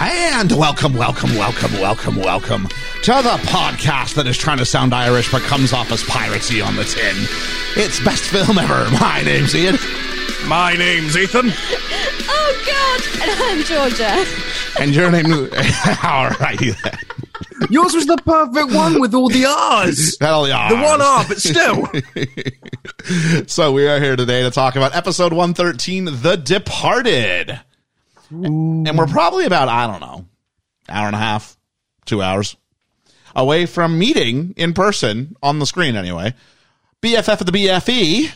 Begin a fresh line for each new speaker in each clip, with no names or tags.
And welcome, welcome, welcome, welcome, welcome to the podcast that is trying to sound Irish but comes off as piratey on the tin. It's best film ever. My name's Ian.
My name's Ethan.
Oh God! And I'm Georgia.
And your name is. Alrighty then.
Yours was the perfect one with all the R's.
That all the
The one
R's.
R, but still.
So we are here today to talk about episode 113, The Departed. And we're probably about, I don't know, hour and a half, two hours away from meeting in person on the screen anyway. BFF of the BFE,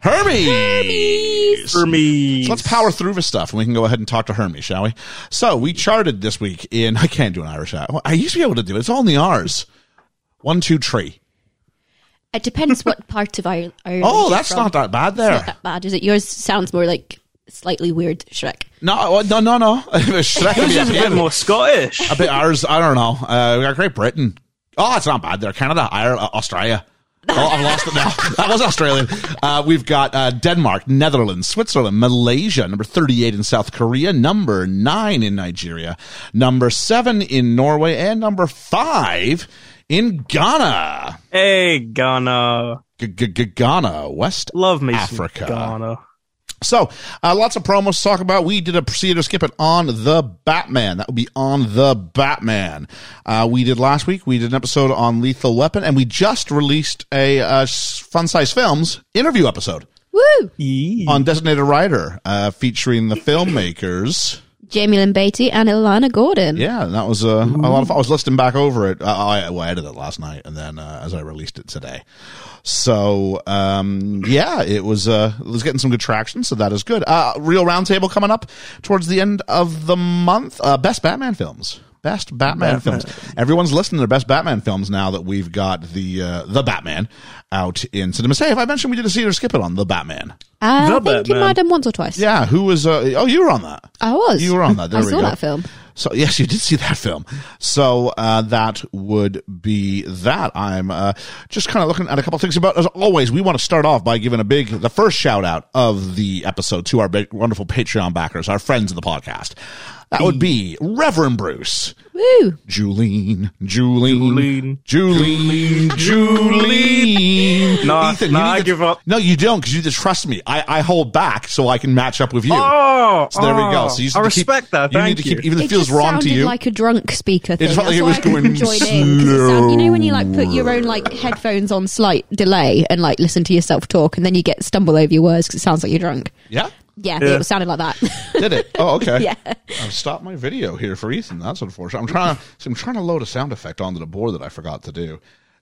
Hermes.
For me.
So let's power through this stuff and we can go ahead and talk to Hermes, shall we? So we charted this week in, I can't do an Irish accent. Well, I used to be able to do it. It's all in the R's. One, two, three.
It depends what part of Ire- Ireland.
Oh,
you're
that's
from.
not that bad there.
Not that bad, is it? Yours sounds more like slightly weird Shrek.
No, uh, no, no, no. Shrek would be
This is a bit more Scottish.
a bit ours. I don't know. Uh, we got Great Britain. Oh, it's not bad there. Canada, Ireland, Australia. Oh, I've lost it now. That was Australian. Uh, we've got uh, Denmark, Netherlands, Switzerland, Malaysia, number 38 in South Korea, number 9 in Nigeria, number 7 in Norway, and number 5 in Ghana.
Hey, Ghana.
Ghana, West
Love me some
Africa.
Ghana.
So, uh, lots of promos to talk about. We did a procedure skip it on the Batman. That would be on the Batman. Uh, we did last week. We did an episode on Lethal Weapon, and we just released a uh, fun size films interview episode
Woo!
Yee.
on Designated Rider, uh, featuring the filmmakers.
Jamie Lynn Beatty and Ilana Gordon.
Yeah, and that was uh, a lot of fun. I was listening back over it. Uh, I, well, I edited it last night, and then uh, as I released it today. So um, yeah, it was uh, it was getting some good traction. So that is good. Uh, Real roundtable coming up towards the end of the month. Uh, best Batman films. Best Batman, films. Everyone's listening to their best Batman films now that we've got the uh, the Batman out in cinemas. Hey, have I mentioned we did a see it or skip it on the Batman?
Uh, I
The
think you
Batman.
might have done once or twice.
Yeah, who was? Uh, oh, you were on that.
I was.
You were on that. There
I
we
saw
go.
that film.
So yes, you did see that film. So uh, that would be that. I'm uh, just kind of looking at a couple things about. As always, we want to start off by giving a big, the first shout out of the episode to our big, wonderful Patreon backers, our friends of the podcast. That would be Reverend Bruce,
Woo!
Julene, Julene,
Julene.
Julene, Julene.
Nah,
Ethan, you
nah,
need
I
to-
give up.
No, you don't, because you just trust me. I, I hold back so I can match up with you.
Oh,
So there we go.
oh,
So you just
I
need to keep-
respect that.
You
Thank
need to keep, even if it
It
feels
just
wrong to
sounded
you.
like a drunk speaker thing.
just felt like
That's
it was
why I
going
couldn't join in, 'cause it sound- You know when you like put your own like headphones on slight delay and like listen to yourself talk, and then you get stumble over your words because it sounds like you're drunk.
yeah.
Yeah,
Yeah.
it sounded like that.
Did it? Oh, okay.
Yeah.
I've stopped my video here for Ethan. That's unfortunate. I'm trying to so I'm trying to load a sound effect onto the board that I forgot to do.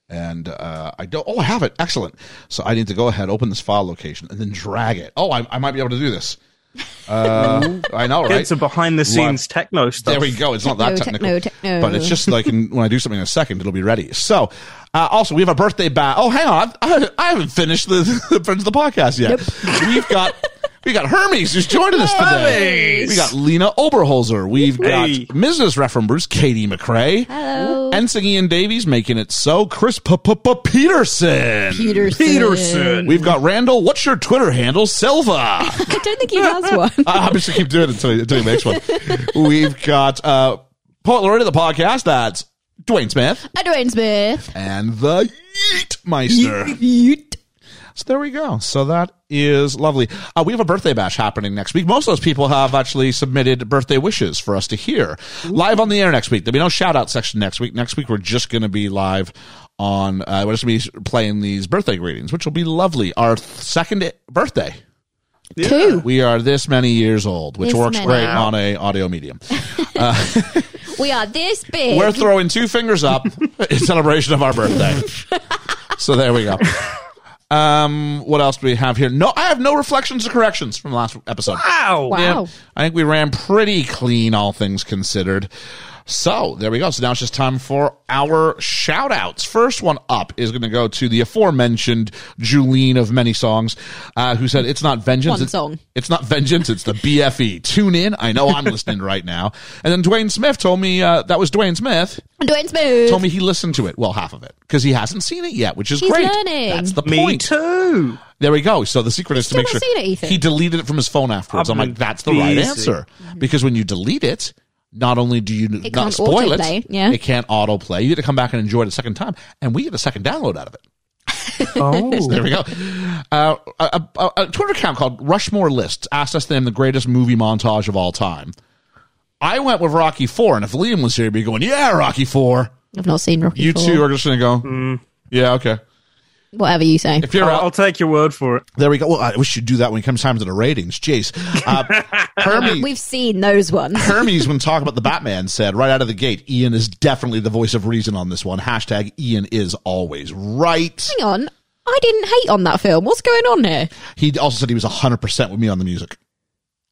And uh, I don't. Oh, I have it. Excellent. So I need to go ahead, open this file location, and then drag it. Oh, I, I might be able to do this. Uh, I know, right?
It's a behind the scenes techno stuff.
There we go. It's not that
Techno,
technical,
techno, techno.
but it's just like in, when I do something in a second, it'll be ready. So, uh, also we have a birthday bat. Oh, hang on, I, I haven't finished the, the friends of the podcast yet. We've got we got Hermes who's joining us today.
Hermes!
We got Lena Oberholzer. We've got
Hey.
Mrs. Reference Bruce, Katie McRae,
Hello.
Ensign Ian Davies making it so. Chris P- P- P- Peterson.
Peterson.
Peterson.
We've got Randall. What's your Twitter handle, Silva?
I don't think he has one.
I- I'm just gonna keep doing it until, until he makes one. We've got uh Port Lorraine of the podcast. That's Dwayne Smith
Edwin Smith.
and the Yeet Meister. So there we go. So that is lovely. Uh, we have a birthday bash happening next week. Most of those people have actually submitted birthday wishes for us to hear live on the air next week. There'll be no shout out section next week. Next week, we're just going to be live on, uh, we're just going to be playing these birthday greetings, which will be lovely. Our th- second i- birthday.
Two.
We are this many years old, which
This
works
many.
great
Wow.
on a audio medium.
We are this big.
We're throwing two fingers up in celebration of our birthday. so there we go. Um, what else do we have here? No, I have no reflections or corrections from last episode.
Wow.
Wow.
Yeah, I think we ran pretty clean, all things considered. So there we go. So now it's just time for our shout outs. First one up is going to go to the aforementioned Julene of many songs, uh, who said, It's not vengeance.
One
it's-
song.
It's not vengeance. It's the BFE. Tune in. I know I'm listening right now. And then Dwayne Smith told me, uh, that was Dwayne Smith
Edwin Smith.
told me he listened to it. Well, half of it because he hasn't seen it yet, which is
He's
great.
learning.
That's the
Me
point.
too.
There we go. So the secret is to
Still
make sure
not seen it, Ethan.
he deleted it from his phone afterwards. I'm
I've
like,
been
that's the right
busy.
answer because when you delete it, not only do you
It
not
can't
spoil
autoplay,
it,
yeah.
it can't autoplay. You get to come back and enjoy it a second time, and we get a second download out of it.
Oh.
There we go. Uh, a, a, a Twitter account called Rushmore Lists asked us to name the greatest movie montage of all time. I went with Rocky Four, and if Liam was here, he'd be going, "Yeah, Rocky Four.
I've not seen Rocky.
You
four.
two are just going to go, "Yeah, okay."
whatever you say.
If you're
Mm. I'll,
out,
I'll take your word for it.
there we go. Well, I, we should do that when it comes time to the ratings. Jeez, uh, Hermie.
We've seen those ones.
Hermes, when talking about the Batman, said right out of the gate, Ian is definitely the voice of reason on this one. Hashtag Ian is always right.
Hang on, I didn't hate on that film. What's going on here?
He also said he was 100% with me on the music,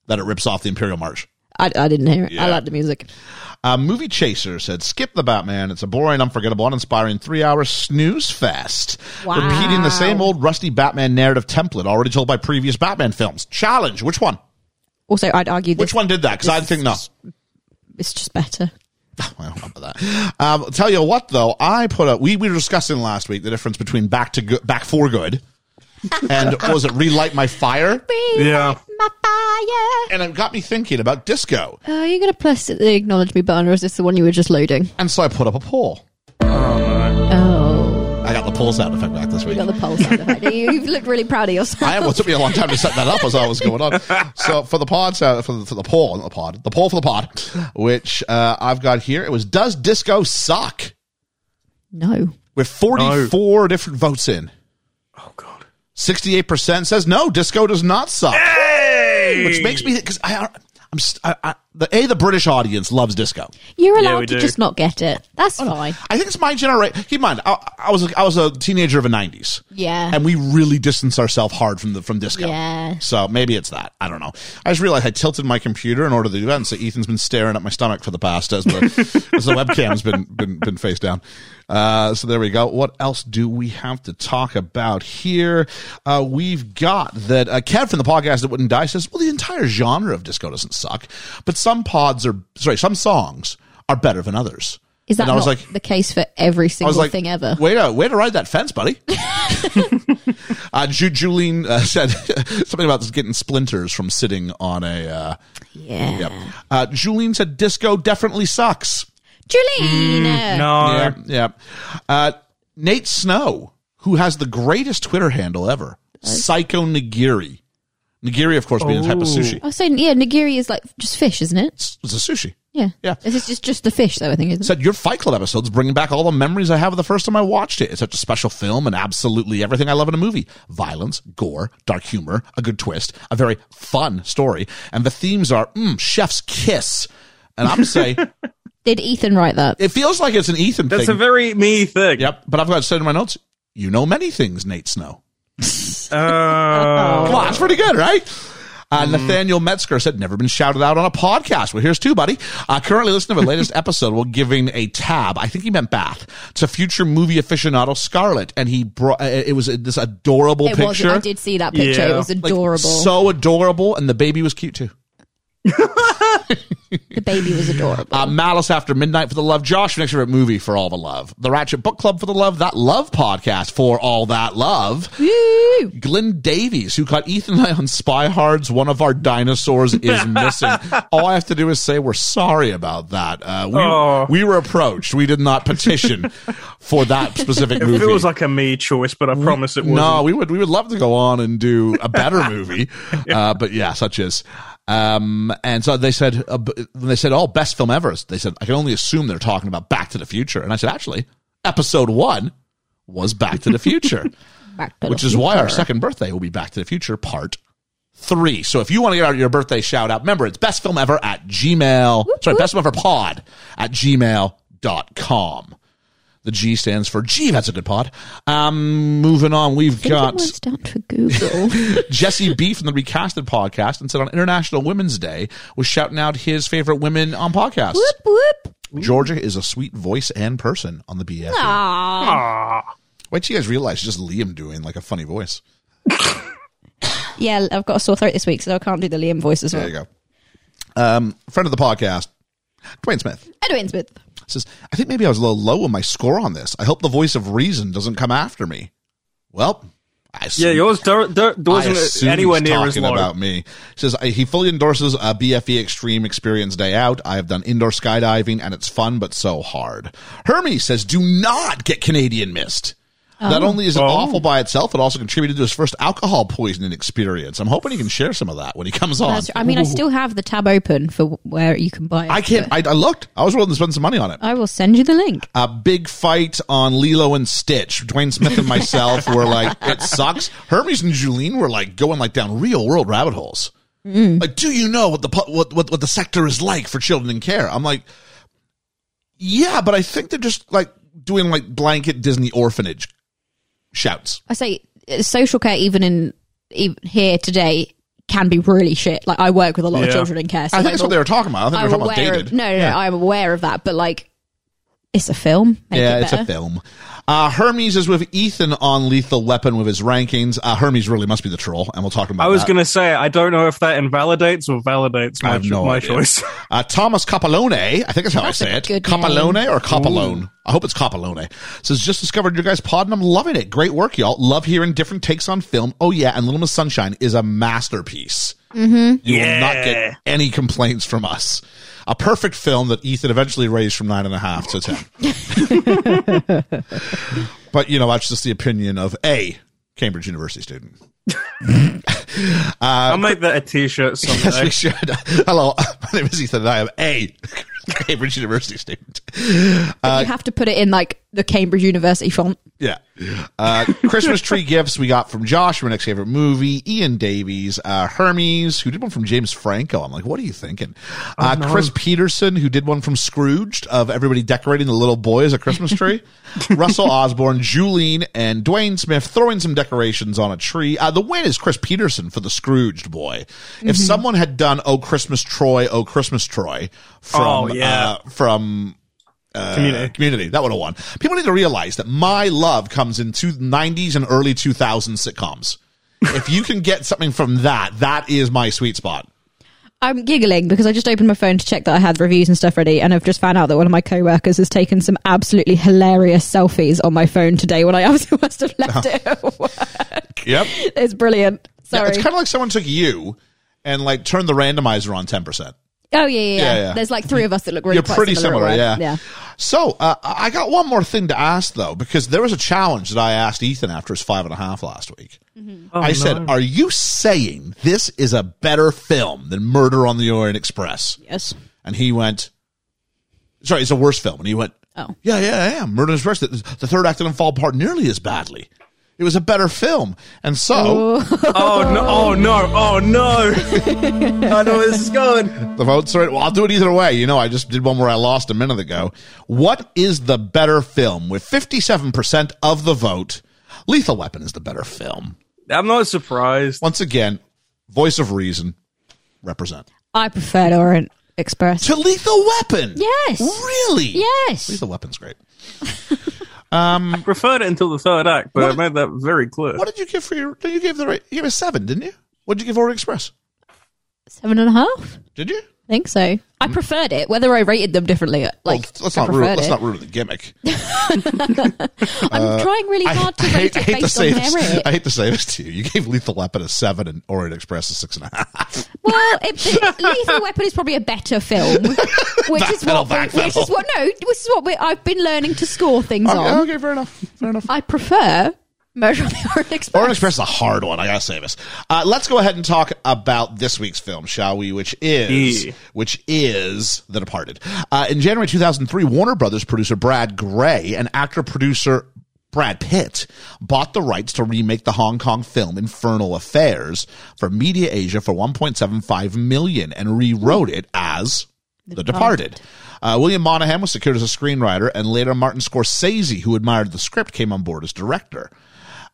that it rips off the Imperial March.
I, I didn't hear it.
Yeah.
I like the music.
Uh, Movie Chaser said, skip the Batman. It's a boring, unforgettable, uninspiring three hour snooze fest.
Wow.
Repeating the same old rusty Batman narrative template already told by previous Batman films. Challenge. Which one?
Also, I'd argue that
Which one did that? Because I think no.
it's just better.
I don't remember that. Um, tell you what, though, I put up. We, we were discussing last week the difference between back to good, back for good, and what was it relight my fire?
Yeah.
My fire.
And it got me thinking about disco.
Uh, are you going to press the acknowledge me button, or is this the one you were just loading?
And so I put up a poll.
Oh,
I got the poll sound effect back this week.
you got the pulse. out of it. you, you've looked really proud of yourself.
I well, it took me a long time to set that up as I was going on. So for the pod, sound, for, the, for the poll, not the pod, the poll for the pod, which uh, I've got here, it was does disco suck?
No.
With forty four different votes in.
Oh god.
Sixty eight percent says no, disco does not suck.
Hey.
which makes me because I, I'm st- I, I, the a the British audience loves disco.
You're
Yeah,
allowed
we
to
do.
just not get it. That's fine.
I think it's my generation. Keep in mind, I, I was a- I was a teenager of the '90s.
Yeah.
and we really distanced ourselves hard from the from disco.
Yeah.
so maybe it's that. I don't know. I just realized I tilted my computer in order to do that, and so Ethan's been staring at my stomach for the past as the as the webcam's been been been face down. Uh, so there we go. What else do we have to talk about here? Uh, we've got that uh, Kev from the podcast that wouldn't die says, "Well, the entire genre of disco doesn't suck, but some pods are sorry, some songs are better than others."
Is that
and I was
not
like,
the case for every
I was
single
like,
thing ever?
Way to, way to ride that fence, buddy. uh, Ju- Julene uh, said something about getting splinters from sitting on a. Uh,
Yeah.
yep. Uh, Julene said disco definitely sucks. Mm,
Julina.
No.
Yeah, yeah. Uh, Nate Snow, who has the greatest Twitter handle ever, Psycho Nigiri. Nigiri, of course, being a type of
Oh.
sushi.
I was saying, yeah, nigiri is like just fish, isn't it?
It's, it's a sushi.
Yeah.
Yeah.
This is just, just the fish, though, I think, isn't it?
said your Fight Club episode's bringing back all the memories I have of the first time I watched it. It's such a special film and absolutely everything I love in a movie: violence, gore, dark humor, a good twist, a very fun story, and the themes are mm, chef's kiss. And I'm saying
Did Ethan write that?
it feels like it's an Ethan
That's a
thing.
very me thing.
yep, but I've got to say in my notes, you know many things, Nate Snow.
Uh,
Come on, that's pretty good, right? Uh,
Mm-hmm.
Nathaniel Metzger said, never been shouted out on a podcast. Well, here's two, buddy. Uh, currently listening to the latest episode while giving a tab. I think he meant bath to future movie aficionado Scarlett. And he brought, uh, it was uh, this adorable
it was.
picture.
I did see that picture. It
Yeah.
was
Like,
adorable.
so adorable. And the baby was cute too.
the baby was adorable.
Uh, Malice After Midnight for the love. Josh, your next favorite movie for all the love. The Ratchet Book Club for the love. That Love podcast for all that love.
Woo!
Glenn Davies, who caught Ethan and I on Spy Hards, one of our dinosaurs is missing. All I have to do is say we're sorry about that. Uh, we,
Oh.
we were approached. We did not petition for that specific
it
movie.
feels like a me choice, but I promise it wasn't.
no, we would we would love to go on and do a better movie, uh, but yeah, such is. Um, and so they said uh, b- when they said, "Oh, best film ever," they said, "I can only assume they're talking about Back to the Future." And I said, "Actually, Episode One was Back to the Future."
Back to
which
the
is why our
future.
second birthday will be Back to the Future Part 3. So if you want to get out your birthday shout out, remember it's best film ever at gmail. Sorry, best film ever pod at gmail.com. The G stands for G. That's a good pod. Um, moving on, we've
I think it
got
was down for Google.
Jesse B from the Recasted podcast and said on International Women's Day was shouting out his favorite women on podcasts.
whoop whoop.
Georgia is a sweet voice and person on the BF.
Aww.
Wait till you guys realize it's just Liam doing like a funny voice.
Yeah, I've got a sore throat this week, so I can't do the Liam voice as
There
well.
you go. Um, friend of the podcast, Dwayne Smith
Edwin Smith.
says, I think maybe I was a little low on my score on this. I hope the voice of reason doesn't come after me. Well, I
Yeah,
assume-
yours dur- dur-
I
wasn't
assume
anywhere
he's
near as
talking
long.
about me. He says "I- he fully endorses a BFE Extreme Experience Day Out. I have done indoor skydiving and it's fun, but so hard. Hermes says, "Do not get Canadian mist." Not only is it
Oh.
awful by itself, it also contributed to his first alcohol poisoning experience. I'm hoping he can share some of that when he comes on.
That's- I mean, I still have the tab open for where you can buy it.
I can't. I, I looked. I was willing to spend some money on it.
I will send you the link.
a big fight on Lilo and Stitch. Dwayne Smith and myself were like, it sucks. Hermes and Julene were like going like down real world rabbit holes.
Mm.
Like, do you know what the pu- what, what what the sector is like for children in care? I'm like, yeah, but I think they're just like doing like blanket Disney orphanage shouts.
I say uh, social care, even in even here today, can be really shit. Like I work with a lot of
Yeah.
children in care. So
I think
like,
that's what they were talking about. I think
I'm
they were talking
aware.
about
Of,
dated.
no, no, no, I'm aware of that. But like, it's a film. Make
yeah,
it
it's a
better.
film. Uh, Hermes is with Ethan on Lethal Weapon with his rankings. Uh, Hermes really must be the troll, and we'll talk about.
I was
that.
going to say, I don't know if that invalidates or validates
I
my,
have no
my
idea.
choice.
Uh, Thomas Capalone, I think that's how
That's
I say
a
it.
good
Capalone or Capalone? I hope it's Capalone. Says just discovered your guys' pod and I'm loving it. Great work, y'all. Love hearing different takes on film. Oh yeah, and Little Miss Sunshine is a masterpiece. Mm-hmm. You will
Yeah.
not get any complaints from us. A perfect film that Ethan eventually raised from nine and a half to ten. but you know, that's just the opinion of a Cambridge University student.
I'll make that a t-shirt
Um, Yes, we
someday.
should. Hello, my name is Ethan. And I am a Cambridge University student.
you have to put it in like the Cambridge University font.
Yeah. Uh, Christmas tree gifts we got from Josh from next favorite movie, Ian Davies, uh, Hermes, who did one from James Franco. I'm like, what are you thinking? Uh, Chris Peterson, who did one from Scrooged of everybody decorating the little boy as a Christmas tree. Russell Osborne, Julene, and Dwayne Smith throwing some decorations on a tree. Uh, the win is Chris Peterson for the Scrooged boy.
Mm-hmm.
If someone had done Oh Christmas Troy, Oh Christmas Troy from
Oh, yeah.
uh, from
Community.
community. That would have won. People need to realize that my love comes in two nineties and early two thousand sitcoms. if you can get something from that, that is my sweet spot.
I'm giggling because I just opened my phone to check that I had reviews and stuff ready, and I've just found out that one of my coworkers has taken some absolutely hilarious selfies on my phone today when I obviously must have left it at work.
Yep.
It's brilliant. Sorry.
Oh. it's kind of like someone took you and like turned the randomizer on ten percent.
oh yeah yeah, yeah,
Yeah, yeah.
There's like three of us that look really
You're
quite
pretty
similar,
similar,
at
yeah.
work. yeah.
So uh, I got one more thing to ask though, because there was a challenge that I asked Ethan after his five and a half last week. I said, "Are you saying this is a better film than Murder on the Orient Express?"
Yes.
And he went, sorry, it's a worse film. And he went,
Oh.
yeah, yeah, I am. Murder in Express. The, the third act didn't fall apart nearly as badly. It was a better film. And so
Oh no! Oh no! Oh no! I know where this is going.
the votes are, well, I'll do it either way. You know, I just did one where I lost a minute ago. What is the better film? With 57% of the vote, Lethal Weapon is the better film.
I'm not surprised.
Once again, voice of reason, represent.
I preferred Orient Express.
To Lethal Weapon.
Yes.
Really?
Yes.
Lethal Weapton's great.
I preferred it until the third act, but I made that very clear.
What did you give for your? You gave the rate. You gave a seven, didn't you? What did you give Orient Express?
Seven and a half.
Did you?
I think so. I preferred it. Whether I rated them differently, uh, like
Mm. Well, let's
I
not ruin.
preferred
Let's
it.
not ruin the gimmick.
I'm trying really hard to
uh, I hate,
rate
I
it
hate to
based
say
on
this.
merit.
I hate to say this to you. You gave Lethal Weapon a seven and Orient Express a six and a half.
Well, it, it- Lethal Weapon is probably a better film, which is
Backpedal,
what, we- which is
backpedal.
what. No, this is what we, I've been learning to score things on.
okay, fair enough. Fair enough.
I prefer Murder on the Orient Express.
Orient Express is a hard one. I gotta say this. Uh, let's go ahead and talk about this week's film, shall we? Which is
Yeah.
which is The Departed. Uh, in January 2003, Warner Brothers producer Brad Gray and actor producer Brad Pitt bought the rights to remake the Hong Kong film Infernal Affairs for Media Asia for 1.75 million and rewrote it as The Departed. Uh, William Monahan was secured as a screenwriter, and later Martin Scorsese, who admired the script, came on board as director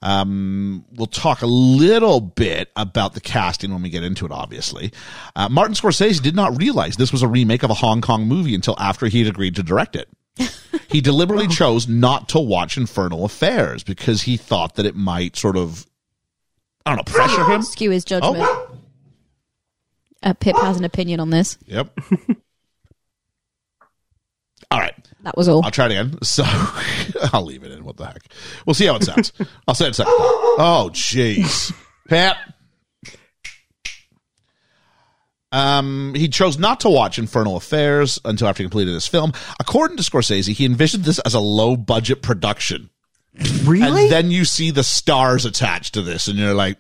Um, we'll talk a little bit about the casting when we get into it, obviously. Uh, Martin Scorsese did not realize this was a remake of a Hong Kong movie until after he had agreed to direct it. he deliberately chose not to watch Infernal Affairs because he thought that it might sort of, I don't know, pressure him.
Skew his judgment.
Oh,
Uh, Pip has an opinion on this.
yep. All right.
That was all.
I'll try it again. So I'll leave it in. What the heck? We'll see how it sounds. I'll say it second. time. Oh, jeez. Pat. Um, he chose not to watch Infernal Affairs until after he completed his film. According to Scorsese, he envisioned this as a low budget production.
Really?
And then you see the stars attached to this, and you're like,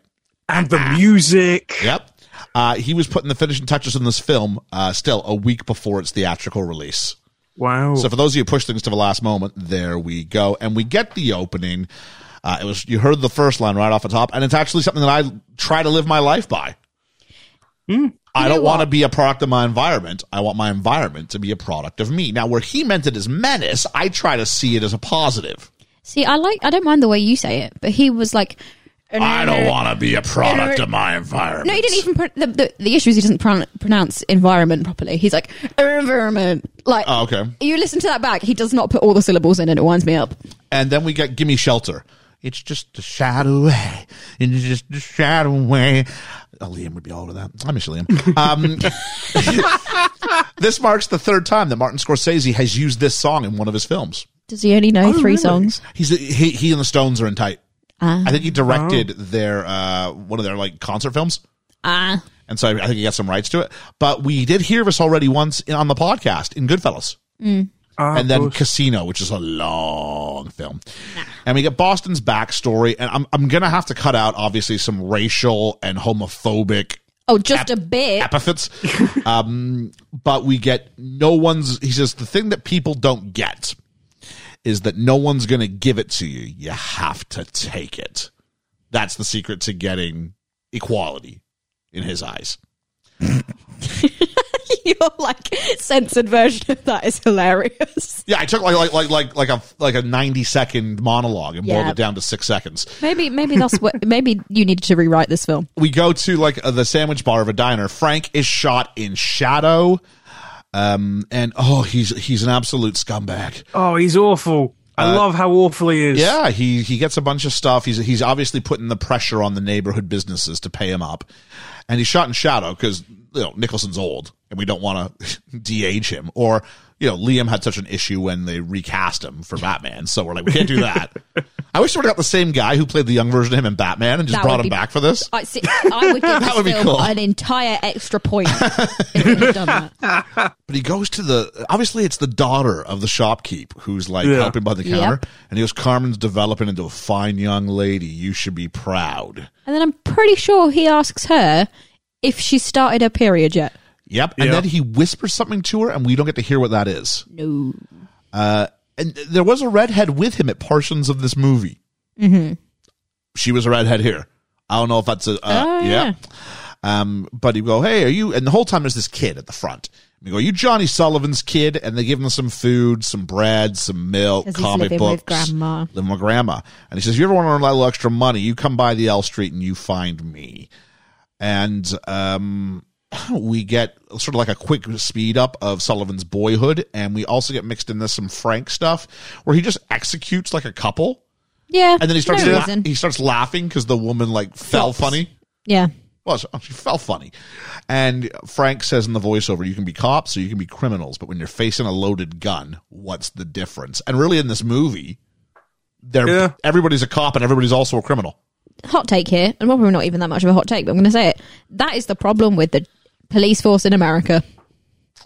and the music.
Yep. Uh, he was putting the finishing touches on this film uh, still a week before its theatrical release.
Wow.
So for those of you who push things to the last moment, there we go, and we get the opening. Uh, it was you heard the first line right off the top, and it's actually something that I try to live my life by.
Mm.
I don't want to be a product of my environment. I want my environment to be a product of me. Now, where he meant it as menace, I try to see it as a positive.
See, I like I don't mind the way you say it, but he was like, "Oh, no,
I
no,
don't
no."
want to be a product of my environment.
No, he didn't even. Pro- the, the the issue is he doesn't pron- pronounce environment properly. He's like environment. Like
Oh, okay.
You listen to that back. He does not put all the syllables in, and it winds me up.
And then we got Gimme Shelter. It's just a shadow away. It's just a shadow away. Oh, Liam would be all of that. I miss Liam. Um, this marks the third time that Martin Scorsese has used this song in one of his films.
Does he only know three songs?
He's he, he and the Stones are in tight. I think he directed their uh, one of their like concert films.
Ah,
And so I think he got some rights to it. But we did hear this already once in, on the podcast in Goodfellas.
Ah,
and then
of course.
Casino, which is a long film. And we get Boston's backstory. And I'm, I'm going to have to cut out, obviously, some racial and homophobic
oh, just a bit.
epithets. um, but we get no one's, he says, the thing that people don't get is that no one's going to give it to you. You have to take it. That's the secret to getting equality in his eyes.
Your like censored version of that is hilarious.
Yeah, I took like like like like like a like a ninety second monologue and boiled
Yeah.
it down to six seconds.
Maybe, maybe that's what. Maybe you needed to rewrite this film.
we go to like uh, the sandwich bar of a diner. Frank is shot in shadow. Um and oh he's he's an absolute scumbag.
Oh, he's awful.
I love how awful he is.
Uh, Yeah, he he gets a bunch of stuff. He's he's obviously putting the pressure on the neighborhood businesses to pay him up. And he's shot in shadow cuz you know Nicholson's old and we don't want to de-age him or you know Liam had such an issue when they recast him for Batman. So we're like we can't do that. I wish we would have got the same guy who played the young version of him in Batman and just
That
brought
would
him
be-
back for this.
I see. I would give this
would be
film
cool.
an entire extra point. if it had done that.
But he goes to the obviously it's the daughter of the shopkeep who's like
Yeah.
helping by the counter,
Yep.
and he goes, "Carmen's developing into a fine young lady. You should be proud."
And then I'm pretty sure he asks her if she started her period yet.
Yep. And
Yeah.
then he whispers something to her, and we don't get to hear what that is.
No.
And there was a redhead with him at portions of this movie. Mm-hmm. She was a redhead here. I don't know if that's a uh,
Oh,
yeah. Um, but he go, hey, are you? And the whole time there's this kid at the front. We go, are you Johnny Sullivan's kid? And they give him some food, some bread, some milk,
'Cause he's
comic
living
books.
with grandma.
Living with grandma. And he says, you ever want to earn a little extra money? You come by the L Street and you find me. And um, we get sort of like a quick speed up of Sullivan's boyhood, and we also get mixed in this some Frank stuff where he just executes like a couple,
Yeah.
and then he starts
No
la-
reason.
he starts laughing because the woman like fell
Flops.
funny.
yeah.
Well, she- she fell funny. And Frank says in the voiceover, you can be cops or you can be criminals, but when you're facing a loaded gun, what's the difference? And really, in this movie, they're,
Yeah.
everybody's a cop and everybody's also a criminal.
Hot take here, and probably not even that much of a hot take, but I'm going to say it. That is the problem with the police force in America.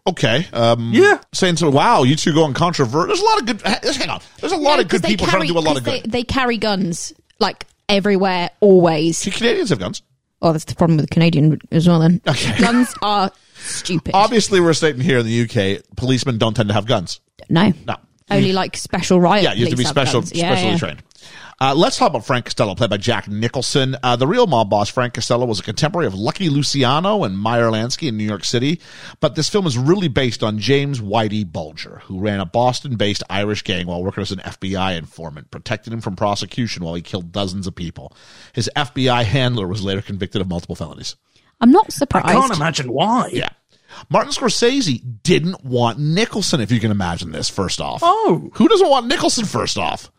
Okay. Um,
Yeah.
Saying so, wow, you two going controversial. There's a lot of good. ha- Hang on. There's a lot
No,
of good
'cause they
people trying to do a
carry-
lot of
'cause
good.
They, they carry guns like everywhere, always.
See, Canadians have guns.
Oh, that's the problem with Canadian as well. Then
Okay.
guns are stupid.
Obviously, we're stating here in the UK, policemen don't tend to have guns.
no,
No.
only like special riot.
Yeah, you have to be
police
special,
guns. Yeah,
specially
yeah.
trained. Uh, let's talk about Frank Costello, played by Jack Nicholson. Uh, the real mob boss, Frank Costello, was a contemporary of Lucky Luciano and Meyer Lansky in New York City. But this film is really based on James Whitey Bulger, who ran a Boston based Irish gang while working as an FBI informant, protecting him from prosecution while he killed dozens of people. His FBI handler was later convicted of multiple felonies.
I'm not
I can't
surprised.
imagine why.
Yeah. Martin Scorsese didn't want Nicholson, if you can imagine this, first off.
Oh.
Who doesn't want Nicholson, first off?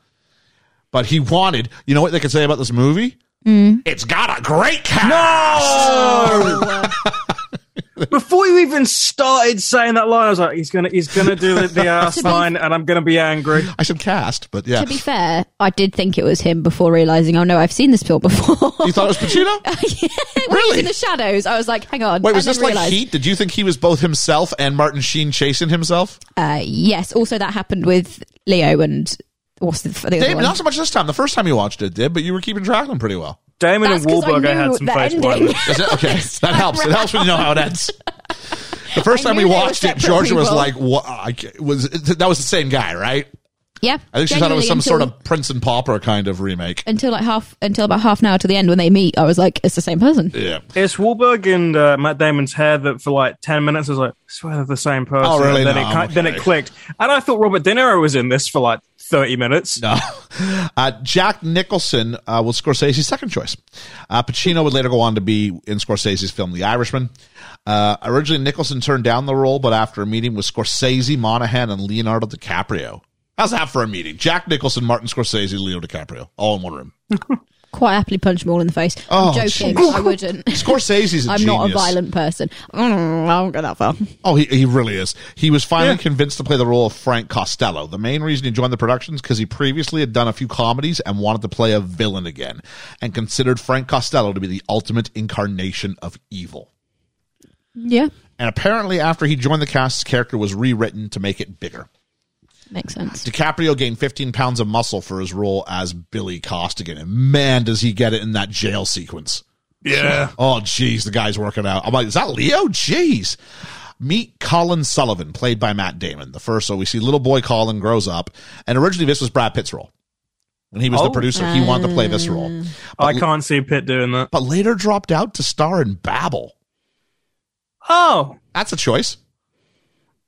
But he wanted, you know what they could say about this movie?
Hmm.
It's got a great cast.
No! Before you even started saying that line, I was like, he's gonna, he's gonna do the, the ass line, and I'm gonna be angry.
I said cast, but yeah.
To be fair, I did think it was him before realizing. Oh no, I've seen this film before.
you thought it was Pacino?
When he was
Really?
in the shadows. I was like, hang on.
Wait, was
and
this
then
like
realised-
Heat? Did you think he was both himself and Martin Sheen chasing himself?
Uh, yes. Also, that happened with Leo and what's the, the other
Dave,
one?
not so much this time. The first time you watched it did, but you were keeping track of them pretty well.
Damon
That's
and
'cause I
Wahlberg, I,
knew
had some
the
face
ending.
blindness.
Is it? Okay, that helps. It helps when you know how it ends. The first
I
time we
knew they were
watched it,
separate
Georgia was
people.
like, "What?" I ca- Was that was the same guy, right?
yeah.
I think she thought it was some
Genuinely
sort
until-
of Prince and Pauper kind of remake.
until like half until about half an hour to the end when they meet. I was like, it's the same person.
Yeah.
It's Wahlberg and uh, Matt Damon's hair that for like ten minutes I was like, I swear they're the same person.
Oh, really?
And then
No,
it
I'm
ki- then
okay.
it clicked, and I thought Robert De Niro was in this for like thirty minutes.
No. Uh, Jack Nicholson uh, was Scorsese's second choice. Uh, Pacino would later go on to be in Scorsese's film The Irishman. Uh, originally, Nicholson turned down the role, but after a meeting with Scorsese, Monahan, and Leonardo DiCaprio. How's that for a meeting? Jack Nicholson, Martin Scorsese, Leo DiCaprio, all in one room.
Quite happily punch them all in the face.
Oh,
I'm joking.
jeez.
I wouldn't.
Scorsese's a
I'm not a
genius.
violent person. Mm, I don't get that far.
Oh, he, he really is. He was finally convinced to play the role of Frank Costello. The main reason he joined the production is because he previously had done a few comedies and wanted to play a villain again and considered Frank Costello to be the ultimate incarnation of evil.
Yeah,
And apparently, after he joined the cast, his character was rewritten to make it bigger.
makes sense.
DiCaprio gained 15 pounds of muscle for his role as Billy Costigan. And man, does he get it in that jail sequence.
Yeah.
Oh, jeez, the guy's working out. I'm like, is that Leo? Jeez. Meet Colin Sullivan, played by Matt Damon, the first. So we see little boy Colin grows up, and originally this was Brad Pitt's role. When he was the
Oh.
producer, he wanted to play this role,
I can't see Pitt doing that.
but later dropped out to star in Babel.
Oh,
That's a choice.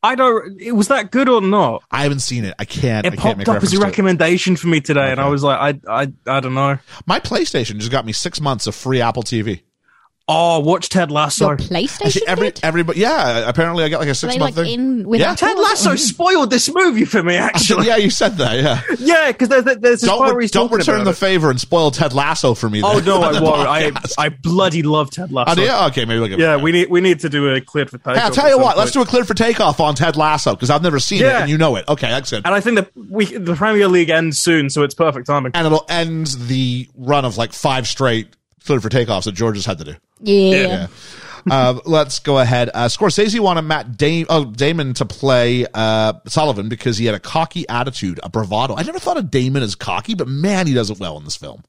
I don't. It was that good or not?
I haven't seen it. I can't. I
It
can't
popped
make
up as
reference
a
to it.
recommendation for me today, and I was like, I, I, I don't know.
My PlayStation just got me six months of free Apple TV.
Oh, watch Ted Lasso.
Your PlayStation
Actually, every
did?
everybody, yeah. Apparently, I got like a
Are
six
they
month
like
thing.
in with
Yeah.
Apple?
Ted Lasso spoiled this movie for me, actually.
yeah, you said that. Yeah.
Yeah, because there's, there's this part
Don't,
where
re-
he's
don't
talking
return
about
the
it.
favor and spoil Ted Lasso for me.
Oh
then.
no,
On
I
the
won't. I,
podcast.
I bloody love Ted Lasso.
Oh, do you? Okay, maybe we'll get
Yeah, we need we need to do a clip for Ted.
Hey, I'll tell you what. Let's do a clear for takeoff on Ted Lasso because I've never seen it
Yeah.
and you know it. Okay, that's good.
And I think the we the Premier League ends soon, so it's perfect timing.
And it'll end the run of like five straight clear for takeoffs that George has had to do.
Yeah.
Yeah. uh, let's go ahead. Uh, Scorsese wanted Matt Dam- oh, Damon to play uh, Sullivan because he had a cocky attitude, a bravado. I never thought of Damon as cocky, but man, he does it well in this film.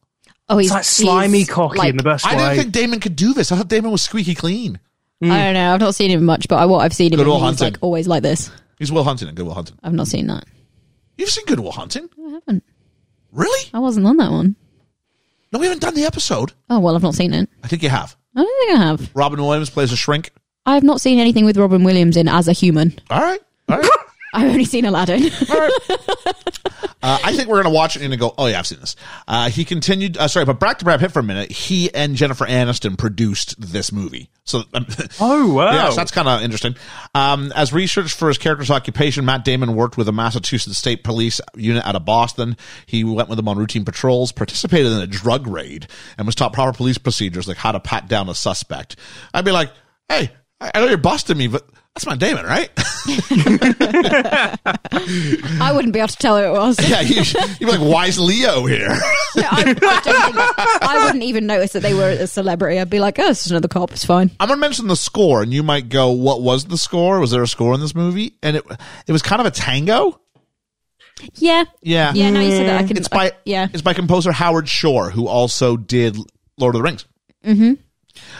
Oh, he's
It's like slimy
he's,
cocky
like-
in the best
I
way.
didn't think Damon could do this. I thought Damon was squeaky clean.
I don't know. I've not seen him much, but I, what I've seen him,
Good
in,
old
he's
hunting.
like always like this.
He's Will Hunting and Good Will Hunting.
I've not seen that.
You've seen Good Will Hunting?
I haven't.
Really?
I wasn't on that one.
No, we haven't done the episode.
Oh well, I've not seen it.
I think you have.
I don't think I have.
Robin Williams plays a shrink.
I have not seen anything with Robin Williams in as a human.
All right. All right.
I've only seen Aladdin.
Uh, I think we're going to watch it and go, oh, yeah, I've seen this. Uh, he continued, uh, sorry, but back to Brad Pitt for a minute. He and Jennifer Aniston produced this movie. So, um,
Oh wow!
yeah, so that's kind of interesting. Um, as research for his character's occupation, Matt Damon worked with a Massachusetts State Police unit out of Boston. He went with them on routine patrols, participated in a drug raid, and was taught proper police procedures like how to pat down a suspect. I'd be like, hey, I I know you're busting me, but that's my Damon, right?
I wouldn't be able to tell who it was.
yeah, you, you'd be like, why's Leo here?
No, I, I don't think, I wouldn't even notice that they were a celebrity. I'd be like, oh, it's just another cop. It's fine.
I'm gonna mention the score, and you might go, "What was the score? Was there a score in this movie?" And it it was kind of a tango.
Yeah.
Yeah,
Yeah, now you said that. I can.
It's by
yeah.
it's by composer Howard Shore, who also did Lord of the Rings. Mm-hmm.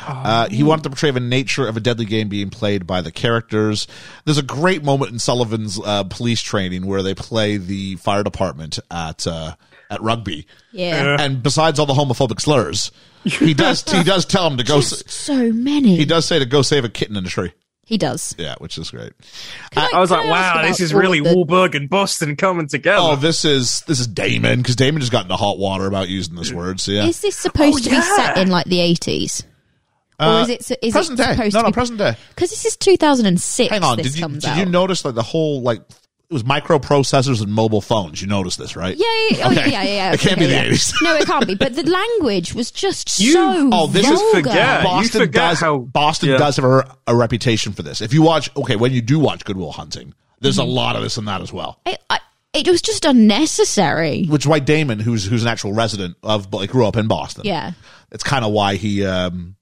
Uh, he wanted to portray the nature of a deadly game being played by the characters. There's a great moment in Sullivan's uh, police training where they play the fire department at uh, at rugby,
yeah.
and besides all the homophobic slurs, he does he does tell him to go. s-
So many.
He
He,
does say to go save a kitten in a tree.
does.
Yeah, which is great.
Can
I was
can
like,
I ask
wow,
about
this is
all of
really
the-
Wahlberg and Boston coming together.
Oh, this is this is Damon because Damon just got into hot water about using this word. So yeah,
Is this supposed
Oh,
to
yeah.
be set in like the eighties,
Uh,
or is it? Is it
present day?
supposed
No,
to
no,
be
present day.
Because this is two thousand and six.
Hang on,
this
did you
comes
did you
out.
notice like the whole like it was microprocessors and mobile phones. You notice this, right?
Yeah, yeah, yeah. Oh,
Okay.
yeah, yeah, yeah.
It can't
Okay,
be the
yeah.
80s.
No, it can't be. But the language was just
You-
so
Oh, this
vulgar.
is
forget. Yeah, you
Boston
forget
does.
how-
Boston
yeah.
does have a, a reputation for this. If you watch, okay, when you do watch Goodwill Hunting, there's
Mm-hmm.
a lot of this and that as well.
I, I, it was just unnecessary.
Which is why Damon, who's who's an actual resident of, like, grew up in Boston.
Yeah.
it's kind of why he um,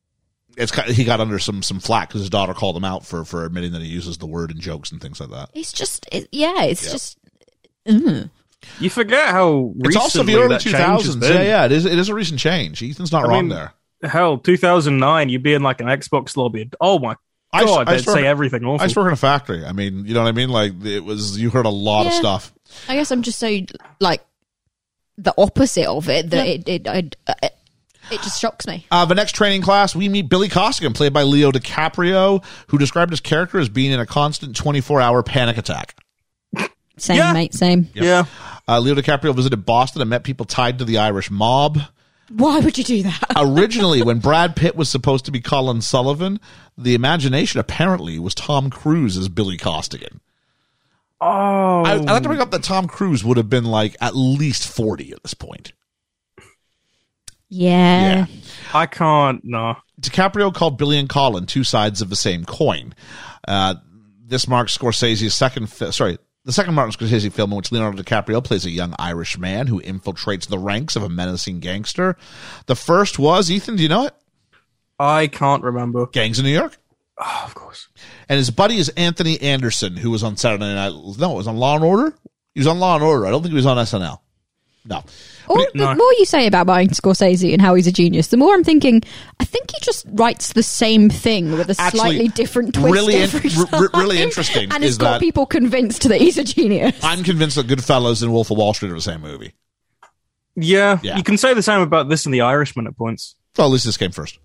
it's kind he got under some some flack because his daughter called him out for for admitting that he uses the word in jokes and things like that.
It's just, it, yeah, it's just.
You forget how recently
It's also the early
that change has
2000s.
been.
Yeah, yeah, it is it is a recent change. Ethan's not
I mean,
wrong there.
Hell, 2009, you'd be in like an Xbox lobby. Oh my
I s-
god,
I
they'd
swear-
say everything
I
awful.
used to work in a factory. I mean, you know what I mean? Like it was you heard a lot of
Yeah.
stuff.
I guess I'm just so, like, the opposite of it that it, it, I, it, it just shocks me.
Uh, the next training class, we meet Billy Costigan, played by Leo DiCaprio, who described his character as being in a constant 24 hour panic attack.
Same,
Yeah.
mate, same.
yeah.
Uh, Leo DiCaprio visited Boston and met people tied to the Irish mob.
Why would you do that?
Originally, when Brad Pitt was supposed to be Colin Sullivan, the imagination apparently was Tom Cruise as Billy Costigan.
Oh,
I, I'd like to bring up that Tom Cruise would have been like at least 40 at this point.
Yeah.
I can't. No.
DiCaprio called Billy and Colin two sides of the same coin. Uh, this marks Scorsese's second, fi- sorry, the second Martin Scorsese film in which Leonardo DiCaprio plays a young Irish man who infiltrates the ranks of a menacing gangster. The first was Ethan. Do you know it?
I can't remember.
Gangs of New York.
Oh, of course.
And his buddy is Anthony Anderson, who was on Saturday Night. No, it was on Law and Order. He was on Law and Order. I don't think he was on SNL. No.
All,
no.
The more you say about Martin Scorsese and how he's a genius, the more I'm thinking, I think he just writes the same thing with a
Actually,
slightly different twist.
really in-
every
r- r- really
time.
interesting
And it's
is
got
that-
people convinced that he's a genius.
I'm convinced that Goodfellas and Wolf of Wall Street are the same movie.
Yeah,
Yeah.
You can say the same about this and the Irishman at points.
Well, at least this came first.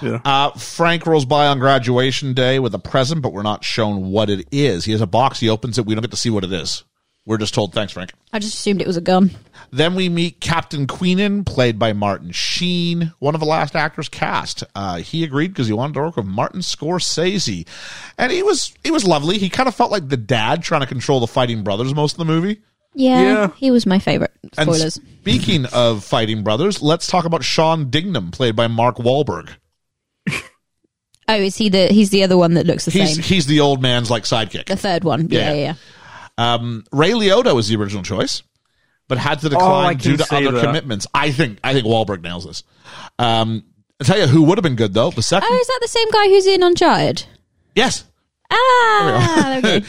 Yeah.
Uh, Frank rolls by on graduation day with a present, but we're not shown what it is. He has a box. He opens it. We don't get to see what it is. We're just told, thanks, Frank.
I just assumed it was a gun.
Then we meet Captain Queenan, played by Martin Sheen, one of the last actors cast. Uh, he agreed because he wanted to work with Martin Scorsese, and he was he was lovely. He kind of felt like the dad trying to control the fighting brothers most of the movie.
Yeah,
Yeah.
he was my favorite.
And
Spoilers.
speaking of fighting brothers, let's talk about Sean Dignam, played by Mark Wahlberg.
oh, is he the? He's the other one that looks the
He's
same.
he's the old man's like sidekick.
The third one.
Yeah.
Yeah, yeah. yeah.
Ray Liotta was the original choice, but had to decline
Oh, can
due to
see
other
that.
commitments. I think I think Wahlberg nails this. Um, I tell you who would have been good though. The second,
Oh, is that the same guy who's in Uncharted?
yes,
Ah, okay.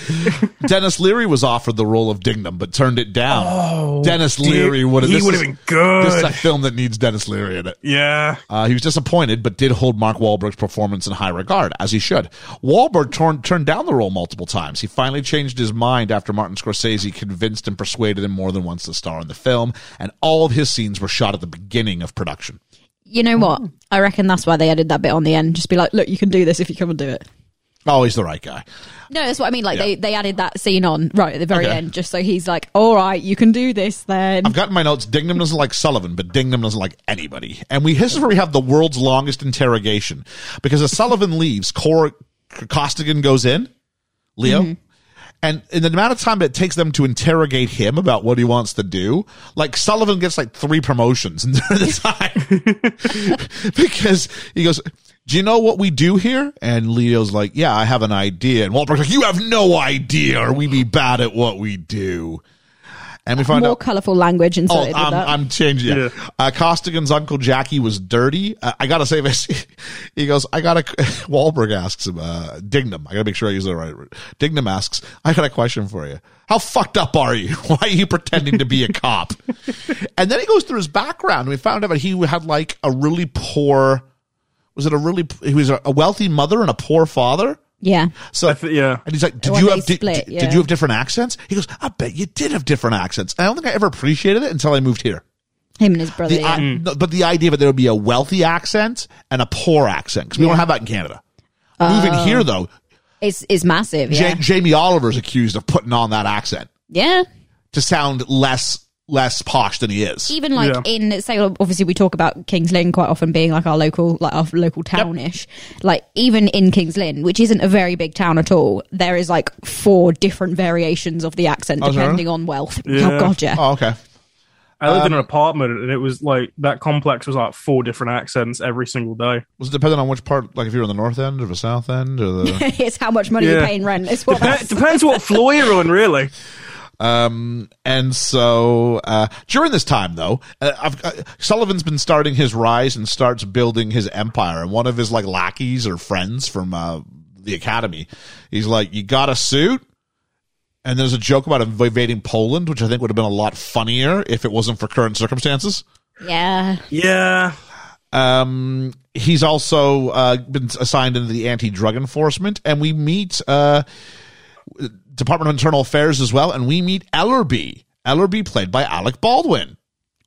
Dennis Leary was offered the role of Dignam, but turned it down. Dennis Leary would have.
Oh, he
this
would
is-
have been good.
This is a film that needs Dennis Leary in it.
yeah.
Uh, he was disappointed, but did hold Mark Wahlberg's performance in high regard, as he should. Wahlberg torn, turned down the role multiple times. He finally changed his mind after Martin Scorsese convinced and persuaded him more than once to star in the film, and all of his scenes were shot at the beginning of production.
you know what? I reckon that's why they added that bit on the end. Just be like, look, you can do this if you come and do it.
Oh, he's the right guy.
No, that's what I mean. Like
Yeah.
they, they added that scene on right at the very
Okay.
end, just so he's like, all right, you can do this then.
I've gotten my notes. Dignam doesn't like Sullivan, but Dignam doesn't like anybody. And we this is where we have the world's longest interrogation because as Sullivan leaves, Cor- Costigan goes in, Leo, and in the amount of time it takes them to interrogate him about what he wants to do, like Sullivan gets like three promotions in the time because he goes. Do you know what we do here? And Leo's like, "Yeah, I have an idea." And Wahlberg's like, "You have no idea, or we be bad at what we do." And we find
More
out
colourful language
Oh,
inserted with
I'm,
that.
I'm changing it. Uh, Costigan's uncle Jackie was dirty. Uh, I gotta say this. He goes, I gotta, Wahlberg asks him, uh, Dignam. I gotta make sure I use the right word. Dignam asks, I got a question for you. How fucked up are you? Why are you pretending to be a cop? and then he goes through his background. We found out that he had like a really poor, was it a really, he was a wealthy mother and a poor father.
yeah,
So
I thi- yeah.
and he's like, "Did
When
you
they
have di-
split,
di-
yeah.
did you have different accents?" He goes, "I bet you did have different accents." And I don't think I ever appreciated it until I moved here.
him and his brother.
The,
yeah.
I- no, but the idea that there would be a wealthy accent and a poor accent because we don't have that in Canada. Moving here though,
it's it's massive.
Ja-
Oh, Yeah,
Jamie Oliver's accused of putting on that accent
yeah.
to sound less less posh than he is.
even like
Yeah.
in say well, obviously we talk about Kings Lynn quite often being like our local like our local townish like even in Kings Lynn which isn't a very big town at all there is like four different variations of the accent
Oh, is there?
depending on wealth
Yeah.
oh god yeah
Oh, okay.
I lived in
Um,
an apartment and it was like that complex was like four different accents every single day.
Was it dependent on which part? Like if you're on the north end or the south end or the
it's how much money you're
Yeah.
paying rent it's what
It depends what floor you're on, really.
Um, and so uh, during this time, though, uh, I've, uh, Sullivan's been starting his rise and starts building his empire. And one of his like lackeys or friends from uh, the academy, he's like, "You got a suit." And there's a joke about invading Poland, which I think would have been a lot funnier if it wasn't for current circumstances.
yeah
Yeah.
Um, he's also uh, been assigned into the anti-drug enforcement, and we meet uh, Department of Internal Affairs as well, and we meet Ellerby. Ellerby, played by Alec Baldwin.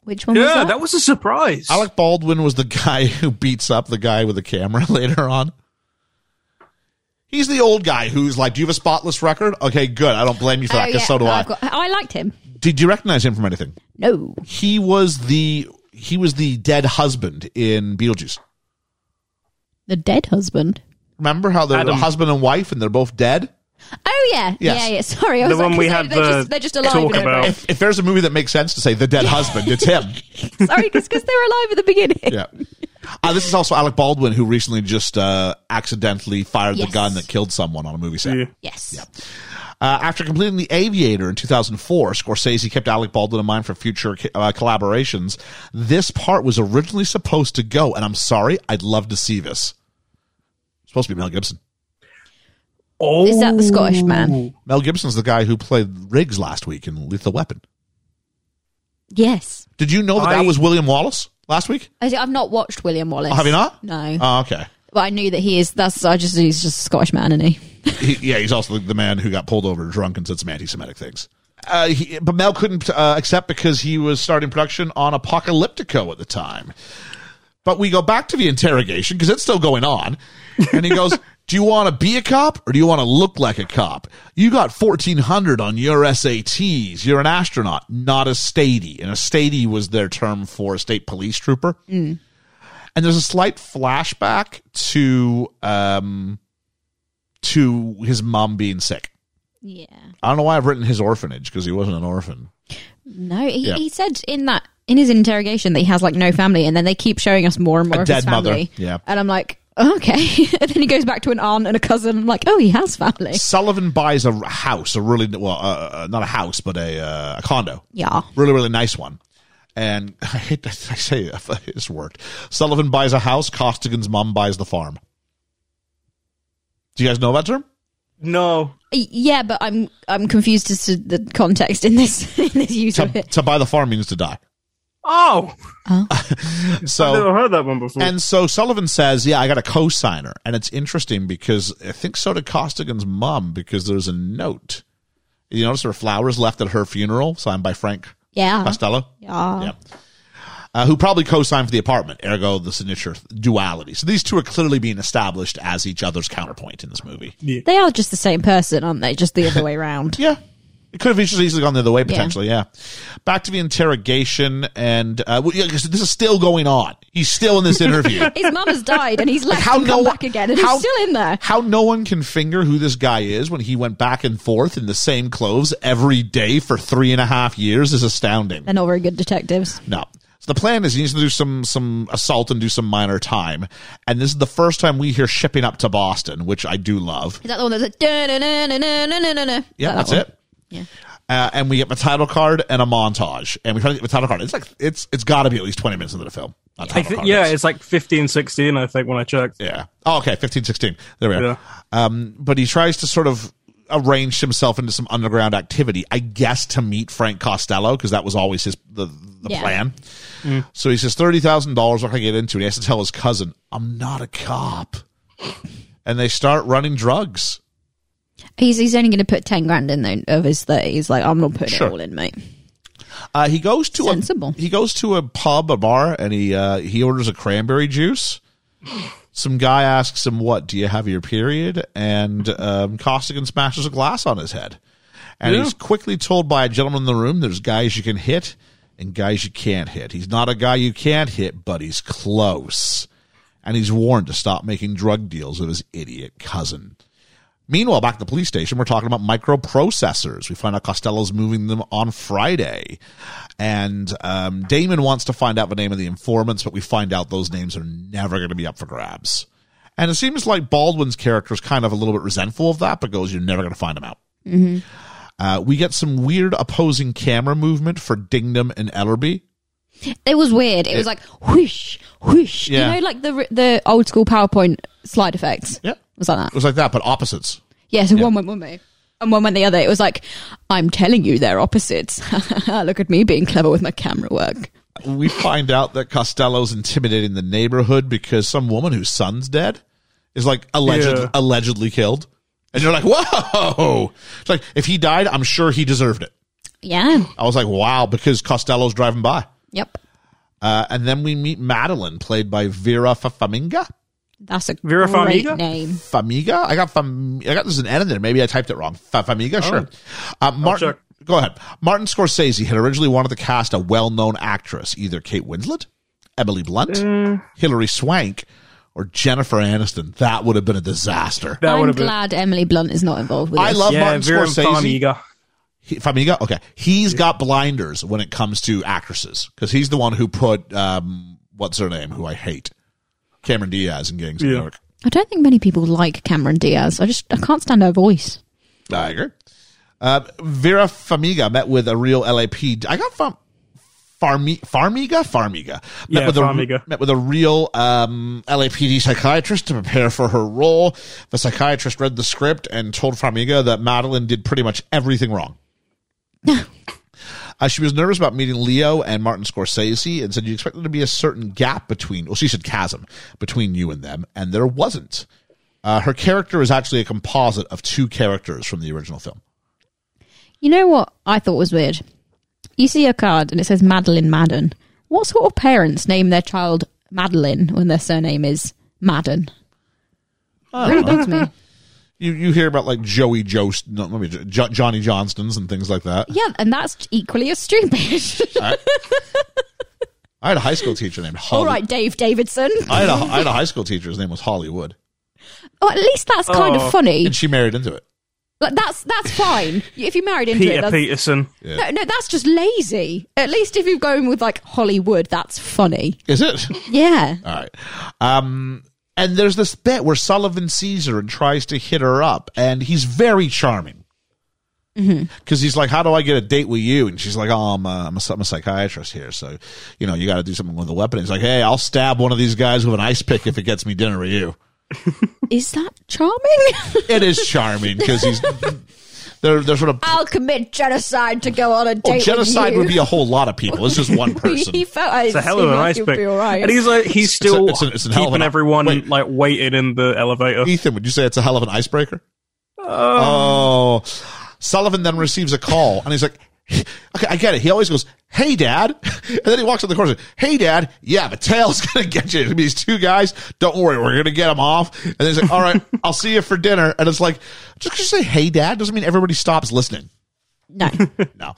which one was
Yeah,
that,
that was a surprise.
Alec Baldwin was the guy who beats up the guy with the camera later on. He's the old guy who's like, "Do you have a spotless record?" Okay, good. I don't blame you for that
Oh,
'cause
yeah.
so do
Oh,
I.
I've got- oh, I liked him
Did you recognize him from anything?
no
He was the he was the dead husband in Beetlejuice.
the dead husband
Remember how they're
Adam.
husband and wife, and they're both dead.
oh yeah
Yes.
yeah yeah sorry I
The
was like,
one we
they're-
had
they're,
the
just, they're just alive
talk
and
about.
if, if there's a movie that makes sense to say the dead husband, it's him.
everything. sorry just because they're alive at the beginning
Yeah. Uh, this is also Alec Baldwin, who recently just uh, accidentally fired
Yes.
the gun that killed someone on a movie set.
Yeah.
yes
Uh, after completing The Aviator in 2004, Scorsese kept Alec Baldwin in mind for future uh, collaborations. This part was originally supposed to go, and I'm sorry, I'd love to see this. Supposed to be Mel Gibson.
Oh.
is that the Scottish man
Mel Gibson's the guy who played Riggs last week in Lethal Weapon.
yes
Did you know that
I-
that was William Wallace last week?
I see- I've not watched William Wallace.
Oh, have you not?
No,
Oh, okay.
but I knew that he is. That's I just he's just a Scottish man, isn't he?
he, yeah, he's also the, the man who got pulled over drunk and said some anti-Semitic things. Uh, he, but Mel couldn't uh, accept because he was starting production on Apocalyptico at the time. But we go back to the interrogation because it's still going on, and he goes, "Do you want to be a cop or do you want to look like a cop? You got fourteen hundred on your SATs. You're an astronaut, not a statey." And a statey was their term for a state police trooper. And there's a slight flashback to um, to his mom being sick.
Yeah.
I don't know why I've written his orphanage because he wasn't an orphan.
No, he,
Yeah.
he said in that in his interrogation that he has like no family, and then they keep showing us more and more
A
of his
dead mother.
family.
Yeah.
and I'm like, oh, okay. and then he goes back to an aunt and a cousin. I'm like, oh, he has family.
Sullivan buys a house, a really well, uh, uh, not a house, but a, uh, a condo,
Yeah.
really really nice one. And I hate that I say it, it's worked. Sullivan buys a house. Costigan's mom buys the farm. Do you guys know that term?
No.
Y- Yeah, but I'm I'm confused as to the context in this in this use of
To,
it.
to buy the farm means to die.
Oh. I've
So
never heard that one before.
And so Sullivan says, "Yeah, I got a co-signer," and it's interesting because I think so did Costigan's mom because there's a note. You notice there are flowers left at her funeral, signed by Frank
Yeah.
Costello,
Uh-huh. Yeah.
Yeah. uh, who probably co-signed for the apartment. Ergo, the signature duality. So these two are clearly being established as each other's counterpoint in this movie.
They are just the same person, aren't they? Just the other way around.
Yeah. It could have just easily gone the other way, potentially, yeah. Back to the interrogation, and uh, well, yeah, 'cause this is still going on. He's still in this interview.
His mum has died, and he's left
how
and
no
come
one-
back again, and
how-
he's still in there.
how no one can finger who this guy is when he went back and forth in the same clothes every day for three and a half years is astounding.
They're not very good detectives.
No. So the plan is he needs to do some some assault and do some minor time. And this is the first time we hear shipping up to Boston, which I do love.
Is that the one that's like, "Da-na-na-na-na-na-na-na"?
Yeah,
That
that's
one.
it. Yeah. Uh, and we get the title card and a montage. And we try to get the title card. It's like it's it's gotta be at least twenty minutes into the film. Not
I
title
thi-
card,
yeah,
it's-
it's like 15, 16, I think, when I checked.
Yeah. Oh, okay, 15, 16. There we are.
Yeah.
Um, but he tries to sort of arrange himself into some underground activity, I guess, to meet Frank Costello because that was always his the, the
Yeah.
plan. So he says thirty thousand dollars. What can I get into? And he has to tell his cousin, "I'm not a cop." and they start running drugs.
He's he's only going to put ten grand in though of his thirty. He's like, I'm not putting
Sure.
it all in, mate.
Uh, he goes to
Sensible.
a he goes to a pub, a bar, and he uh, he orders a cranberry juice. Some guy asks him, "What do you have your period?" And um, Costigan smashes a glass on his head, and he's quickly told by a gentleman in the room, "There's guys you can hit." and guys you can't hit. He's not a guy you can't hit, but he's close. And he's warned to stop making drug deals with his idiot cousin. Meanwhile, back at the police station, we're talking about microprocessors. We find out Costello's moving them on Friday. And um, Damon wants to find out the name of the informants, but we find out those names are never going to be up for grabs. And it seems like Baldwin's character is kind of a little bit resentful of that, but goes, You're never going to find them out. Uh, we get some weird opposing camera movement for Dingham and Ellerby.
It was weird. It was like whoosh, whoosh.
Yeah.
You know, like the the old school PowerPoint slide effects.
Yeah.
It was like
It
that.
was like that, but opposites.
Yeah. So one went one way, and one went the other. It was like, I'm telling you, they're opposites. Look at me being clever with my camera work.
we find out that Costello's intimidating the neighborhood because some woman whose son's dead is like alleged,
Yeah.
allegedly killed. And you're like, whoa! It's like, if he died, I'm sure he deserved it.
Yeah.
I was like, wow, because Costello's driving by.
Yep.
Uh, and then we meet Madeline, played by Vera Fafaminga.
That's a
Vera
great
Farmiga?
name.
Famiga? I got Fam- I got there's an N in there. Maybe I typed it wrong. Fa- Famiga, sure. Uh, Martin,
Oh. check.
go ahead. Martin Scorsese had originally wanted to cast a well-known actress, either Kate Winslet, Emily Blunt,
Mm.
Hilary Swank, or Jennifer Aniston. That would have been a disaster.
That would
I'm
have been.
glad Emily Blunt is not involved with
I
this.
love
Yeah,
Martin
Vera
Scorsese.
Farmiga.
He, Famiga, okay, he's got blinders when it comes to actresses because he's the one who put um, what's her name, who I hate, Cameron Diaz in Gangs of New
Yeah.
York.
I don't think many people like Cameron Diaz. I just I can't stand her voice.
I agree. Uh, Vera Farmiga met with a real LAPD. I got from Farmi, Farmiga, Farmiga. Met
Yeah,
with a,
Farmiga.
Met with a real um, LAPD psychiatrist to prepare for her role. The psychiatrist read the script and told Farmiga that Madeline did pretty much everything wrong. Uh, she was nervous about meeting Leo and Martin Scorsese and said, You expect there to be a certain gap between, well, she said chasm between you and them, and there wasn't. Uh, her character is actually a composite of two characters from the original film.
You know what I thought was weird? You see a card and it says Madeline Madden. What sort of parents name their child Madeline when their surname is Madden?
Oh.
Really bugs me.
You you hear about like Joey Jost, no, let me jo- Johnny Johnstons and things like that.
Yeah, and that's equally as stupid.
I had a high school teacher named
All
Holly.
right, Dave Davidson.
I had a I had a high school teacher. His name was Hollywood,
Oh, at least that's kind
Oh.
of funny.
and she married into it.
Like, that's that's fine. If you married into it,
Peter
that's,
Peterson.
no, no, that's just lazy. At least if you're going with like Hollywood, that's funny.
Is it?
Yeah.
All right. Um, and there's this bit where Sullivan sees her and tries to hit her up, and he's very charming.
Mm-hmm.
Because he's like, "How do I get a date with you?" And she's like, "Oh, I'm a, I'm a, I'm a psychiatrist here, so you know you got to do something with the weapon." He's like, "Hey, I'll stab one of these guys with an ice pick if it gets me dinner with you."
Is that charming?
It is charming because he's they're they're sort of
I'll commit genocide to go
Oh,
on a date.
Well,
with
genocide
you.
would be a whole lot of people. It's just one person.
he felt I
It's a hell of an ice pick.
Be all right.
And he's like, he's
It's a-
still
it's a- it's a hell of
keeping
an-
everyone
wait.
like waiting in the elevator.
Ethan, would you say it's a hell of an icebreaker?
Um,
Oh. Sullivan then receives a call and he's like, okay, I get it. He always goes, hey, dad. And then he walks up the corner and says, hey, dad, yeah, the tail's going to get you. It's gonna be These two guys, don't worry, we're going to get them off. And then he's like, all right, I'll see you for dinner. And it's like, just 'cause you say, hey, dad, doesn't mean everybody stops listening.
no.
No.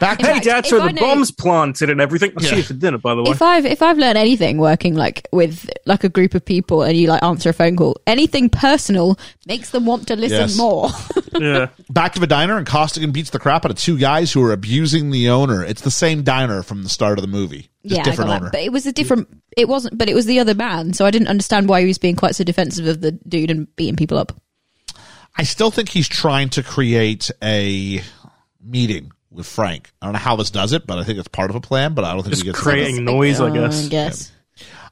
Back
In
Hey,
fact,
Dad,
if
so
I
the
know-
bomb's planted and everything. I'll see you for dinner, by the way.
If I've if I've learned anything working like with like a group of people and you like answer a phone call, anything personal makes them want to listen
Yes.
more.
yeah.
back to the diner and Costigan beats the crap out of two guys who are abusing the owner. It's the same diner from the start of the movie. Just
yeah, I got
different
that.
owner.
But it was a different. It wasn't. But it was the other man, so I didn't understand why he was being quite so defensive of the dude and beating people up.
I still think he's trying to create a meeting with Frank. I don't know how this does it, but I think it's part of a plan, but I don't think
Just
he gets
creating noise, I guess.
I guess.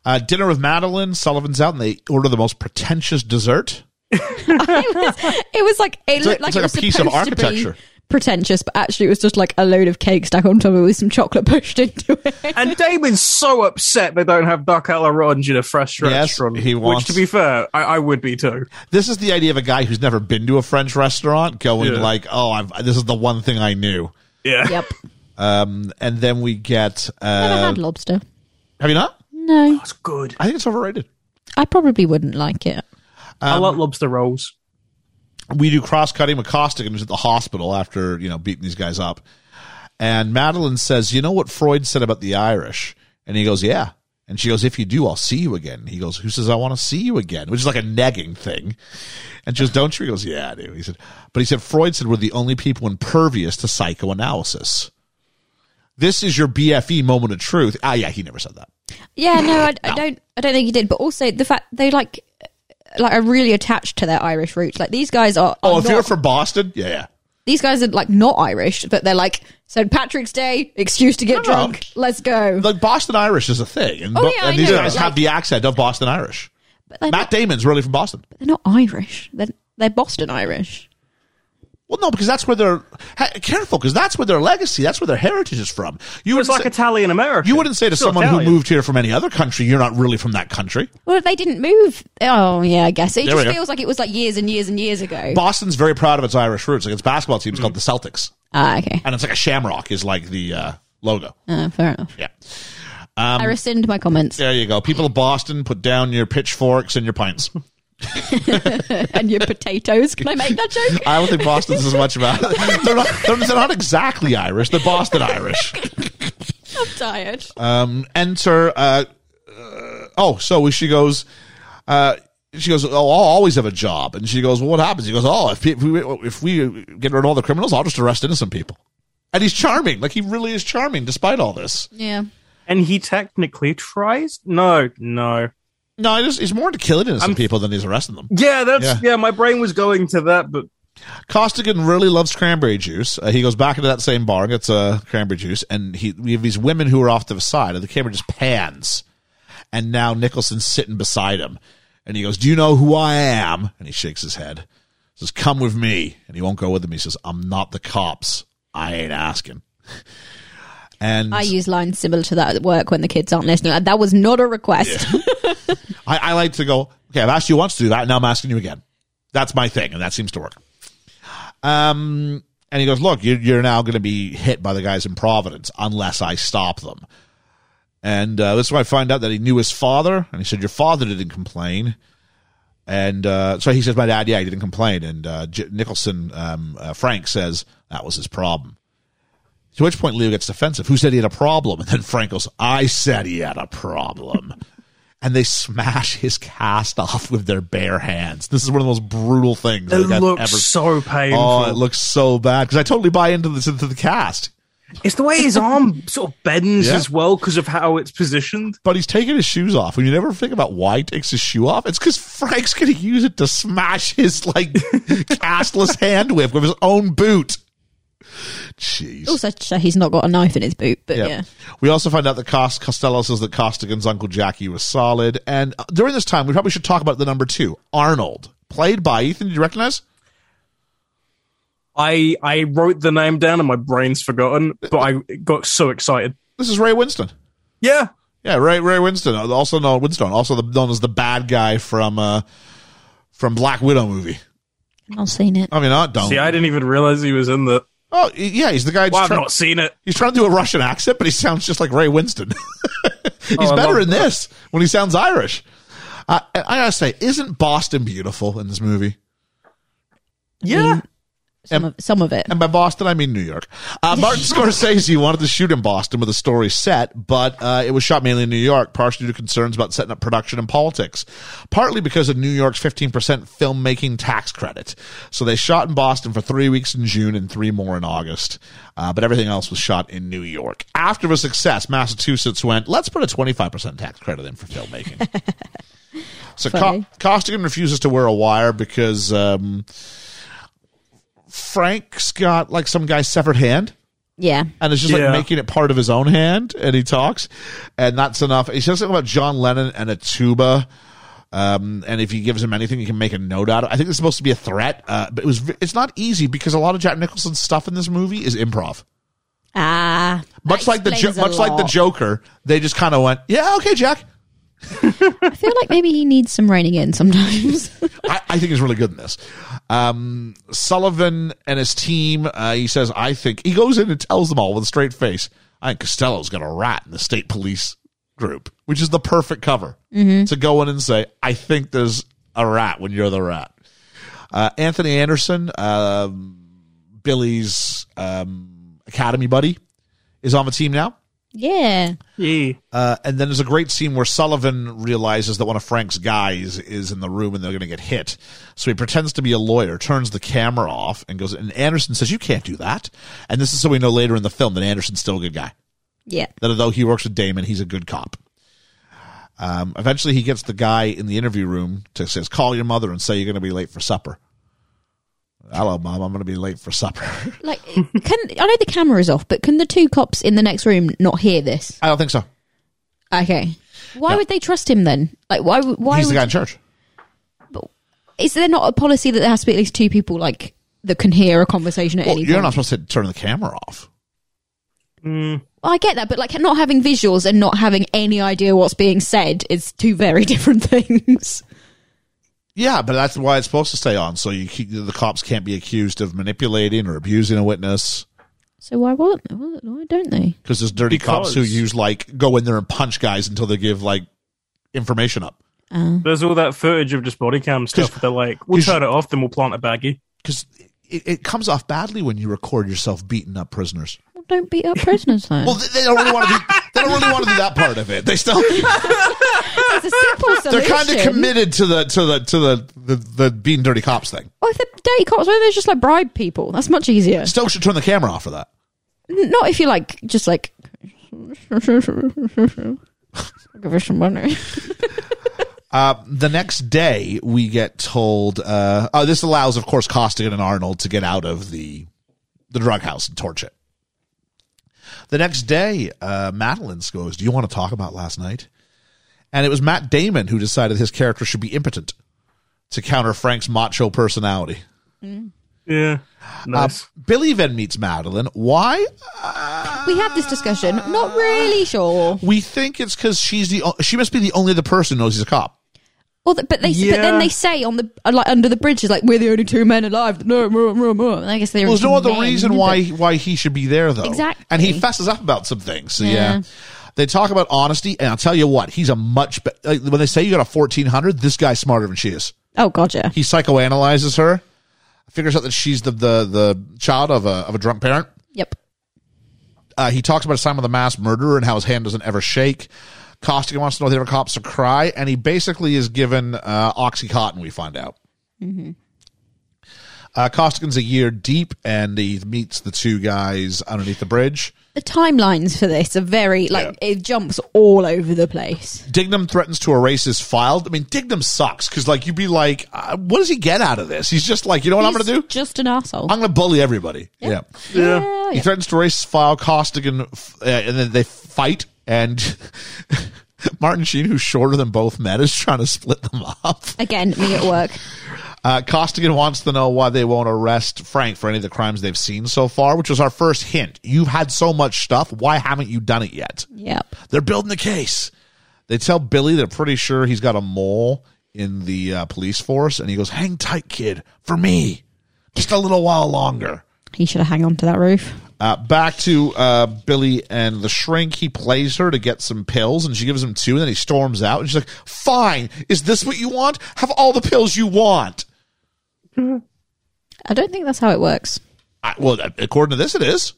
Uh, dinner with Madeline, Sullivan's out and they order the most pretentious dessert.
it, was, it was like it looked
like- it's like
like, it was
a piece of
supposed to be
architecture.
pretentious, but actually it was just like a load of cake stacked on top of it with some chocolate pushed into it.
And Damon's so upset they don't have Duck a la Orange in a fresh
Yes,
restaurant.
he wants-
Which, to be fair, I, I would be too.
This is the idea of a guy who's never been to a French restaurant going
Yeah.
like, "Oh, I've, this is the one thing I knew."
Yeah.
yep, Um,
Um, and then we get
never
uh,
had lobster.
have you not?
No,
That's good.
I think it's overrated.
I probably wouldn't like it.
Um,
I like lobster rolls.
we do cross cutting with Costigan who's at the hospital after you know beating these guys up, And Madeline says, You know what Freud said about the Irish? And he goes, Yeah. And she goes, If you do, I'll see you again. He goes, Who says I want to see you again? Which is like a nagging thing. And she goes, Don't you? He goes, Yeah, I do. He said, But he said, Freud said we're the only people impervious to psychoanalysis. This is your BFE moment of truth. Ah, yeah, he never said that.
Yeah, no, I, I don't. I don't think he did. But also the fact they like, like are really attached to their Irish roots. Like these guys are.
Oh,
are
if
not-
you're from Boston, yeah, yeah.
these guys are like not Irish, but they're like St. Patrick's Day excuse to get
no.
drunk. Let's go.
Like Boston Irish is a thing, and,
Oh,
Bo-
yeah, I
and these
know.
guys
Like-
have the accent of Boston Irish.
But they're,
Matt
not,
Damon's really from Boston.
they're not Irish. They're they're Boston Irish.
Well, no, because that's where their ha- careful, because that's where their legacy, that's where their heritage is from. You
It's
wouldn't
like
say,
Italian American.
you wouldn't say to
Still
someone
Italian.
who moved here from any other country, you're not really from that country.
Well, if they didn't move, oh yeah, I guess it
There we
just
go.
feels like it was like years and years and years ago.
Boston's very proud of its Irish roots. Like its basketball team's
Hmm.
called the Celtics,
ah, okay,
and it's like a shamrock is like the uh, logo.
uh, fair enough.
Yeah, Um,
I rescind my comments
there you go. People of Boston, put down your pitchforks and your pints.
and your potatoes. Can I make that joke?
I don't think Boston's as much about. They're not. They're, they're not exactly Irish. They're Boston Irish.
I'm tired.
um, enter. Uh, uh, oh, so she goes. Uh, she goes. Oh, I'll always have a job. And she goes. Well, what happens? He goes. Oh, if, pe- if we if we get rid of all the criminals, I'll just arrest innocent people. And he's charming. Like he really is charming, despite all this.
yeah.
And he technically tries. No, no.
No, he's, he's more into killing innocent people than he's arresting them.
Yeah, that's
Yeah.
yeah. My brain was going to that, but
Costigan really loves cranberry juice. Uh, he goes back into that same bar and gets uh, cranberry juice, and he we have these women who are off to the side, and the camera just pans, and now Nicholson's sitting beside him, and he goes, "Do you know who I am?" And he shakes his head, says, "Come with me," and he won't go with him. He says, "I'm not the cops. I ain't asking." And
I use lines similar to that at work when the kids aren't listening. Like, that was not a request.
I, I like to go, okay, I've asked you once to do that, now I'm asking you again. That's my thing, and that seems to work. Um, and he goes, look, you're, you're now going to be hit by the guys in Providence unless I stop them. And uh, this is where I find out that he knew his father, and he said, your father didn't complain. And uh, so he says, my dad, yeah, he didn't complain. And uh, J- Nicholson, um, uh, Frank says, that was his problem. To which point Leo gets defensive. Who said he had a problem? And then Frank goes, I said he had a problem and they smash his cast off with their bare hands. This is one of the most brutal things I
it
think I've
looks
ever.
so painful.
oh, it looks so bad because I totally buy into this into the cast.
it's the way his arm sort of bends
Yeah.
as well because of how it's positioned.
But he's taking his shoes off, and you never think about why he takes his shoe off. It's because Frank's going to use it to smash his like castless hand with with his own boot. Jeez.
also, he's not got a knife in his boot, but yeah.
We also find out that Cost- Costello says that Costigan's Uncle Jackie was solid. And uh, during this time, we probably should talk about the number two, Arnold, played by Ethan. Did you recognize?
I I wrote the name down and my brain's forgotten, but I got so excited.
This is Ray Winston.
Yeah,
Yeah, Ray Ray Winston, also known Winston, also the, known as the bad guy from uh, from Black Widow movie.
I've seen it.
I mean, I don't.
see, I didn't even realize he was in the.
oh, yeah, he's the guy. who's
Well, I've
try-
not seen it.
he's trying to do a Russian accent, but he sounds just like Ray Winston. he's
Oh, I
better
love
in this when he sounds Irish. Uh, and I gotta say, isn't Boston beautiful in this movie?
Yeah,
Some, of, some of it.
And by Boston, I mean New York. Uh, Martin Scorsese wanted to shoot in Boston with a story set, but uh, it was shot mainly in New York, partially due to concerns about setting up production and politics, partly because of New York's 15% filmmaking tax credit. So they shot in Boston for three weeks in June and three more in August, uh, but everything else was shot in New York. After the success, Massachusetts went, let's put a 25% tax credit in for filmmaking. so Co-
Funny.
Costigan refuses to wear a wire because. Um, Frank's got like some guy's severed hand
Yeah.
and it's just
Yeah.
like making it part of his own hand and he talks and that's enough. He says something about John Lennon and a tuba. Um, and if he gives him anything, he can make a note out of it. I think it's supposed to be a threat, uh, but it was it's not easy because a lot of Jack Nicholson's stuff in this movie is improv.
Ah.
Much
that
like the jo-
explains a
much like the
lot.
Joker, they just kind of went, "Yeah, okay, Jack."
I feel like maybe he needs some reining in sometimes.
I, I think he's really good in this. Um, Sullivan and his team, uh, he says, I think he goes in and tells them all with a straight face. I think Costello's got a rat in the state police group, which is the perfect cover to go in and say, I think there's a rat when you're the rat. Uh, Anthony Anderson, um, Billy's um, academy buddy, is on the team now.
Yeah.
Yeah.
Uh, and then there's a great scene where Sullivan realizes that one of Frank's guys is in the room and they're going to get hit. So he pretends to be a lawyer, turns the camera off, and goes. And Anderson says, "You can't do that." And this is so we know later in the film that Anderson's still a good guy.
Yeah.
That although he works with Damon, he's a good cop. Um, eventually, he gets the guy in the interview room to says, "Call your mother and say you're going to be late for supper." Hello, mom. I'm going to be late for supper.
Like, can I know the camera is off, but can the two cops in the next room not hear this?
I don't think so.
Okay. Why would they trust him then? Like, why? would- Why
He's the
would
guy in church.
is there not a policy that there has to be at least two people like that can hear a conversation at
Well,
any
you're
point?
not supposed to turn the camera off.
Well, I get that, but like not having visuals and not having any idea what's being said is two very different things.
Yeah, but that's why it's supposed to stay on. So you keep- the cops can't be accused of manipulating or abusing a witness
So why won't? Why don't they?
because there's dirty cops who
Because-
use like go in there and punch guys until they give like information up.
There's all that footage of just body cam stuff. They're like, we'll
'cause-
turn it off, then we'll plant a baggie.
Because it, it comes off badly when you record yourself beating up prisoners.
Well, don't beat up prisoners then.
Well, they, they don't really want to. do They don't really want to do that part of it. They still
it's a simple solution.
they're kind of committed to the to the to the, the the being dirty cops thing.
Well, Oh, if they're dirty cops, why don't they just like bribe people? That's much easier.
Still should turn the camera off for that.
N- Not if you like just like. Give her some money.
Uh, the next day, we get told. Uh, oh, this allows, of course, Costigan and Arnold to get out of the the drug house and torch it. The next day, uh, Madeline goes, "Do you want to talk about last night?" And it was Matt Damon who decided his character should be impotent to counter Frank's macho personality.
Yeah.
Um,
Nice.
Billy then meets Madeline. Why?
We had this discussion. Not really sure.
We think it's because she's the o- she must be the only other person who knows he's a cop.
Well, th- but they but then
Yeah.
they say on the uh, like under the bridge is like we're the only two men alive. No, no, no, no. And I guess there
Well,
was
there's no other reason why why he should be there though.
Exactly.
And he fesses up about some things. So yeah.
Yeah.
They talk about honesty, and I'll tell you what, he's a much better. Like, when they say you got a 1400, this guy's smarter than she is.
Oh God, yeah.
He psychoanalyzes her, figures out that she's the the, the child of a, of a drunk parent.
Yep.
Uh, he talks about Simon the Mass murderer and how his hand doesn't ever shake. Costigan wants to know if the other cops to cry, and he basically is given uh, Oxycontin, we find out. Mm-hmm. Uh, Costigan's a year deep, and he meets the two guys underneath the bridge.
The timelines for this are very like it jumps all over the place.
Dignam threatens to erase his file. I mean, Dignam sucks because, like, you'd be like, uh, what does he get out of this? He's just like, you know what I'm
He's
going to do?
just an asshole.
I'm going to bully everybody. yeah.
yeah.
He
yeah.
threatens to race file Costigan, f- uh, and then they fight. And Martin Sheen, who's shorter than both men, is trying to split them up.
Again, me at work.
Uh, Costigan wants to know why they won't arrest Frank for any of the crimes they've seen so far, which was our first hint. You've had so much stuff. Why haven't you done it yet?
Yep.
They're building the case. They tell Billy they're pretty sure he's got a mole in the uh, police force, and he goes, "Hang tight, kid, for me, just a little while longer."
He should have hang on to that roof.
Uh, back to uh, Billy and the shrink. He plays her to get some pills, and she gives him two, and then he storms out. And she's like, "Fine, is this what you want? Have all the pills you want."
I don't think that's how it works.
I, well, uh, according to this, it is.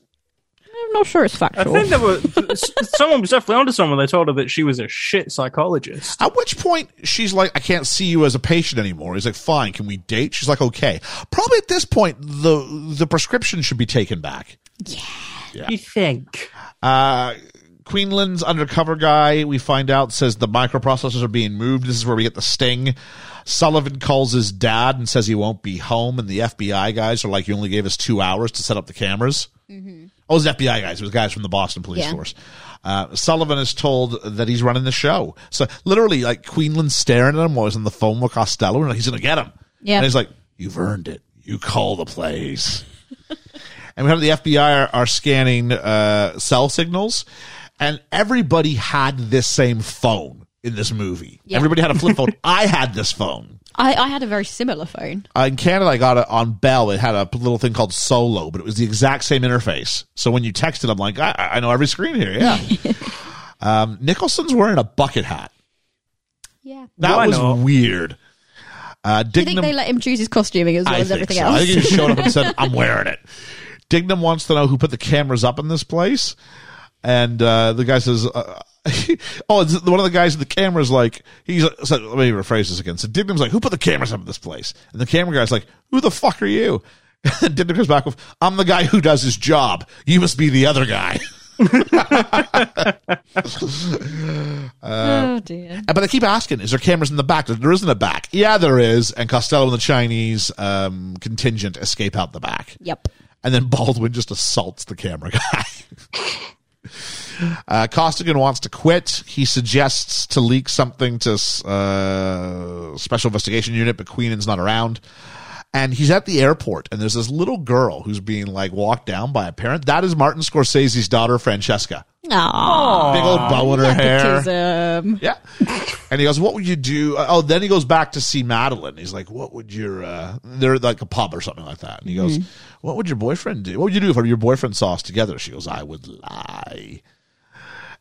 I'm not sure it's
I
factual.
think there were s- someone was definitely onto someone. They told her that she was a shit psychologist.
At which point, she's like, "I can't see you as a patient anymore." He's like, "Fine, can we date?" She's like, "Okay." Probably at this point, the the prescription should be taken back.
You think?
Uh, Queenland's undercover guy, we find out, says the microprocessors are being moved. This is where we get the sting. Sullivan calls his dad and says he won't be home, and the FBI guys are like, "You only gave us two hours to set up the cameras." Oh, it was FBI guys. It was guys from the Boston Police
Yeah.
Force. Uh, Sullivan is told that he's running the show. So literally, like Queenland's staring at him while he's on the phone with Costello, and he's going to get him.
Yeah.
and he's like, "You've earned it. You call the plays." and we have the FBI are, are scanning uh, cell signals, and everybody had this same phone in this movie.
Yeah.
Everybody had a flip phone. I had this phone.
I, I had a very similar phone.
Uh, in Canada, I got it on Bell. It had a p- little thing called Solo, but it was the exact same interface. So when you texted, I'm like, I, I know every screen here. Yeah. um, Nicholson's wearing a bucket hat.
Yeah.
That
Why
was
not?
weird. Uh,
Do you think
Dignam-
they let him choose his costuming as well as everything
so.
else?
I think he just showed up and said, I'm wearing it. Dignam wants to know who put the cameras up in this place. and uh, the guy says, uh, "Oh, it's one of the guys at the camera's like he's so, let me rephrase this again." So Dibnum's like, "Who put the cameras up in this place?" And the camera guy's like, "Who the fuck are you?" And Dibnum comes back with, "I'm the guy who does his job. You must be the other guy."
oh dear.
Uh, But they keep asking, is there cameras in the back? There isn't a back. Yeah, there is. And Costello and the Chinese um, contingent escape out the back.
Yep.
And then Baldwin just assaults the camera guy. uh, Costigan wants to quit. He suggests to leak something to uh, Special Investigation Unit, but Queenan's not around. And he's at the airport, and there's this little girl who's being like walked down by a parent. That is Martin Scorsese's daughter, Francesca.
Aww.
Big old bow in her hair.
Nepotism.
Yeah. And he goes, What would you do? uh, Oh, then he goes back to see Madeline. He's like, What would your, uh, they're at, like a pub or something like that. And he goes, What would your boyfriend do? What would you do if your boyfriend saw us together? She goes, I would lie.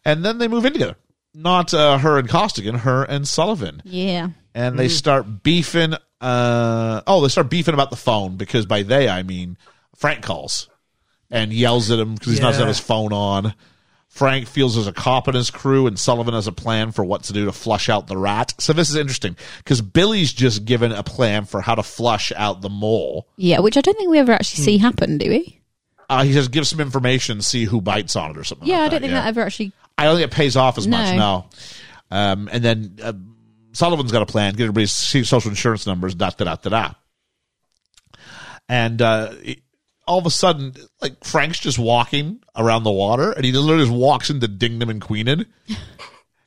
And then they move in together. Not uh, her and Costigan, her and Sullivan.
Yeah.
And
Hmm.
they start beefing. Uh, oh, they start beefing about the phone because by they, I mean Frank calls and yells at him because he's not
Yeah.
got his phone on. Frank feels there's a cop in his crew, and Sullivan has a plan for what to do to flush out the rat. So this is interesting because Billy's just given a plan for how to flush out the mole.
Yeah, which I don't think we ever actually see happen, do we?
Uh, he just gives some information, see who bites on it or something.
Yeah,
like
I don't think that ever actually.
I don't think it pays off as much. No.
No.
Um, and then uh, Sullivan's got a plan. Get everybody's social insurance numbers. Da da da da da. And uh, it- all of a sudden, like Frank's just walking around the water, and he literally just walks into Dignam and Queenan.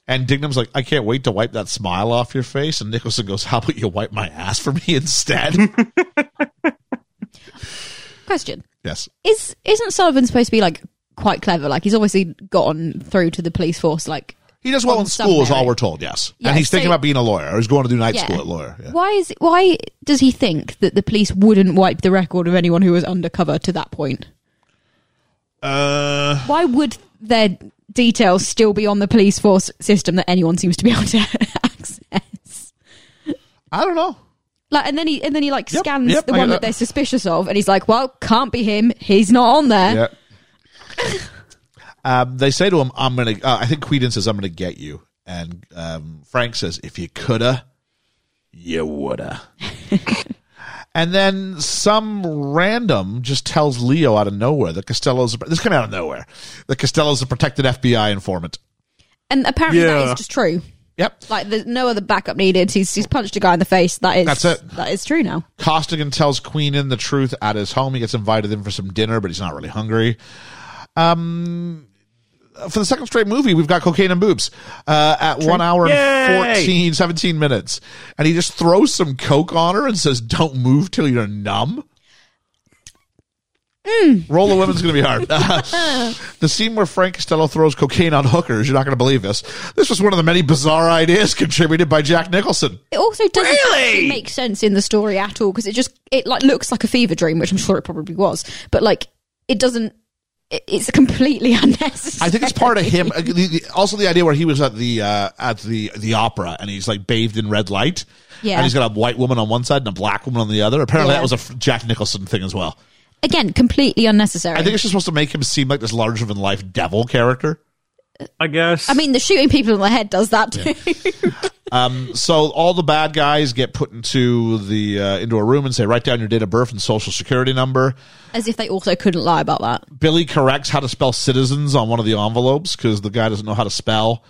And Dignam's like, I can't wait to wipe that smile off your face. And Nicholson goes, How about you wipe my ass for me instead?
Question:
yes.
Is isn't Sullivan supposed to be like quite clever? Like he's obviously gotten through to the police force. Like,
He does well
On
in school, is
some
all
merit.
we're told, yes.
Yeah,
and he's thinking
so-
about being a lawyer, or he's going to do night
Yeah.
school at lawyer. Yeah.
why is why does he think that the police wouldn't wipe the record of anyone who was undercover to that point?
Uh,
Why would their details still be on the police force system that anyone seems to be able to access?
I don't know.
Like, and then he and then he like
Yep,
scans
yep,
the
I
one
get
that
that.
they're suspicious of, and he's like, "Well, can't be him. He's not on there."
Yeah. um, they say to him, "I'm gonna." Uh, I think Queden says, "I'm gonna get you," and um, Frank says, "If you coulda, you woulda." and then some random just tells Leo out of nowhere that Costello's. This came out of nowhere. That Costello's a protected FBI informant.
And apparently that
Yeah.
is just true.
Yep.
Like there's no other backup needed. He's he's punched a guy in the face. That is
That's it.
That is true now.
Costigan tells Queenan the truth at his home. He gets invited in for some dinner, but he's not really hungry. Um, for the second straight movie, we've got cocaine and boobs uh, at one hour and
Yay!
14, 17 minutes. And he just throws some coke on her and says, Don't move till you're numb. Roll of women's going to be hard. the scene where Frank Costello throws cocaine on hookers, you're not going to believe this. This was one of the many bizarre ideas contributed by Jack Nicholson.
It also doesn't
Really?
actually make sense in the story at all because it just it like looks like a fever dream, which I'm sure it probably was, but like it doesn't. It, it's completely unnecessary.
I think it's part of him. Uh, the- the- Also, the idea where he was at the uh, at the the opera and he's like bathed in red light.
Yeah.
And he's got a white woman on one side and a black woman on the other. Apparently,
Yeah.
that was a f- Jack Nicholson thing as well.
Again, completely unnecessary.
I think it's just supposed to make him seem like this larger than life devil character.
I guess.
I mean, the shooting people in the head does that too.
So all the bad guys get put into the uh, into a room and say, write down your date of birth and social security number.
As if they also couldn't lie about that.
Billy corrects how to spell citizens on one of the envelopes because the guy doesn't know how to spell.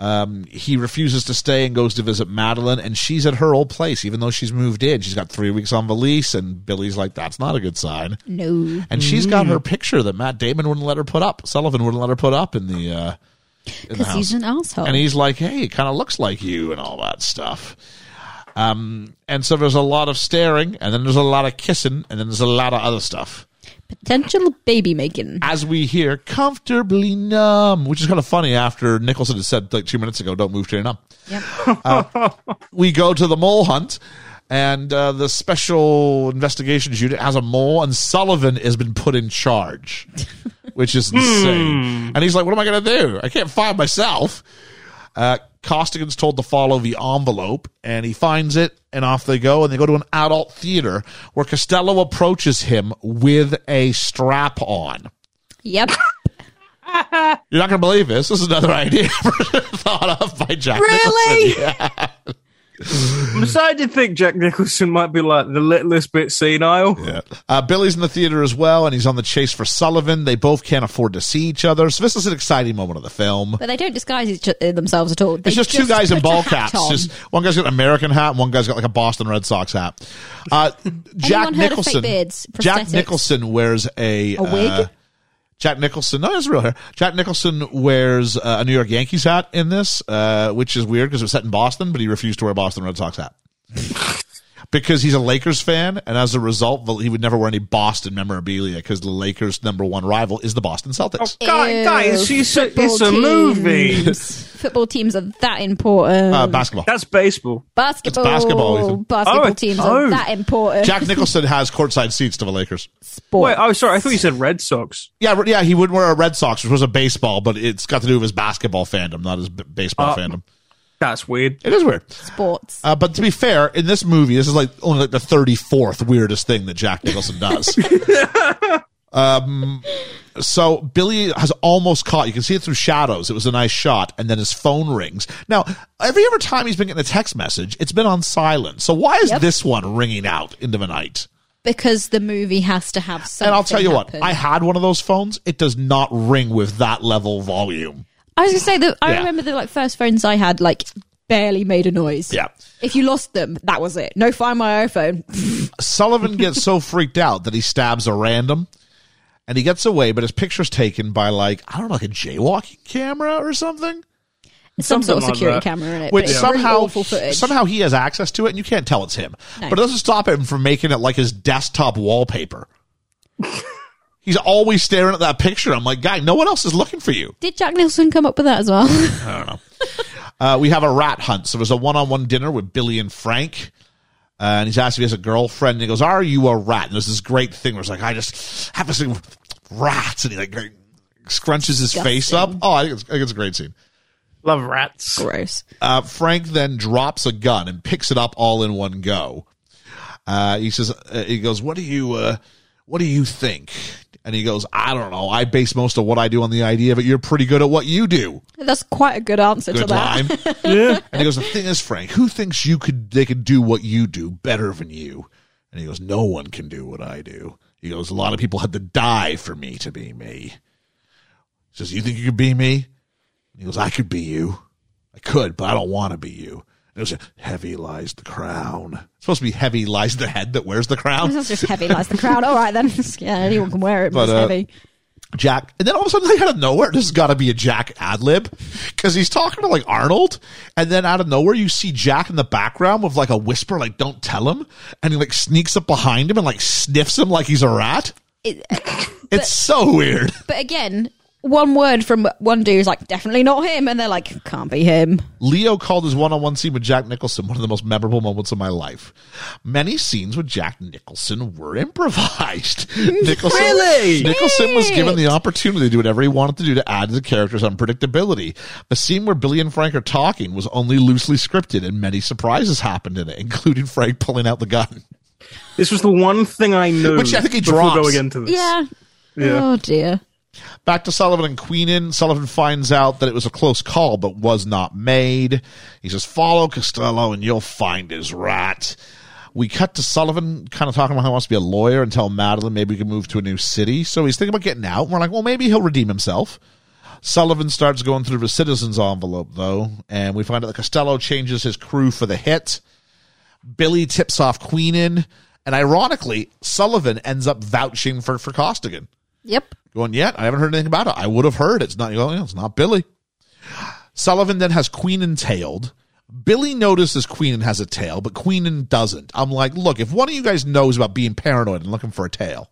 Um, he refuses to stay and goes to visit Madeline, and she's at her old place, even though she's moved in. She's got three weeks on the lease, and Billy's like, "That's not a good sign."
No.
And she's got her picture that Matt Damon wouldn't let her put up. Sullivan wouldn't let her put up in the uh, in the
Because he's
house.
an asshole.
And he's like, "Hey, it kind of looks like you," and all that stuff. Um, and so there's a lot of staring, and then there's a lot of kissing, and then there's a lot of other stuff
Potential baby making.
as we hear comfortably numb, which is kind of funny after Nicholson had said like two minutes ago, don't move to your numb.
Yep.
We go to the mole hunt and uh, the special investigations unit has a mole and Sullivan has been put in charge, which is insane. And he's like, what am I going to do? I can't find myself. Uh, Costigan's told to follow the envelope and he finds it and off they go and they go to an adult theater where Costello approaches him with a strap on.
Yep.
You're not going to believe this. This is another idea thought of by Jack.
Really?
Nicholson. Yeah.
I'm starting to think Jack Nicholson might be like the littlest bit senile.
Yeah. Uh, Billy's in the theater as well, and he's on the chase for Sullivan. They both can't afford to see each other. So this is an exciting moment of the film.
But they don't disguise each, uh, themselves at all. They
It's just, two guys in
put
ball
a hat
caps.
on.
Just one guy's got an American hat, and one guy's got like a Boston Red Sox hat. Uh, Jack
Anyone heard of fake
Nicholson.
beards?
Jack
Prosthetics?
Nicholson wears a,
A wig?
uh, Jack Nicholson. No, it's real hair. Jack Nicholson wears uh, a New York Yankees hat in this, uh, which is weird because it was set in Boston, but he refused to wear a Boston Red Sox hat. Because he's a Lakers fan, and as a result, he would never wear any Boston memorabilia because the Lakers' number one rival is the Boston Celtics.
Oh,
Guy,
Ew,
guys, it's a, it's a
football
movie.
teams. Football teams are that important.
Uh, basketball.
That's baseball.
basketball.
basketball, Ethan.
Basketball
Oh,
teams
oh.
are that important.
Jack Nicholson has courtside seats to the Lakers.
Sport.
Wait, oh, sorry. I thought you said Red Sox.
Yeah, yeah, he would wear a Red Sox, which was a baseball, but it's got to do with his basketball fandom, not his b- baseball
Uh,
fandom.
That's weird.
It is weird.
Sports.
Uh, but to be fair, in this movie, this is like only like the thirty fourth weirdest thing that Jack Nicholson does. um, so Billy has almost caught. You can see it through shadows. It was a nice shot, and then his phone rings. Now, every other time he's been getting a text message, it's been on silent. So why is
Yep.
this one ringing out into the night?
because the movie has to have something.
And I'll tell you
happen.
what, I had one of those phones. It does not ring with that level volume.
I was gonna say that I
Yeah.
remember the like first phones I had like barely made a noise.
Yeah.
If you lost them, that was it. No find my iPhone.
Sullivan gets so freaked out that he stabs a random and he gets away, but his picture's taken by like, I don't know, like a jaywalking camera or something.
Some sort of
like
security
that.
camera in it.
Which
but it's really
somehow
awful footage.
somehow he has access to it and you can't tell it's him.
No.
But it doesn't stop him from making it like his desktop wallpaper. He's always staring at that picture. I'm like, guy, no one else is looking for you.
Did Jack Nicholson come up with that as well?
Uh, we have a rat hunt. So it was a one on one dinner with Billy and Frank. Uh, and he's asked if he has a girlfriend. And he goes, Are you a rat? And there's this great thing where it's like, I just have this thing with rats. And he like scrunches his face up. Oh, I think, it's, I think it's a great scene.
Love rats.
Gross.
Uh, Frank then drops a gun and picks it up all in one go. Uh, he says, uh, He goes, What do you, uh, what do you think? And he goes, I don't know. I base most of what I do on the idea, but you're pretty good at what you do.
That's quite a good answer to
Good
that.
line.
Yeah.
And he goes, the thing is, Frank, who thinks you could they could do what you do better than you? And he goes, no one can do what I do. He goes, a lot of people had to die for me to be me. He says, you think you could be me? And he goes, I could be you. I could, but I don't want to be you. And it was heavy lies the crown. It's supposed to be heavy lies the head that wears the crown.
That's just heavy. That's the crowd. All right then. yeah, anyone can wear it, but,
But,
it's
uh,
heavy.
Jack, and then all of a sudden, like out of nowhere, there's got to be a Jack ad lib because he's talking to like Arnold, and then out of nowhere, you see Jack in the background with like a whisper, like "Don't tell him," and he like sneaks up behind him and like sniffs him like he's a rat.
It-
uh, It's so weird.
but again, one word from one dude's like definitely not him, and they're like can't be him.
Leo called his one-on-one scene with Jack Nicholson one of the most memorable moments of my life. Many scenes with Jack Nicholson were improvised. Nicholson,
Really?
Nicholson was given the
Shit.
opportunity to do whatever he wanted to do to add to the character's unpredictability. The scene where Billy and Frank are talking was only loosely scripted, and many surprises happened in it, including Frank pulling out the gun.
This was the one thing I knew.
Which I think he
before
drops.
going into this.
Yeah.
Yeah.
Oh dear.
Back to Sullivan and Queenan. Sullivan finds out that it was a close call, but was not made. He says, Follow Costello and you'll find his rat. We cut to Sullivan kind of talking about how he wants to be a lawyer and tell Madeline maybe he can move to a new city. So he's thinking about getting out. We're like, Well, maybe he'll redeem himself. Sullivan starts going through the citizen's envelope, though, and we find out that Costello changes his crew for the hit. Billy tips off Queenan, and ironically, Sullivan ends up vouching for, for Costigan
Yep.
going, yet I haven't heard anything about it. I would have heard. It's not, you go, "Yeah, it's not Billy. Sullivan then has Queenan tailed. Billy notices Queenan has a tail, but Queenan doesn't. I'm like, look, if one of you guys knows about being paranoid and looking for a tail,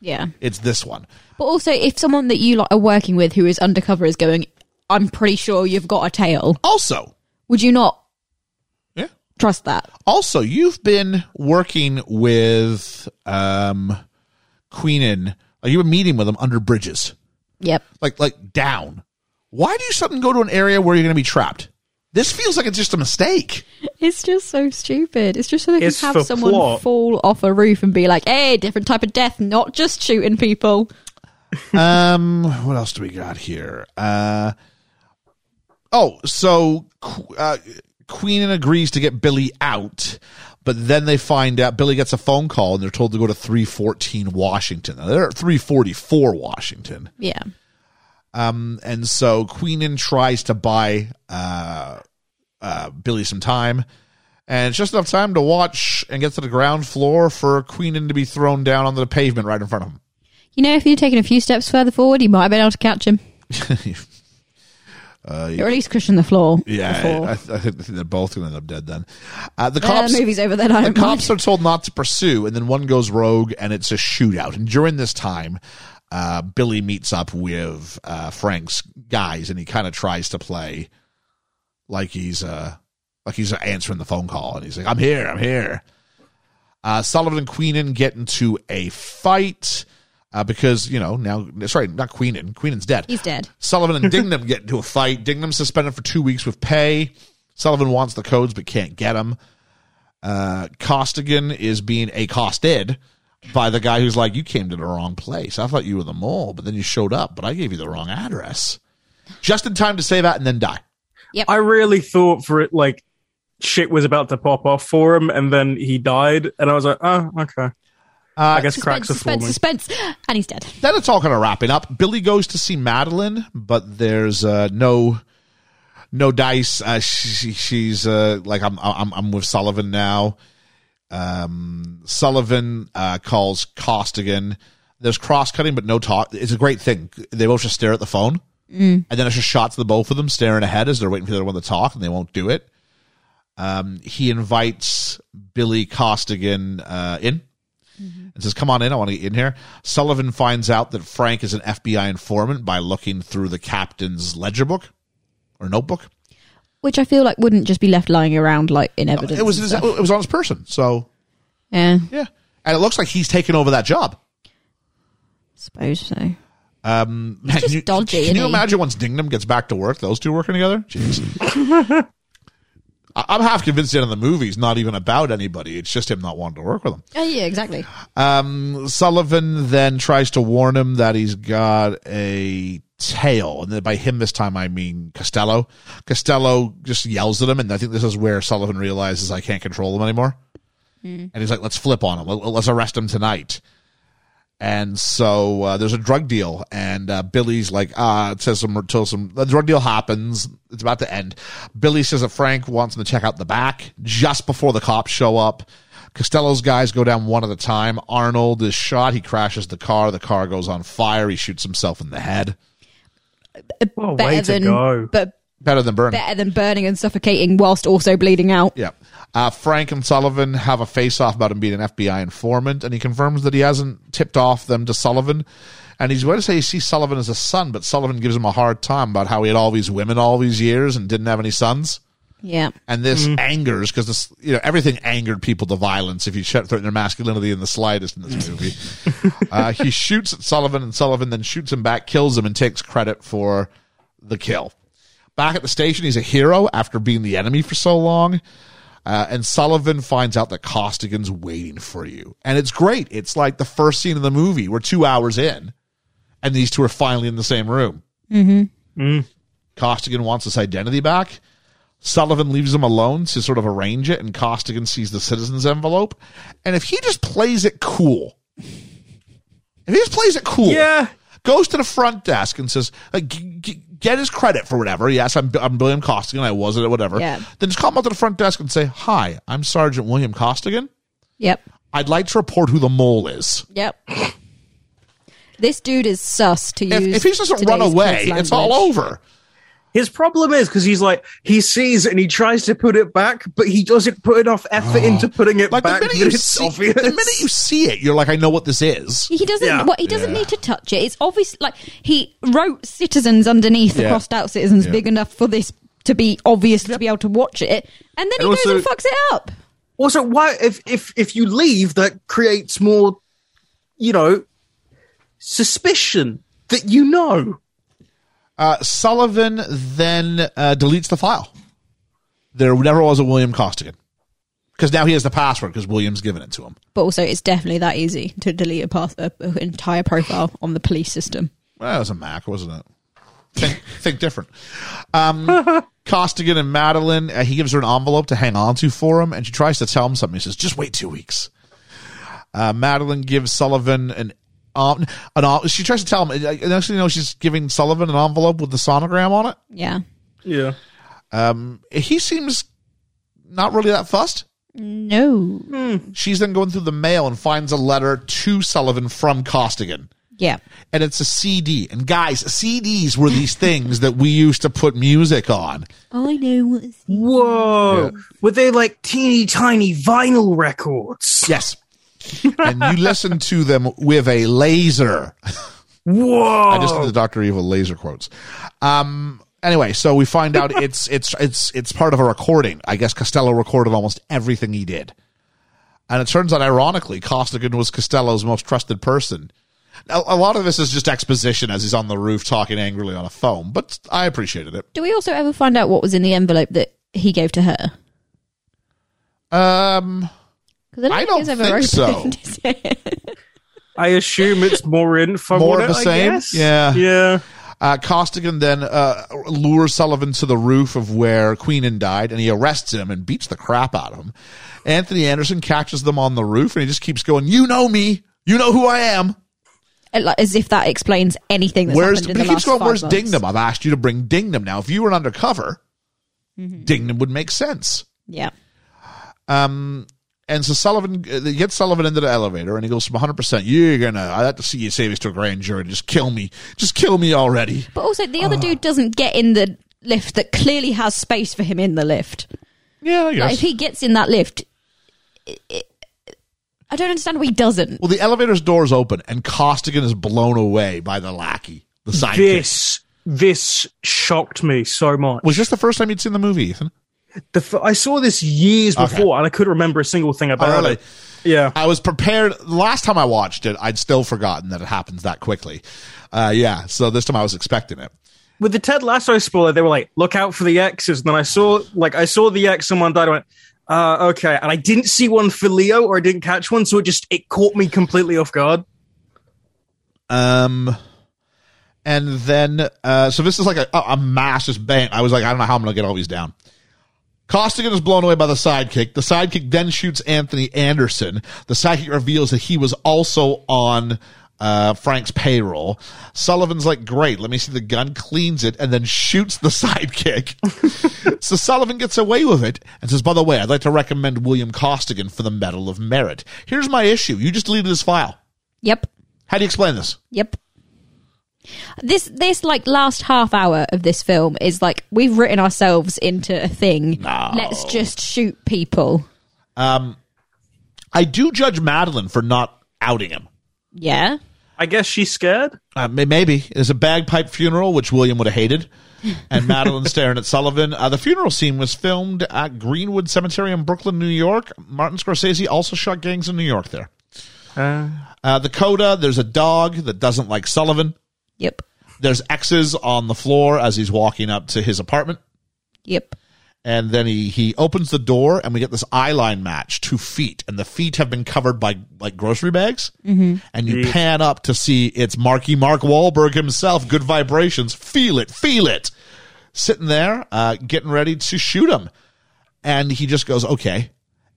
Yeah.
it's this one.
But also, if someone that you like are working with who is undercover is going, I'm pretty sure you've got a tail.
Also,
Would you not
yeah.
trust that?
Also, you've been working with um Queenan. Like you were meeting with him under bridges,
Yep.
like like down. Why do you suddenly go to an area where you're going to be trapped? This feels like it's just a mistake.
It's just so stupid. It's just so they
It's
can
for
have someone
plot.
fall off a roof and be like, "Hey, different type of death, not just shooting people."
um, what else do we got here? Uh, oh, so Qu- uh, Queenan agrees to get Billy out, but then they find out Billy gets a phone call and they're told to go to 314 Washington. Now, they're at 344 Washington.
Yeah.
And so Queenan tries to buy uh, uh, Billy some time. And it's just enough time to watch and get to the ground floor for Queenan to be thrown down onto the pavement right in front of him.
You know, if you'd taken a few steps further forward, you might have been able to catch him. Or at least cushion the floor.
Yeah,
before.
I, I think they're both going to end up dead then. Uh, the
Uh,
cops,
the movie's over then. I
the
don't
cops
mind.
are told not to pursue, and then one goes rogue, and it's a shootout. And during this time, uh, Billy meets up with uh, Frank's guys, and he kind of tries to play like he's uh, like he's answering the phone call, and he's like, "I'm here, I'm here." Uh, Sullivan and Queenan get into a fight uh, because you know now. Sorry, not Queenan. Queenan's dead.
He's dead.
Sullivan and Dignam get into a fight. Dignam suspended for two weeks with pay. Sullivan wants the codes but can't get them. Uh, Costigan is being accosted by the guy who's like, "You came to the wrong place. I thought you were the mole, but then you showed up, but I gave you the wrong address." Just in time to say that and then die.
I really thought for it, like, shit was about to pop off for him, and then he died, and I was like, oh, okay. I guess cracks
Suspense,
are
suspense,
forming.
suspense. And he's dead.
Then it's all kind of wrapping up. Billy goes to see Madeline, but there's uh, no no dice. Uh, she, she- she's uh, like, I'm, I'm I'm with Sullivan now. Um, Sullivan uh, calls Costigan. There's cross cutting, but no talk. It's a great thing. They both just stare at the phone, and then it's just shots of the both of them staring ahead as they're waiting for the other one to talk, and they won't do it. Um, he invites Billy Costigan uh, in and says, "Come on in, I want to get in here." Sullivan finds out that Frank is an FBI informant by looking through the captain's ledger book or notebook.
Which I feel like wouldn't just be left lying around like in evidence.
It was
and
his,
stuff.
it was on his person, so
Yeah, I
yeah. And it looks like he's taken over that job.
suppose so.
Man,
just
can you,
dodgy,
Can you
isn't he?
imagine once Dingnam gets back to work, those two working together? Jeez. I- I'm half convinced that in the movie's not even about anybody. It's just him not wanting to work with them.
Oh yeah, exactly.
Sullivan then tries to warn him that he's got a tail. And then by him this time, I mean Costello. Costello just yells at him. And I think this is where Sullivan realizes I can't control him anymore. And he's like, let's flip on him. Let- Let's arrest him tonight. And so uh, there's a drug deal, and uh, Billy's like, ah, it says some, till some, the drug deal happens. It's about to end. Billy says that Frank wants him to check out the back just before the cops show up. Costello's guys go down one at a time. Arnold is shot. He crashes the car. The car goes on fire. He shoots himself in the head.
Well, way
better
to
than,
go.
but
Better than burning.
better than burning and suffocating whilst also bleeding out.
Yeah. Uh, Frank and Sullivan have a face off about him being an FBI informant, and he confirms that he hasn't tipped off them to Sullivan. And he's going to say he sees Sullivan as a son, but Sullivan gives him a hard time about how he had all these women all these years and didn't have any sons.
Yeah,
And this angers because this, you know, everything angered people to violence if you shut threaten their masculinity in the slightest in this movie. uh, he shoots at Sullivan, and Sullivan then shoots him back, kills him, and takes credit for the kill. Back at the station, he's a hero after being the enemy for so long. Uh, and Sullivan finds out that Costigan's waiting for you. And it's great. It's like the first scene of the movie. We're two hours in, and these two are finally in the same room. Mm-hmm. Costigan wants his identity back. Sullivan leaves him alone to sort of arrange it, and Costigan sees the citizen's envelope. And if he just plays it cool, if he just plays it cool,
Yeah.
goes to the front desk and says, uh, g- g- "Get his credit for whatever." Yes, I'm I'm William Costigan. I was it, whatever.
Yeah.
Then just come up to the front desk and say, "Hi, I'm Sergeant William Costigan.
yep,
I'd like to report who the mole is."
yep. this dude is sus to
If,
use.
if he doesn't
today's
run away,
kids'
it's all
language.
over.
His problem is because he's like he sees it and he tries to put it back, but he doesn't put enough effort into putting it
Oh. Like
back.
the minute
that
you
it's
see,
obvious.
the minute you see it, you're like, "I know what this is."
He doesn't.
Yeah.
What, he doesn't need to touch it. It's obvious. Like he wrote citizens underneath
Yeah.
the crossed out citizens
Yeah.
big enough for this to be obvious to be able to watch it, and then he goes
also-
and fucks it up.
also, why if if if you leave, that creates more, you know, suspicion that you know.
Uh, Sullivan then uh, deletes the file. There never was a William Costigan. because now he has the password because William's given it to him.
But also, it's definitely that easy to delete a path, a, a entire profile on the police system.
Well, it was a Mac, wasn't it? Think, think different. Um, Costigan and Madeline, uh, he gives her an envelope to hang on to for him, and she tries to tell him something. He says, just wait two weeks. Uh, Madeline gives Sullivan an. Um, an, en- she tries to tell him. uh, and Actually, you know, she's giving Sullivan an envelope with the sonogram on it.
Yeah.
Yeah.
He seems not really that fussed.
No.
She's then going through the mail and finds a letter to Sullivan from Costigan.
Yeah.
and it's a CD. And guys, CDs were these things that we used to put music on.
I know what it's.
Whoa. Were they like teeny tiny vinyl records?
Yes. and you listen to them with a laser.
Whoa.
I just did the Doctor Evil laser quotes. Um. Anyway, so we find out it's it's it's it's part of a recording. I guess Costello recorded almost everything he did, and it turns out, ironically, Costigan was Costello's most trusted person. A, a lot of this is just exposition as he's on the roof talking angrily on a phone, but I appreciated it.
Do we also ever find out what was in the envelope that he gave to her?
Um,
Because I don't,
I
think, it's
don't
ever
think
opened, is it?
I assume it's more info.
More
on
of
it,
the
I
same?
guess.
Yeah.
Yeah.
Uh, Costigan then uh, lures Sullivan to the roof of where Queenan died, and he arrests him and beats the crap out of him. Anthony Anderson catches them on the roof, and he just keeps going, "You know me, you know who I am."
Uh, like, as if that explains anything that's
Where's
happened
but
in
he
the
keeps
last
going?
five
Where's
months.
Dingnam? I've asked you to bring Dingnam. Now, if you were an undercover,
Mm-hmm.
Dingnam would make sense.
Yeah.
And so Sullivan uh, they get Sullivan into the elevator, and he goes, "100 percent, you're gonna. I have to see you say this to a grand jury. Just kill me. Just kill me already."
But also, the
Ah.
other dude doesn't get in the lift that clearly has space for him in the lift.
Yeah, I
Like, if
guess.
he gets in that lift, i- i I don't understand why he doesn't.
Well, the elevator's doors open, and Costigan is blown away by the lackey, the sidekick.
this this shocked me so much.
Was this the first time you'd seen the movie, Ethan?
the f- I saw this years before and I couldn't remember a single thing about
Oh, really?
it. Yeah.
I was prepared. Last time I watched it, I'd still forgotten that it happens that quickly. Uh, yeah, so this time I was expecting it.
With the Ted Lasso spoiler, they were like, look out for the X's. And then I saw like I saw the X, someone died, I went, uh, okay. And I didn't see one for Leo or I didn't catch one, so it just it caught me completely off guard.
Um, and then, uh, so this is like a, a a mass just bang. I was like, I don't know how I'm going to get all these down. Costigan is blown away by the sidekick. The sidekick then shoots Anthony Anderson. The sidekick reveals that he was also on uh, Frank's payroll. Sullivan's like, great, let me see the gun, cleans it, and then shoots the sidekick. so Sullivan gets away with it and says, by the way, I'd like to recommend William Costigan for the Medal of Merit. Here's my issue. You just deleted this file.
Yep.
How do you explain this?
Yep. This this like last half hour of this film is like we've written ourselves into a thing. Let's just shoot people.
I do judge Madeline for not outing him.
Yeah.
I guess she's scared.
Uh, may- maybe there's a bagpipe funeral, which William would have hated, and Madeline staring at Sullivan. Uh, the funeral scene was filmed at Greenwood Cemetery in Brooklyn, New York. Martin Scorsese also shot gangs in New York there. Uh, the coda, there's a dog that doesn't like Sullivan.
Yep.
There's X's on the floor as he's walking up to his apartment.
Yep.
And then he, he opens the door, and we get this eye line match, two feet, and the feet have been covered by like grocery bags. Mm-hmm. And you pan up to see it's Marky Mark Wahlberg himself. Good vibrations, feel it, feel it. Sitting there, uh, getting ready to shoot him, and he just goes, "Okay."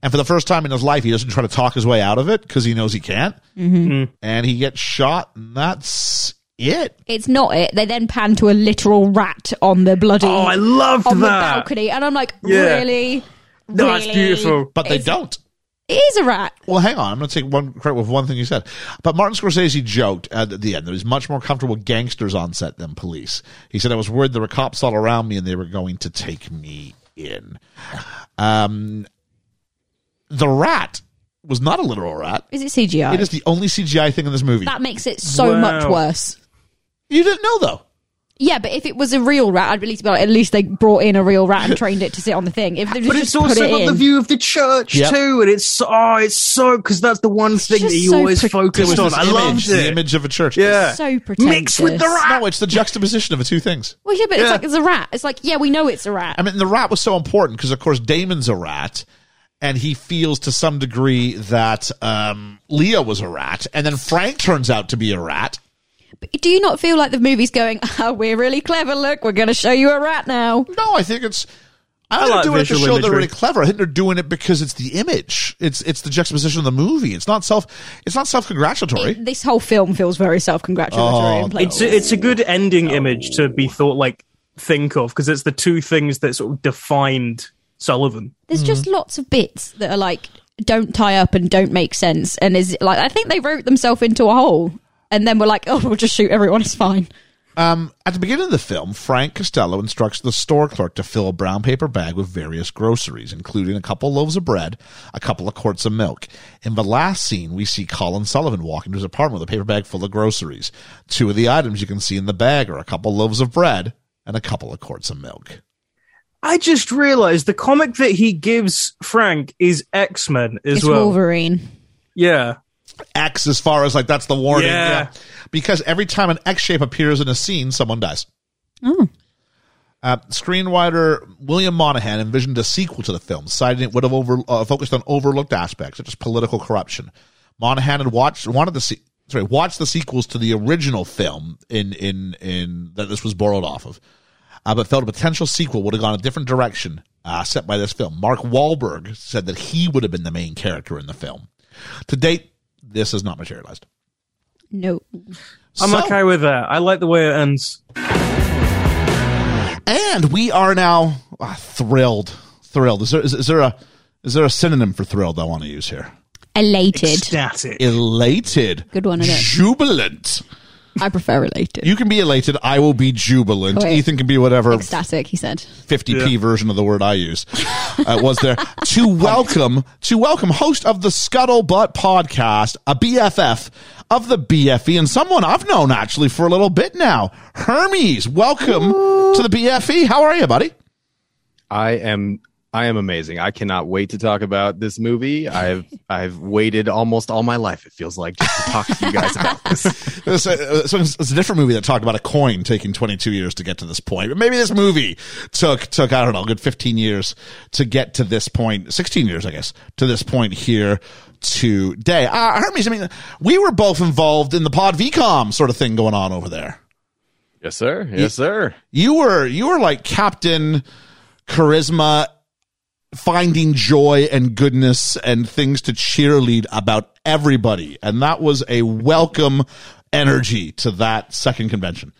And for the first time in his life, he doesn't try to talk his way out of it because he knows he can't. And he gets shot, and that's it.
It's not it. They then pan to a literal rat on the bloody
Oh, I loved
on the
that.
balcony, and I'm like,
Yeah.
really?
No, that's
Really?
beautiful.
But they
It's-
don't.
It is a rat.
Well, hang on. I'm going to take one credit with one thing you said. But Martin Scorsese joked at the end that he's much more comfortable with gangsters on set than police. He said, I was worried there were cops all around me and they were going to take me in. Um, the rat was not a literal rat.
Is it CGI?
It is the only CGI thing in this movie.
that makes it so
Wow.
much worse.
you didn't know, though.
Yeah, but if it was a real rat, I'd at least be like, at least they brought in a real rat and trained it to sit on the thing. If they
But
just
it's
put
also
it
got the
in-
view of the church
Yep.
too, and it's so- oh, it's so because that's the one thing that
just
you
so
always
pretty-
It
focused
was
on.
this
I
image,
loved
the
it.
image of a church.
Yeah,
so pretentious.
mixed with the rat.
No, it's the juxtaposition of the two things.
Well, yeah, but it's
Yeah.
like it's a rat. Um, It's like yeah, we know it's a rat.
I mean, the rat was so important because, of course, Damon's a rat, and he feels to some degree that um, Leah was a rat, and then Frank turns out to be a rat.
Do you not feel like the movie's going, oh, we're really clever, look, we're going to show you a rat now?
No, I think it's. I don't
like
do it to
visual
show they're
imagery.
really clever. I think they're doing it because it's the image. It's it's the juxtaposition of the movie. It's not self. It's not self congratulatory.
This whole film feels very self congratulatory.
Oh,
in
It's
places.
a, it's a good ending image to be thought like think of because it's the two things that sort of defined Sullivan.
There's just
Mm.
lots of bits that are like, don't tie up and don't make sense. And is like, I think they wrote themselves into a hole. And then we're like, oh, we'll just shoot everyone, it's fine.
Um, at the beginning of the film, Frank Costello instructs the store clerk to fill a brown paper bag with various groceries, including a couple loaves of bread, a couple of quarts of milk. In the last scene, we see Colin Sullivan walk into his apartment with a paper bag full of groceries. Two of the items you can see in the bag are a couple loaves of bread and a couple of quarts of milk.
I just realized the comic that he gives Frank is X Men as
It's
well.
Wolverine.
Yeah.
X as far as like that's the warning.
Yeah.
Because every time an X shape appears in a scene, someone dies. Uh, screenwriter William Monahan envisioned a sequel to the film, citing it would have over, uh, focused on overlooked aspects such as political corruption. Monahan had watched wanted the se- sorry watched the sequels to the original film in in in that this was borrowed off of, uh, but felt a potential sequel would have gone a different direction uh, set by this film. Mark Wahlberg said that he would have been the main character in the film. To date, this has not materialized.
No.
I'm
So-
okay with that. I like the way it ends.
And we are now ah, thrilled. Thrilled. Is there is, is there a is there a synonym for thrilled I want to use here?
Elated.
Static.
Elated.
Good one, isn't it?
Jubilant.
I prefer elated.
You can be elated. I will be jubilant.
Wait.
Ethan can be whatever
Ecstatic, he said.
50p version of the word I use. Uh, was there to welcome to welcome host of the Scuttlebutt podcast, a BFF of the BFE, and someone I've known actually for a little bit now, Hermes. Welcome to the BFE. How are you, buddy?
I am I am amazing. I cannot wait to talk about this movie. I've I've waited almost all my life. It feels like just to talk to you guys about this.
It's a, so it's it's a different movie that talked about a coin taking 22 years to get to this point. But maybe this movie took, took, I don't know, a good 15 years to get to this point, 16 years, I guess, to this point here today. Uh, Hermes, I mean, we were both involved in the Pod VCOM sort of thing going on over there.
Yes, sir. Yes, sir.
You were, you were like Captain Charisma, finding joy and goodness and things to cheerlead about everybody. And that was a welcome energy to that second convention.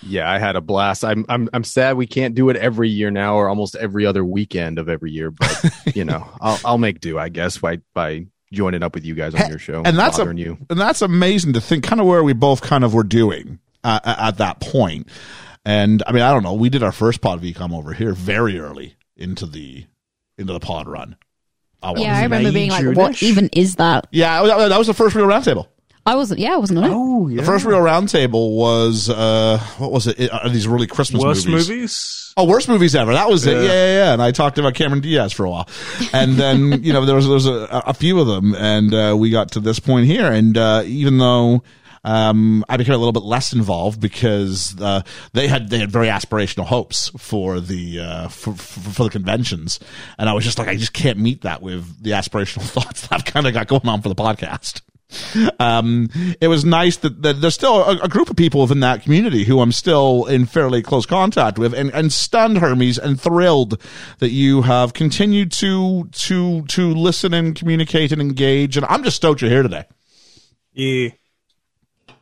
Yeah, I had a blast. I'm I'm I'm sad we can't do it every year now or almost every other weekend of every year, but you know, I'll I'll make do, I guess, by by joining up with you guys on your show.
and that's a,
bothering you.
and that's amazing to think kind of where we both kind of were doing uh, a- at that point. And I mean, I don't know. We did our first pod VCOM over here very early into the into the pod run. I wanna-
Yeah, I remember being like, what
Major-ish?
even is that?
yeah, that was- that was the first real roundtable.
I wasn't, yeah, I wasn't on it.
Oh yeah.
The first real roundtable was uh, what was it? It- Are these really Christmas
worst
movies?
movies.
Oh, worst movies ever. That was it. Yeah, yeah, yeah. And I talked about Cameron Diaz for a while. And then, you know, there was, there was a, a few of them. And, uh, we got to this point here. And, uh, even though, um, I became a little bit less involved because, uh, they had, they had very aspirational hopes for the, uh, for, for, for the conventions. And I was just like, I just can't meet that with the aspirational thoughts that I've kind of got going on for the podcast um, it was nice that, that there's still a, a group of people within that community who I'm still in fairly close contact with, and, and stunned Hermes and thrilled that you have continued to to to listen and communicate and engage. And I'm just stoked you're here today.
Yeah.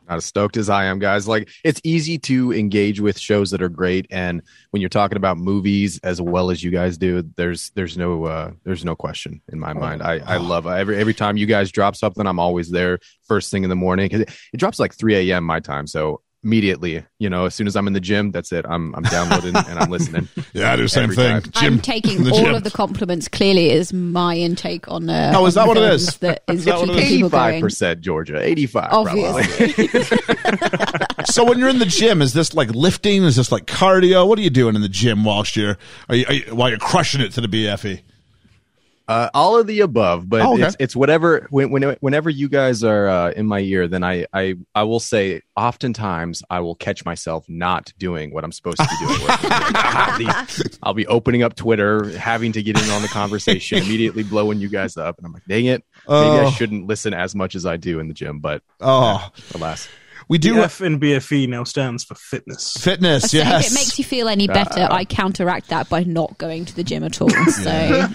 not as stoked as I am, guys. Like it's easy to engage with shows that are great, and when you're talking about movies as well as you guys do, there's there's no uh, there's no question in my mind. I I love every every time you guys drop something, I'm always there first thing in the morning 'cause it, it drops like 3 a.m. my time, so immediately, you know, as soon as I'm in the gym, that's it. I'm I'm downloading and I'm listening.
Yeah, I do the same
Every
thing.
time.
Jim,
I'm taking
the
all
gym.
of the compliments. Clearly, is my intake on. Uh,
Oh, is
on
that
the
what it
films
is?
That is,
Is that what it
keeping
is?
people
Eighty-five
going.
percent Georgia, eighty-five. probably.
Obviously,
so when you're in the gym, is this like lifting? Is this like E? cardio? What are you doing in the gym whilst you're are you, are you, while you're crushing it to the BFE?
Uh, all of the above, but
Oh, okay.
it's, it's whatever. When, when, whenever you guys are uh, in my ear, then I, I, I will say. Oftentimes, I will catch myself not doing what I'm supposed to be doing. Where it's like, "Ah, these-" I'll be opening up Twitter, having to get in on the conversation, immediately blowing you guys up, and I'm like, "Dang it! Maybe I
Oh.
shouldn't listen as much as I do in the gym." But
Oh,
alas,
we do
The F and BFE now stands for fitness.
fitness.
So
Yes, Uh,
if it makes you feel any better, I counteract that by not going to the gym at all. So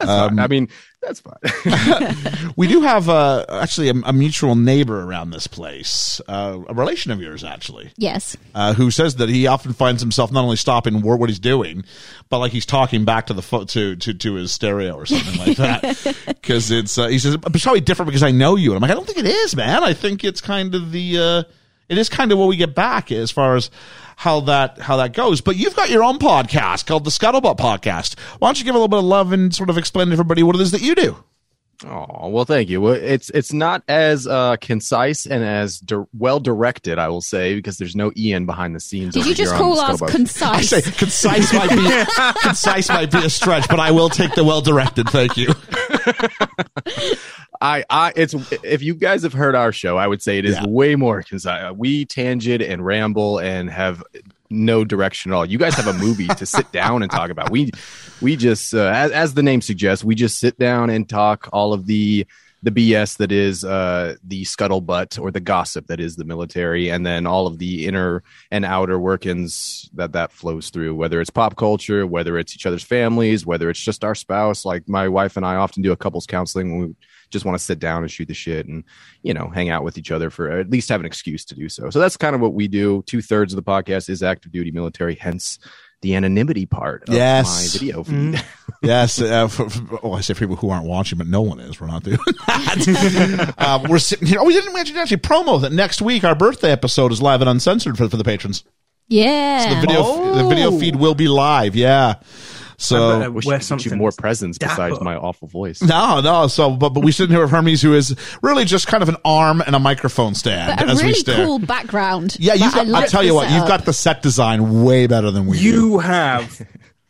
that's
Um,
fine. I mean, that's fine.
we do have uh, actually a, a mutual neighbor around this place, uh, a relation of yours actually,
yes,
uh, who says that he often finds himself not only stopping wor- what he's doing, but like he's talking back to the fo- to, to to his stereo or something like that. Because it's uh, he says it's probably different because I know you, and I'm like I don't think it is, man. I think it's kind of the uh, it is kind of what we get back as far as how that how that goes. But you've got your own podcast called the Scuttlebutt Podcast. Why don't you give a little bit of love and sort of explain to everybody what it is that you do?
Oh well, thank you. Well, It's it's not as uh, concise and as di- well directed, I will say, because there's no Ian behind the scenes.
did
over
you just
here on
call us
Scuttlebutt.
I
concise?
say concise might be concise might be a stretch, but I will take the well directed. Thank you.
I, I, it's if you guys have heard our show, I would say it is
Yeah.
way more concise. We tangent and ramble and have no direction at all. You guys have a movie to sit down and talk about. We, we just, uh, as, as the name suggests, we just sit down and talk all of the the BS that is uh, the scuttlebutt or the gossip that is the military, and then all of the inner and outer workings that that flows through. Whether it's pop culture, whether it's each other's families, whether it's just our spouse. Like my wife and I often do a couples counseling when we just want to sit down and shoot the shit and you know hang out with each other for at least have an excuse to do so so that's kind of what we do two thirds of the podcast is active duty military hence the anonymity part of
Yes.
my video feed
Yes, uh, for, for, oh, I say for people who aren't watching, but no one is. We're not doing that. um, we're sitting here. Oh, we didn't mention actually promo that next week our birthday episode is live and uncensored for, for the patrons. The
yeah,
video, the video feed will be live. Yeah. So
I
wish
Uh, wear
I could get you
something
more presence
dapper.
besides my awful voice
no, no. So, but but we sit here with Hermes, who is really just kind of an arm and a microphone stand
but a
as we
really
stare.
cool background.
yeah,
Like,
you've
I
got,
like
I'll tell
the
you what, you've
setup.
got the set design way better than we do.
You have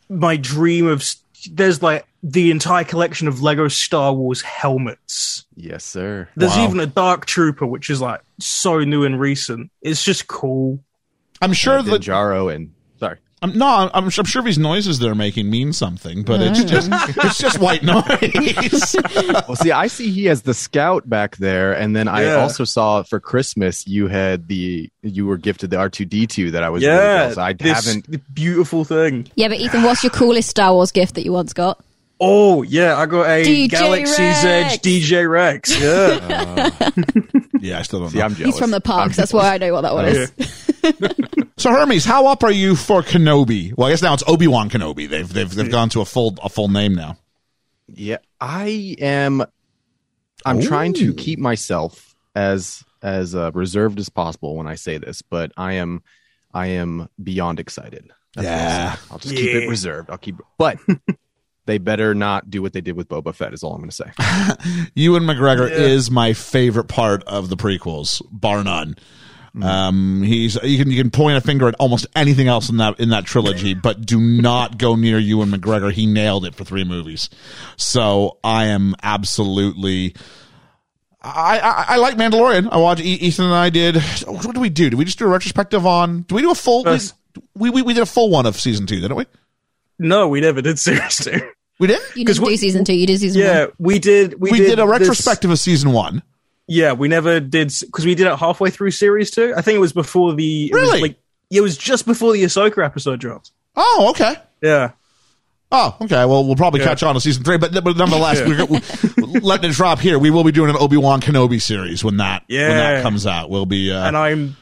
my dream of. s- There's like the entire collection of Lego Star Wars helmets.
yes sir
There's
Wow.
even a Dark Trooper, which is like so new and recent. It's just cool.
I'm sure that
Jaro and sorry
I'm, no, I'm, I'm sure- I'm sure these noises they're making mean something, but it's just it's just white noise.
well see i see he has the scout back there and then i
Yeah.
also saw for christmas you had the you were gifted the r2d2 that i was really jealous. i
this
haven't
beautiful thing.
yeah, but Ethan, what's your coolest Star Wars gift that you once got?
Oh yeah, I got a
DJ
Galaxy's
Rex.
Edge DJ Rex. Yeah,
yeah, I still don't
see
know.
i'm jealous
He's from the parks. That's why I know what that one is.
So Hermes, how up are you for Kenobi? Well, I guess now it's Obi Wan Kenobi. They've they've they've gone to a full a full name now.
Yeah, I am. I'm trying to
Ooh.
keep myself as as uh, reserved as possible when I say this, but I am I am beyond excited. That's what I'll say.
Yeah.
I'll just keep it
Yeah.
reserved. I'll keep, but they better not do what they did with Boba Fett. Is all I'm going to say.
Ewan McGregor is my favorite part of the prequels, bar none. Um, he's you can you can point a finger at almost anything else in that in that trilogy, but do not go near Ewan McGregor. He nailed it for three movies. So I am absolutely. I, I I like Mandalorian. I watched E- Ethan and I did. What do we do? Did we just do a retrospective on? Do we do a full? we-
Us.
We, we we did a full one of season two, didn't we?
no, we never did series two.
We did.
You didn't do season two. You did season
Yeah, we did. We,
We did, a
this-
retrospective of season one.
yeah, we never did because we did it halfway through series two. I think it was before the it was
Really?
like, it was just before the Ahsoka episode dropped.
Oh, okay.
Yeah,
Oh, okay. Well, we'll probably
Yeah.
catch on to season three, but but nonetheless, we're, we're letting it drop here. We will be doing an Obi Wan Kenobi series when that when that
Yeah.
comes out. We'll be uh,
and I'm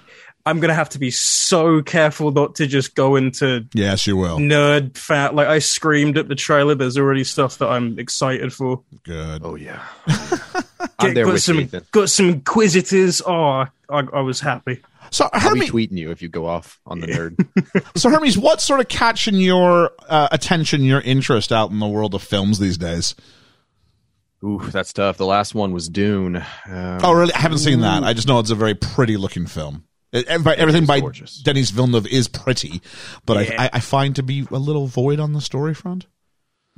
I'm gonna have to be so careful not to just go into
yes, you will.
nerd fat. Like I screamed at the trailer. There's already stuff that I'm excited for.
Good.
Oh yeah,
Get,
I'm there
got
with
some
you. Ethan.
got some inquisitors. Oh, I, I was happy.
So
I'll be
Hermes,
tweeting you if you go off on the nerd.
so Hermes, what's sort of catching your uh, attention, your interest out in the world of films these days?
Ooh, that's tough. The last one was Dune. Um,
Oh, really? I haven't seen that. I just know it's a very pretty looking film. It- every- everything by
gorgeous.
Denis Villeneuve is pretty, but I
Yeah.
I, I find to be a little void on the story front.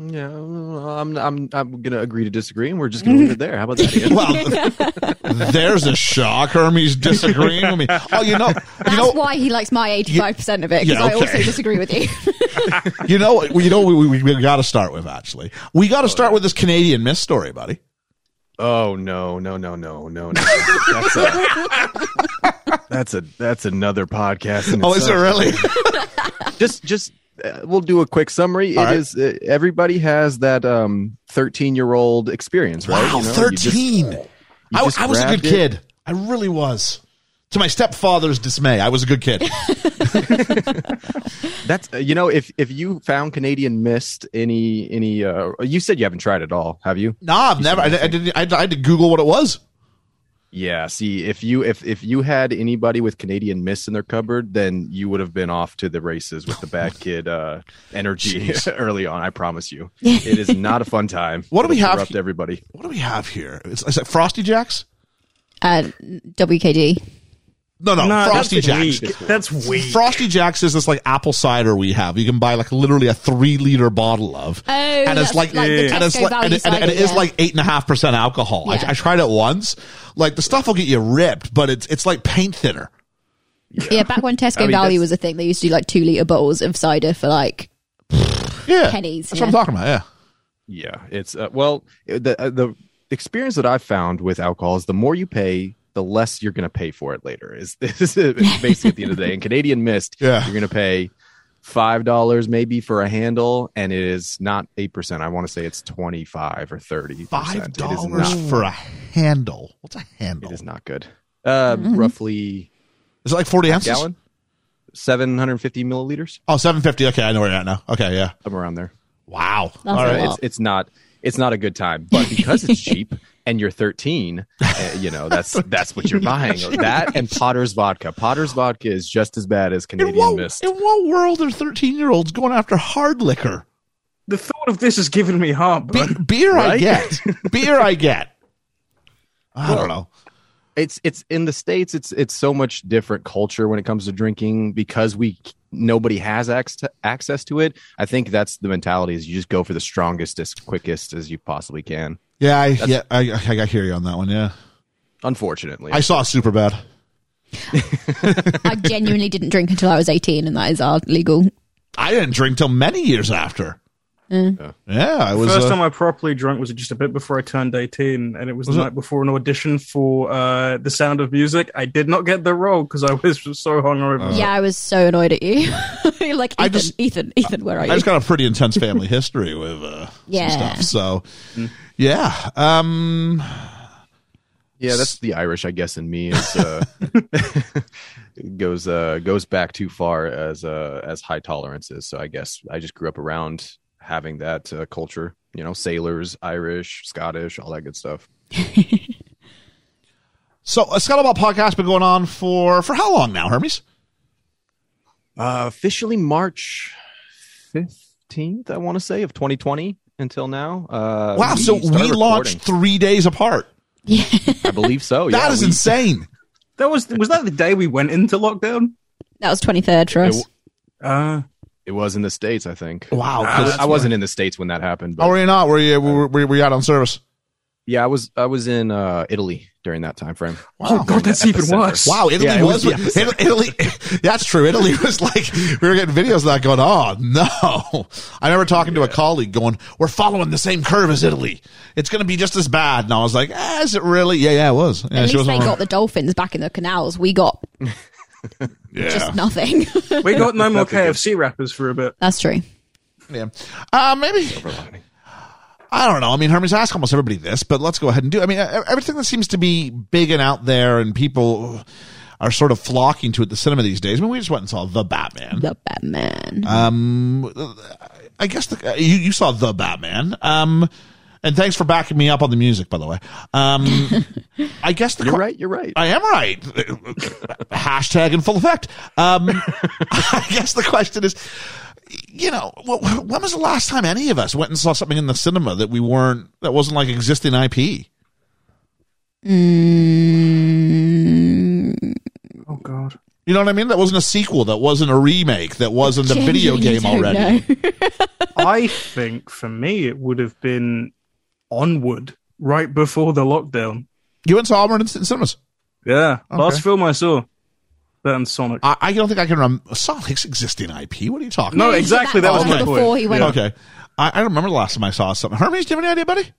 Yeah, I'm I'm I'm gonna agree to disagree, and we're just gonna leave it there. How about that? Ian?
Well, there's a shock. Hermes disagreeing with me. Oh, you know, you
That's
know,
why he likes my 85% of it, because
Yeah,
I
okay.
also disagree with you.
you know, you know, we, we, we got to start with actually. We got to start with this Canadian myth story, buddy.
Oh no, no, no, no, no, no. That's a, that's a that's another podcast. in
Oh, is it
itself.
really?
Just just uh, we'll do a quick summary.
All
It
right.
is uh, everybody has that um 13-year-old experience, right?
Wow,
You know, you just-
thirteen. I,
just
I was a good
grabbed it.
kid. I really was. To my stepfather's dismay, I was a good kid.
That's uh, you know if if you found Canadian mist any any uh you said you haven't tried it all, have you?
Nah, I've never. I, I didn't. I, I had to Google what it was.
Yeah, see if you if if you had anybody with Canadian mist in their cupboard, then you would have been off to the races with the bad kid uh energy early on, I promise you. It is not a fun time.
What do we
It'll
have
corrupt
he-
everybody?
What do we have here? It's, is it Frosty Jacks?
uh, WKD.
No, no,
Nah,
Oh, Frosty
that's
Jacks.
Weak. That's weak.
Frosty Jacks is this like apple cider we have. You can buy like literally a three liter bottle of,
Oh,
and it's
that's
like,
like the
and it's
Tesco
like,
value
and, it- and it- and it
cider,
is
yeah.
like eight and a half percent alcohol.
Yeah.
I, I tried it once. Like the stuff will get you ripped, but it's it's like paint thinner.
Yeah. back when Tesco
I mean,
Valley
that's-
was a thing, they used to do like two litre bottles of cider for like.
Yeah,
Pennies,
That's
yeah.
what I'm talking about. Yeah.
Yeah, it's uh, well the uh, the experience that I've found with alcohol is the more you pay, the less you're going to pay for it later. Is this is basically at the end of the day? In Canadian Mist,
Yeah.
you're going to pay five dollars maybe for a handle, and it is not eight percent. I want to say it's twenty five or thirty.
Five
It is
dollars
not.
for a handle. What's a handle?
It is not good. Uh, roughly
Is it like forty ounces?
gallon, seven hundred fifty milliliters,
Oh, 750. Okay, I know where you're at now. Okay, yeah.
somewhere around there.
Wow.
That's
All
a
right.
lot.
it's, it's not it's not a good time but because it's cheap and you're 13 uh, you know that's that's what you're buying that and potter's vodka potter's vodka is just as bad as
In
canadian
what,
mist
in what world are 13 year olds going after hard liquor?
The thought of this is giving me
Be-
heartburn.
beer, I
Right?
get. Beer, I get. I don't know.
it's it's in the states it's it's so much different culture when it comes to drinking because we nobody has access to, access to it i think that's the mentality is you just go for the strongest as quickest as you possibly can
Yeah, I, yeah, I, I, I hear you on that one. Yeah,
unfortunately
I saw super bad.
I genuinely didn't drink until I was 18, and that is our legal.
I didn't drink till many years after. Yeah, I was.
First
uh,
time I properly drunk was just a bit before I turned 18, and it was,
it-
the night before an audition for uh, The Sound of Music. I did not get the role because I was just so
Oh.
hungover.
yeah, I was so annoyed at you. You're like,
Uh,
Ethan,
I just-
Ethan, Ethan, where are you?
I just got a pretty intense family history with uh,
Yeah.
some stuff.
Hmm.
So, yeah. Um,
Yeah, that's the Irish, I guess, in me is uh, goes uh, goes back too far as uh, as high tolerances. So I guess I just grew up around having that uh, culture. You know, sailors, Irish, Scottish, all that good stuff.
so, a Scuttlebutt podcast been going on for for how long now, Hermes?
Uh, officially March fifteenth, I want to say, of 2020 until now. Uh,
Wow. so we
started
launched
recording.
three days apart.
I believe so.
that
yeah,
is
we-
insane.
That was was that the day we went into lockdown?
that was 23rd for
It
us.
w-
Uh,
It was in the states, I think.
Wow.
I, was,
Because
I wasn't in the states when that happened. But
oh, were you not? Were you were, were, were you out on service?
Yeah, I was I was in uh, Italy during that time frame.
oh, God, that's even
Epicenter.
worse.
Wow, Italy
Yeah, it
was,
was
Italy, That's true. Italy was like we were getting videos of that going. Oh no! I remember talking to a colleague going, "We're following the same curve as Italy. It's going to be just as bad." And I was like, ah, "Is it really? Yeah, yeah, it was. Yeah,
At
she
least they
wasn't wrong.
got the dolphins back in the canals. We got
yeah.
just nothing.
We got no more KFC wrappers for a bit.
That's true.
yeah. Uh, maybe I don't know. I mean, Hermes asked almost everybody this, but let's go ahead and do. I mean, e- everything that seems to be big and out there, and people are sort of flocking to it. The cinema these days. I mean, we just went and saw the Batman.
The Batman.
I guess the, uh, you you saw the Batman. Um, and thanks for backing me up on the music, by the way. Um, I guess the
You're
que-
right. You're right.
I am right. Hashtag in full effect. Um, I guess the question is, you know, wh- wh- when was the last time any of us went and saw something in the cinema that we weren't that wasn't like existing IP?
Oh, God.
You know what I mean? That wasn't a sequel. That wasn't a remake. That wasn't a video
Genuinely
game
don't
already.
know.
I think for me, it would have been Onward right before the lockdown.
You went to Auburn and cinemas.
Yeah, last film I saw. That and Sonic.
I, I don't think I can remember Sonic's existing IP. What are you talking?
No,
about?
exactly, that
That,
was
was
my
before
point.
he went.
Okay. I, I remember the last time I saw something. Hermes, do you have any idea, buddy?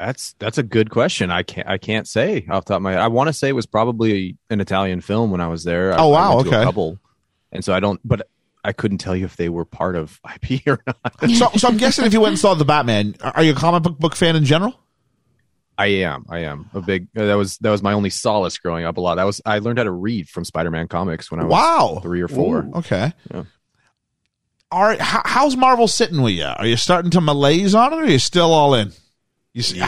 That's that's a good question. I can't I can't say off the top of my head. I want to say it was probably an Italian film when I was there. I-
Oh,
I
wow,
went to a
okay.
couple, and so I don't. But I couldn't tell you if they were part of IP or not.
So, so I'm guessing if you went and saw the Batman, are are you a comic book book fan in general?
I am. I am a big. uh, That was that was my only solace growing up. A lot. That was I learned how to read from Spider Man comics when I was
Wow.
three or four.
Okay.
Yeah.
All right. How, how's Marvel sitting with you? Are you starting to malaise on it, or are you still all in? You see,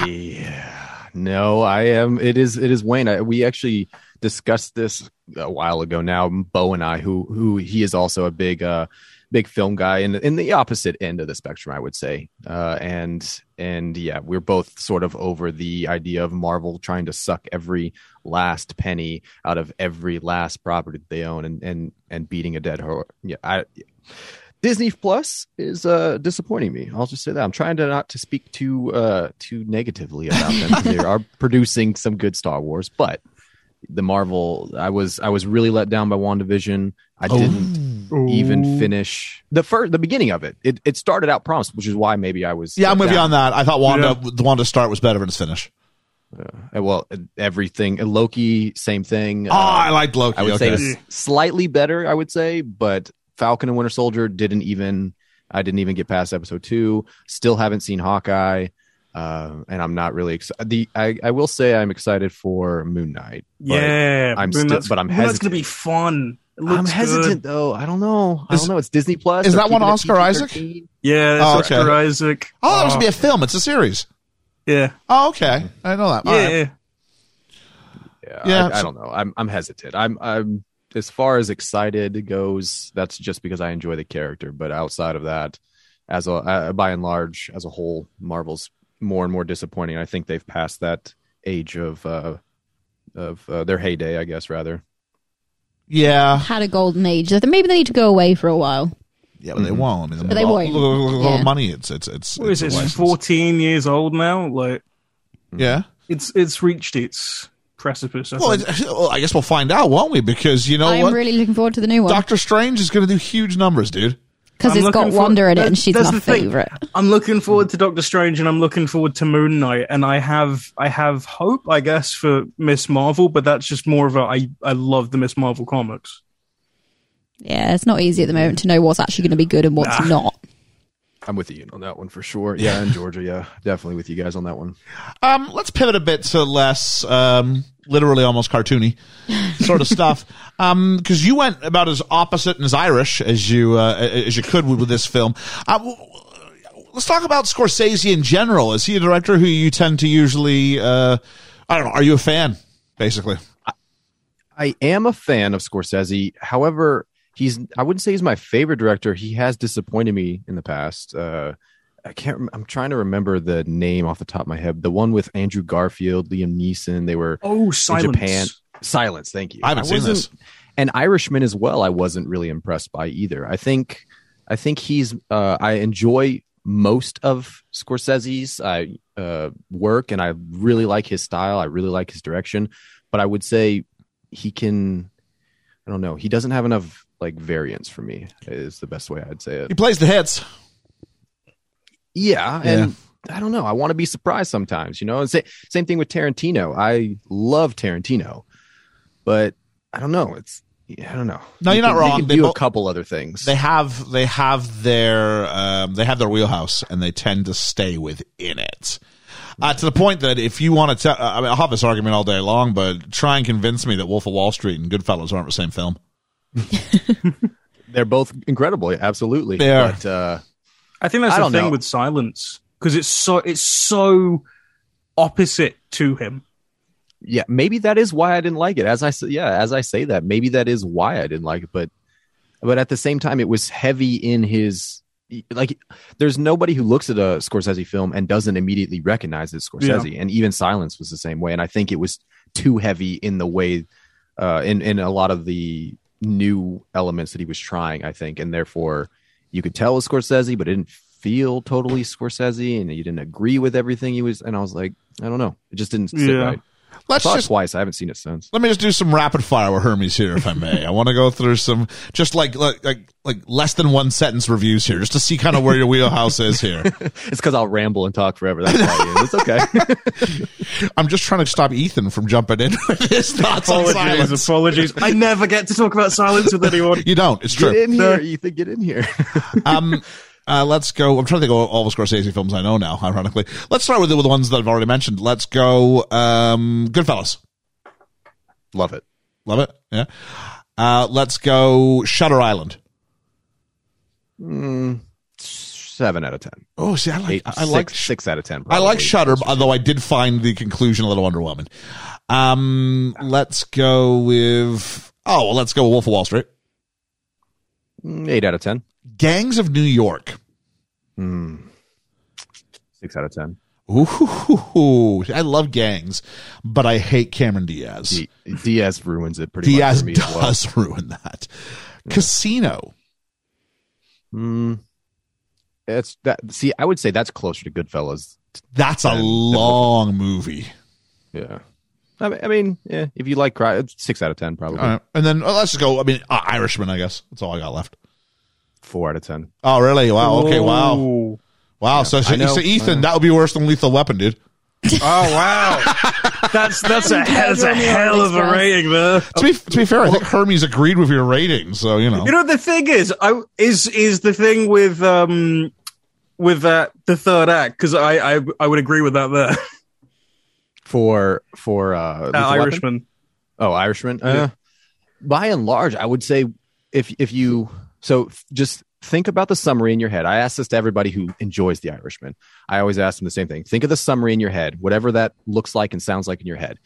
Yeah. No, I am. It is. It is Wayne. I, we actually discussed this a while ago. Now, Bo and I, who who he is also a big, uh, big film guy, in in the opposite end of the spectrum, I would say. Uh, and and yeah, we're both sort of over the idea of Marvel trying to suck every last penny out of every last property that they own, and and and beating a dead horse. Yeah, I. Disney Plus is uh, disappointing me. I'll just say that I'm trying to not to speak too uh, too negatively about them. 'cause they are producing some good Star Wars, but the Marvel, I was I was really let down by Wandavision. I
Oh.
didn't even finish the first the beginning of it. It it started out promised, which is why maybe I was
yeah, I'm
let
with you
down.
on that. I thought Wanda, the Wanda start was better than its finish.
Uh, Well, everything Loki, same thing.
oh, I liked Loki.
I would
okay.
say s- slightly better, I would say, but Falcon and Winter Soldier didn't even I didn't even get past episode 2. Still haven't seen Hawkeye. Uh, and I'm not really excited. The I, I will say I'm excited for Moon Knight. but
yeah,
I'm
Moon
still-
Knight's-
but I'm
Moon Knight's
hesitant.
gonna be fun. It
I'm
looks
hesitant
good.
though. I don't know. I
Is-
don't know. It's Disney Plus.
is
They're
that one
keeping it
Oscar Isaac?
PG-13.
Yeah,
Oh,
that's
okay.
Oscar Isaac.
oh, that was to be a film. It's a series.
yeah,
Oh, okay. I know that. All
yeah,
right.
yeah.
Yeah,
Yeah,
I, I
so-
don't know. I'm I'm hesitant. I'm I'm as far as excited goes. That's just because I enjoy the character. But outside of that, as a uh, by and large, as a whole, Marvel's more and more disappointing. I think they've passed that age of uh, of uh, their heyday, I guess. Rather,
Yeah.
Had a golden age. I think Maybe they need to go away for a while.
Yeah, but they won't. I mean,
But they
look-
won't.
Look, look, look, look
Yeah.
the money. It's it's it's.
What is it?
it's a
It's
license.
14 years old now. Like
Yeah.
it's it's reached its precipice. I
Well,
think.
it's, well, I guess we'll find out, won't we? Because you know
I'm
what,
really looking forward to the new one
Doctor Strange is going to do huge numbers, dude.
because
I'm
it's got
looking for-
Wonder in it,
that-
and she's
that's
my
the thing.
favorite.
I'm looking forward to Doctor Strange, and I'm looking forward to Moon Knight, and I have I have hope, I guess, for Miss Marvel, but that's just more of a I I love the Miss Marvel comics.
Yeah, it's not easy at the moment to know what's actually going to be good and what's not.
I'm with you on that one for sure. Yeah, and Georgia, yeah, definitely with you guys on that one.
Um, let's pivot a bit to less, um, literally almost cartoony sort of stuff. Um, because you went about as opposite and as Irish as you uh, as you could with, with this film. Uh, w- w- let's talk about Scorsese in general. Is he a director who you tend to usually? Uh, I don't know. Are you a fan? Basically,
I am a fan of Scorsese. However, he's I wouldn't say he's my favorite director. He has disappointed me in the past. Uh, I can't. rem- I'm trying to remember the name off the top of my head. The one with Andrew Garfield, Liam Neeson. They were
Oh, silence.
Japan. Silence. Thank you.
I haven't seen
wasn't-
this.
And Irishman as well. I wasn't really impressed by either. I think, I think he's. Uh, I enjoy most of Scorsese's I, uh, work, and I really like his style. I really like his direction. But I would say he can. I don't know. He doesn't have enough like variance for me. Is the best way I'd say it.
He plays the hits.
Yeah, and I don't know. I want to be surprised sometimes, you know. And say, same thing with Tarantino. I love Tarantino, but I don't know. It's I don't know.
No,
You
you're not
can- you
wrong.
can
They
do
bo-
a couple other things.
They have they have their um, they have their wheelhouse, and they tend to stay within it. Uh, to the point that if you want to tell, I mean, I'll have this argument all day long, but try and convince me that Wolf of Wall Street and Goodfellas aren't the same film.
They're both incredible. yeah, Absolutely.
They are.
But, uh,
I think that's
I
the
don't
thing
know.
with silence because it's so it's so opposite to him.
yeah, maybe that is why I didn't like it. As I say, yeah, as I say that, maybe that is why I didn't like it. But but at the same time, it was heavy in his like. There's nobody who looks at a Scorsese film and doesn't immediately recognize it's Scorsese. And even Silence was the same way. And I think it was too heavy in the way, uh, in in a lot of the new elements that he was trying, I think, and therefore you could tell it was Scorsese, but it didn't feel totally Scorsese, and you didn't agree with everything he was. And I was like, I don't know, it just didn't sit
Yeah.
right. I
Let's
saw
just
it twice. I haven't seen it since.
let me just do some rapid fire with Hermes here, if I may. I want to go through some just like like like, like less than one sentence reviews here, just to see kind of where your wheelhouse is here.
It's because I'll ramble and talk forever. That's why it is. it's okay.
I'm just trying to stop Ethan from jumping in with his thoughts on
Apologies,
silence.
apologies. I never get to talk about silence with anyone.
You don't. It's true.
get in here, Ethan. Get in here.
um, uh, let's go. I'm trying to think of all the Scorsese films I know now. Ironically, let's start with the, with the ones that I've already mentioned. Let's go. Um, Goodfellas,
Love it.
love it. Yeah. Uh, let's go. Shutter Island.
Mm, seven out of ten.
Oh, see, Hmm. I like
Eight,
I like
six, six out of ten.
I like
probably.
Shutter, although I did find the conclusion a little underwhelming. Um, let's go with oh, well, let's go Wolf of Wall Street,
Mm, Eight out of ten.
Gangs of New York.
Mm, six out of ten.
Ooh, I love gangs, but I hate Cameron Diaz.
D- Diaz ruins it pretty
Diaz
much for me as well.
does ruin that. Casino.
Mm, that's that. See, I would say that's closer to Goodfellas.
That's a
And-
long movie.
Yeah. I mean, I mean, yeah. If you like cry, it's six out of ten, probably
All right. And then oh, let's just go. I mean, uh, Irishman, I guess. That's all I got left.
four out of ten.
Oh, really? Wow. Okay. Wow.
Whoa.
Wow. so, so,
I know.
so Ethan,
I know.
that would be worse than Lethal Weapon, dude.
Oh wow, that's that's a that's a
Pedro
hell of a
Neal
rating there.
To be, to be fair, I think Hermes agreed with your rating. So, you know.
You know the thing is, I is is the thing with um with uh, the third act because I, I I would agree with that there.
For for uh,
Uh,
Lethal Weapon?
Irishman.
Oh, Irishman. Uh,
Yeah.
By and large, I would say if if you so f- just think about the summary in your head. I ask this to everybody who enjoys The Irishman. I always ask them the same thing. Think of the summary in your head, whatever that looks like and sounds like in your head.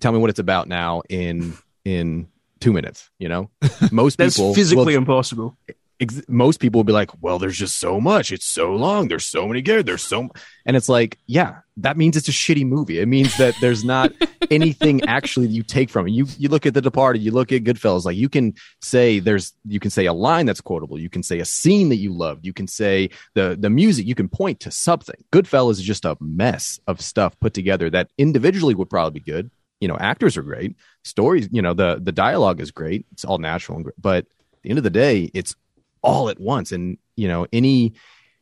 Tell me what it's about now in in two minutes. You know, most
That's
people
physically
will-
impossible.
ex- most people will be like, well, there's just so much. It's so long. There's so many characters. There's so, m-. and it's like, yeah, that means it's a shitty movie. It means that there's not anything actually that you take from it. You you look at The Departed. You look at Goodfellas. Like you can say there's you can say a line that's quotable. You can say a scene that you loved. You can say the the music. You can point to something. Goodfellas is just a mess of stuff put together that individually would probably be good. You know, actors are great. Stories, you know, the the dialogue is great. It's all natural and great. But at the end of the day, it's all at once and you know any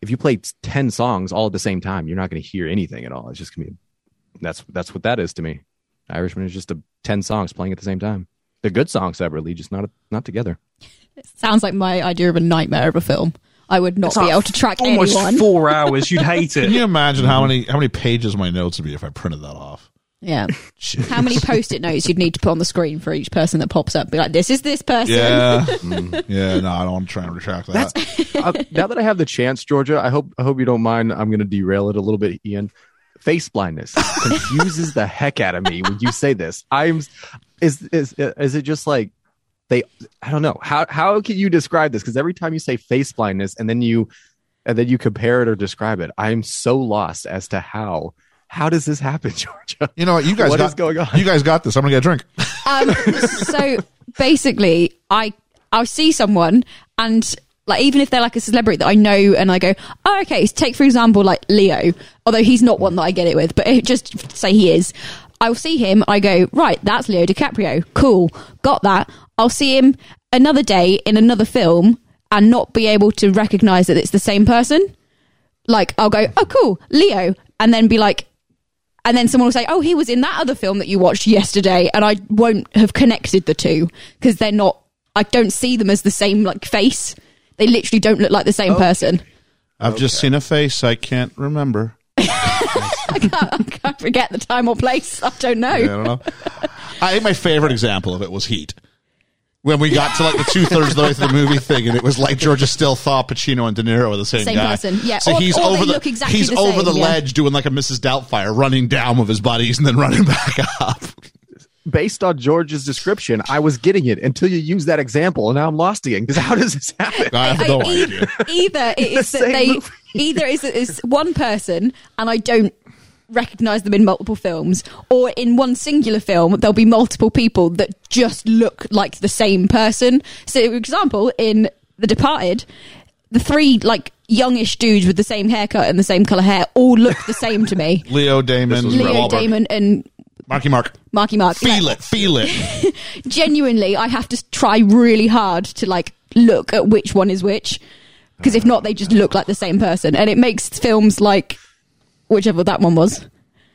if you play 10 songs all at the same time you're not going to hear anything at all it's just going to be that's that's what that is to me irishman is just a 10 songs playing at the same time they're good songs separately just not not together
Sounds like my idea of a nightmare of a film. I would not
It's
be
a-
able to track
Almost
anyone.
four hours. You'd hate
Can
it.
you imagine how many how many pages my notes would be if I printed that off?
yeah. How many post-it notes you'd need to put on the screen for each person that pops up? Be like, this is this person.
Yeah. Mm. yeah, no, I don't want to try and retract that.
uh, now that i have the chance georgia i hope i hope you don't mind i'm going to derail it a little bit ian face blindness confuses the heck out of me when you say this i'm is is is it just like they i don't know how how can you describe this because every time you say face blindness and then you and then you compare it or describe it i'm so lost as to how how does this happen georgia
you know what? You guys
What
got
is going on?
You guys got this. I'm gonna get a drink.
Um, so basically, I I see someone and like even if they're like a celebrity that I know and I go, oh okay, so take for example like Leo, although he's not one that I get it with, but it, just say he is. I'll see him. I go right. That's Leo DiCaprio. Cool, got that. I'll see him another day in another film and not be able to recognize that it's the same person. Like I'll go, oh cool, Leo, and then be like, and then someone will say, "Oh, he was in that other film that you watched yesterday," and I won't have connected the two because they're not. I don't see them as the same like face. They literally don't look like the same person.
I've just seen a face I can't remember.
I forget the time or place. I don't know.
I don't know. I think my favorite example of it was Heat. When we got to like the two thirds of the way through the movie thing, and it was like Georgia still thought Pacino and De Niro were the same,
Same
guy.
person, yeah.
So
Or-
he's
or they
over the
look exactly
he's
the
over
same,
the
yeah.
ledge doing like a Mrs. Doubtfire, running down with his buddies and then running back up.
based on george's description i was getting it until you use that example and now i'm lost again because how does this happen
I have
I-
no
e-
idea.
Either it is
The
that
same
they
movie.
either is it's one person and I don't recognize them in multiple films, or in one singular film, there'll be multiple people that just look like the same person. So, for example, in The Departed, the three like youngish dudes with the same haircut and the same color hair all look the same to me.
Leo Damon,
was
Marky
Mark
Leo
Wahlberg.
Damon and
Marky Mark.
Marky Mark. Yeah.
Feel it, feel it.
Genuinely, I have to try really hard to like look at which one is which, because if not, they just look like the same person, and it makes films like whichever that one was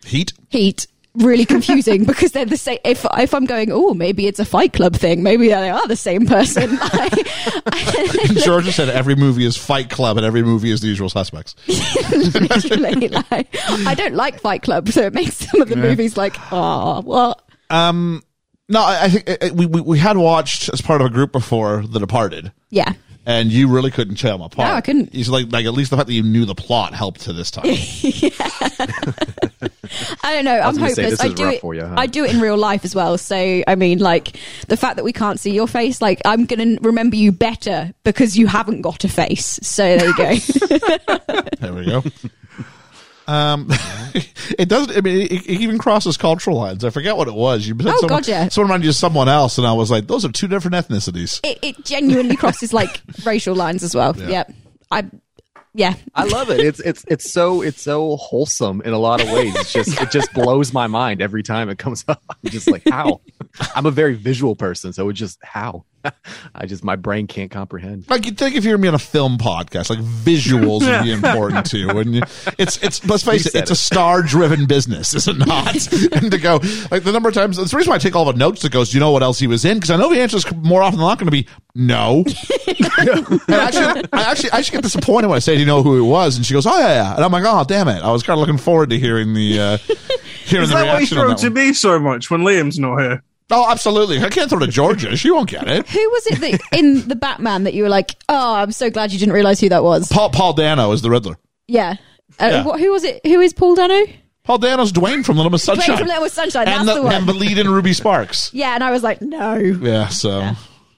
Heat.
Heat really confusing because they're the same. If if I'm going, oh, maybe it's a Fight Club thing. Maybe they are the same person. I-
Georgia said every movie is Fight Club and every movie is The Usual Suspects.
literally, like, I don't like Fight Club, so it makes some of the movies like, oh, what?
No, I, I think uh, uh, we, we we had watched as part of a group before The Departed,
Yeah.
and you really couldn't tell them apart.
No, I couldn't.
He's like like at least the fact that you knew the plot helped to this time.
I don't know. I'm
was gonna say,
hopeless.
this
I
is
do
rough
it.
for you, huh?
I do it in real life as well. So I mean, like the fact that we can't see your face, like I'm gonna remember you better because you haven't got a face. So there you go.
There we go. Um, it doesn't. I mean, it, it even crosses cultural lines. I forget what it was. You said
Oh,
someone,
God, yeah.
someone reminded you of someone else, and I was like, "Those are two different ethnicities."
it, it genuinely crosses like racial lines as well. Yep. I. Yeah.
I love it. It's it's it's so it's so wholesome in a lot of ways. It's just it just blows my mind every time it comes up. I'm just like, how? I'm a very visual person, so it just how? I just my brain can't comprehend.
Like you'd think if you were me on a film podcast, like visuals would be important to you. And it's it's let's face it,
said
it's
it.
a star driven business, is it not? and to go like the number of times, it's the reason why I take all the notes that goes, do you know what else he was in? Because I know the answer is more often than not going to be no. and actually, I actually I actually get disappointed when I say, do you know who it was? And she goes, oh yeah, yeah. And I'm like, oh damn it, I was kind of looking forward to hearing the uh, hearing
Is
the
that why you
reaction. on
throw
that
to
one.
me so much when Liam's not here?
Oh, absolutely, I can't throw to Georgia. She won't get it.
Who was it that in the Batman that you were like, oh, I'm so glad you didn't realize who that was?
Paul Paul Dano is the Riddler.
Yeah. Uh,
Yeah.
What, who was it? Who is Paul Dano?
Paul Dano's Dwayne from Little Miss Sunshine.
Dwayne from Little Miss Sunshine. That's
and
the,
the,
one.
and the lead in Ruby Sparks.
yeah, and I was like, no,
Yeah, so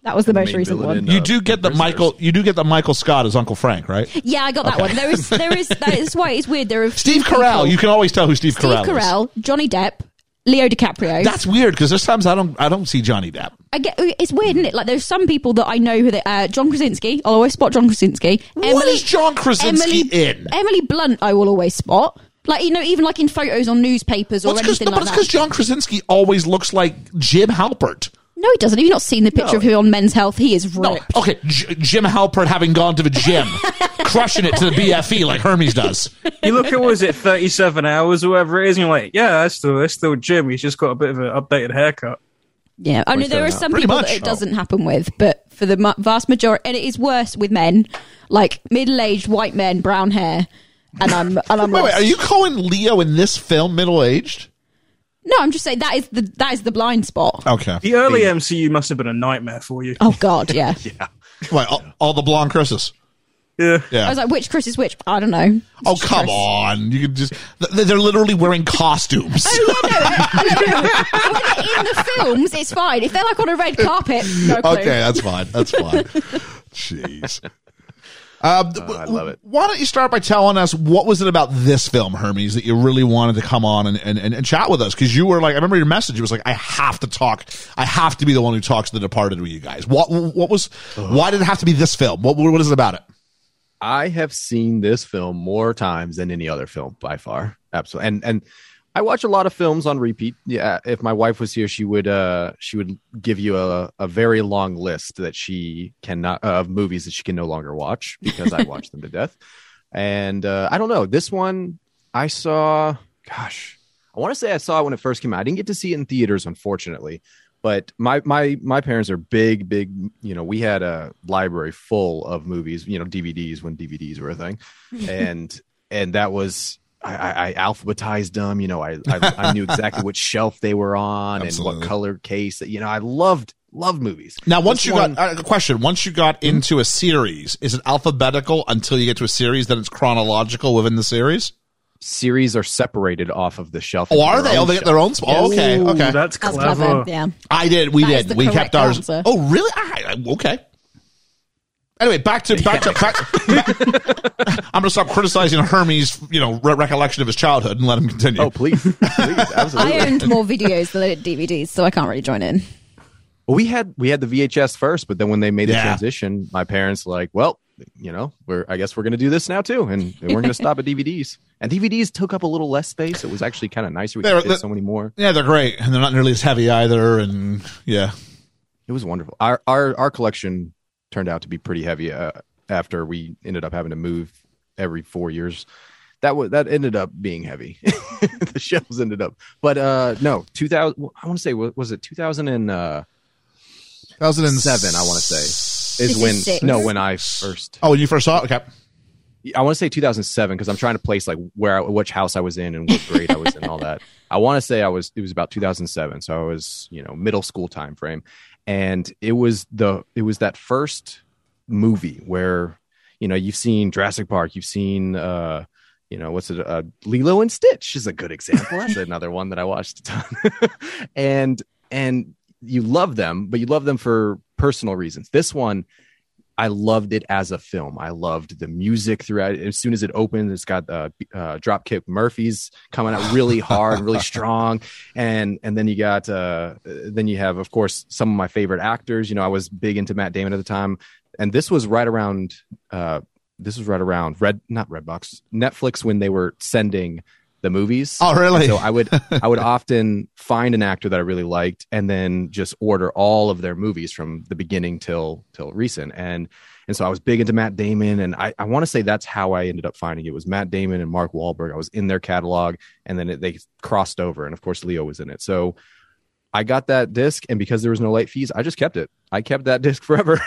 that was the most
Main
recent
villain
one.
in, uh,
you do get that
Prisoners.
Michael. You do get that Michael Scott as Uncle Frank, right?
Yeah, I got that one. There is, there is. That is why it's weird. There are
Steve Carell. You can always tell who Steve,
Steve
Carell, is.
Carell, Johnny Depp, Leo DiCaprio.
That's weird because there's times I don't I don't see Johnny Depp.
I get it's weird, isn't it? Like there's some people that I know who they uh, John Krasinski. I'll always spot John Krasinski.
what is John Krasinski
Emily
in?
Emily Blunt. I will always spot. Like you know, even like in photos on newspapers or
Well, it's 'cause-
anything
no, but
like
it's
that.
because John Krasinski always looks like Jim Halpert.
no, he doesn't. Have you not seen the picture of him on Men's Health? He is
No,
ripped.
okay, J- Jim Halpert having gone to the gym, crushing it to the BFE like Hermes does.
You look at what is it, thirty-seven hours or whatever it is, and you're like, yeah, that's still that's still Jim. He's just got a bit of an updated haircut.
Yeah, I know there are some
Pretty
people
much.
that it doesn't happen with, but for the mu- vast majority, and it is worse with men, like middle-aged white men, brown hair, and I'm and I'm
Wait, wait,
lost.
are you calling Leo in this film middle aged?
No, I'm just saying that is the that is the blind spot.
Okay,
The early MCU must have been a nightmare for you.
Oh God, yeah.
Wait, all, all the blonde Chris's.
Yeah.
Yeah,
I was like, which Chris is which? I don't know.
Oh come on! You can just th- they're literally wearing costumes.
Oh, yeah, no, I- I don't know. When they're in the films, it's fine. If they're like on a red carpet, no clue.
okay, that's fine. That's fine. Jeez. Um, I
love it.
Why don't you start by telling us what was it about this film, Hermes, that you really wanted to come on and, and, and, and chat with us? Because you were like, I remember your message. It was like, I have to talk. I have to be the one who talks to the Departed with you guys. What what was? Why did it have to be this film? What what is it about it?
I have seen this film more times than any other film by far. Absolutely. And and I watch a lot of films on repeat. Yeah, if my wife was here, she would uh she would give you a, a very long list that she cannot uh, of movies that she can no longer watch because I watch them to death. And uh I don't know, this one I saw gosh, I want to say I saw it when it first came out. I didn't get to see it in theaters unfortunately. But my my my parents are big big you know we had a library full of movies you know DVDs when DVDs were a thing and and that was I, I, I alphabetized them. You know, I, I I knew exactly which shelf they were on and
Absolutely.
what color case. You know, I loved loved movies.
Now, once
This
you
one-
got uh, a question, once you got into a series, is it alphabetical until you get to a series? Then it's chronological within the series.
series are separated off of the shelf.
Oh,
into
are
their
they?
own
Oh, they get their
shelf.
own. Sp- oh, okay,
Ooh,
okay.
That's
That's clever.
clever. Yeah.
I did. We Oh,
That is
did.
the
We
correct
kept ours.
answer.
Oh, really? I, I- okay. Anyway, back to back to back. I'm going to stop criticizing Hermes, you know, re- recollection of his childhood and let him continue.
Oh, please, please, absolutely.
I owned more videos than I did DVDs, so I can't really join in.
Well, we had we had the VHS first, but then when they made the
Yeah.
transition, my parents like, well, you know, we're I guess we're gonna do this now too, and and we're gonna stop at DVDs. And DVDs took up a little less space. It was actually kind of nicer. We
They were-
could fit so many more.
yeah, they're great, and they're not nearly as heavy either. And yeah,
It was wonderful. Our our our collection turned out to be pretty heavy uh, after we ended up having to move every four years. That was that ended up being heavy. the shelves ended up, but uh no, two thousand. I want to say wa- was it two thousand and uh,
2007.
I wanna say,
This
is
is
when
six.
no when I first
Oh, when you first saw it, okay.
I want to say 2007 because I'm trying to place like where I, which house I was in and what grade I was in and all that. I want to say I was it was about 2007, so I was you know middle school time frame, and it was the it was that first movie where you know you've seen Jurassic Park, you've seen uh you know what's it uh, Lilo and Stitch is a good example. That's another one that I watched a ton, and and you love them, but you love them for personal reasons. This one I loved it as a film. I loved the music throughout. As soon as it opened, it's got uh, B- uh, Dropkick Murphys coming out really hard, and really strong, and and then you got uh, then you have of course some of my favorite actors. You know, I was big into Matt Damon at the time, and this was right around uh, this was right around Red not Redbox Netflix when they were sending the movies.
Oh, really?
So I would I would often find an actor that I really liked and then just order all of their movies from the beginning till till recent. And and so I was big into Matt Damon and I, I want to say that's how I ended up finding it was Matt Damon and Mark Wahlberg. I was in their catalog and then it, they crossed over and of course Leo was in it. So I got that disc and because there was no late fees, I just kept it. I kept that disc forever.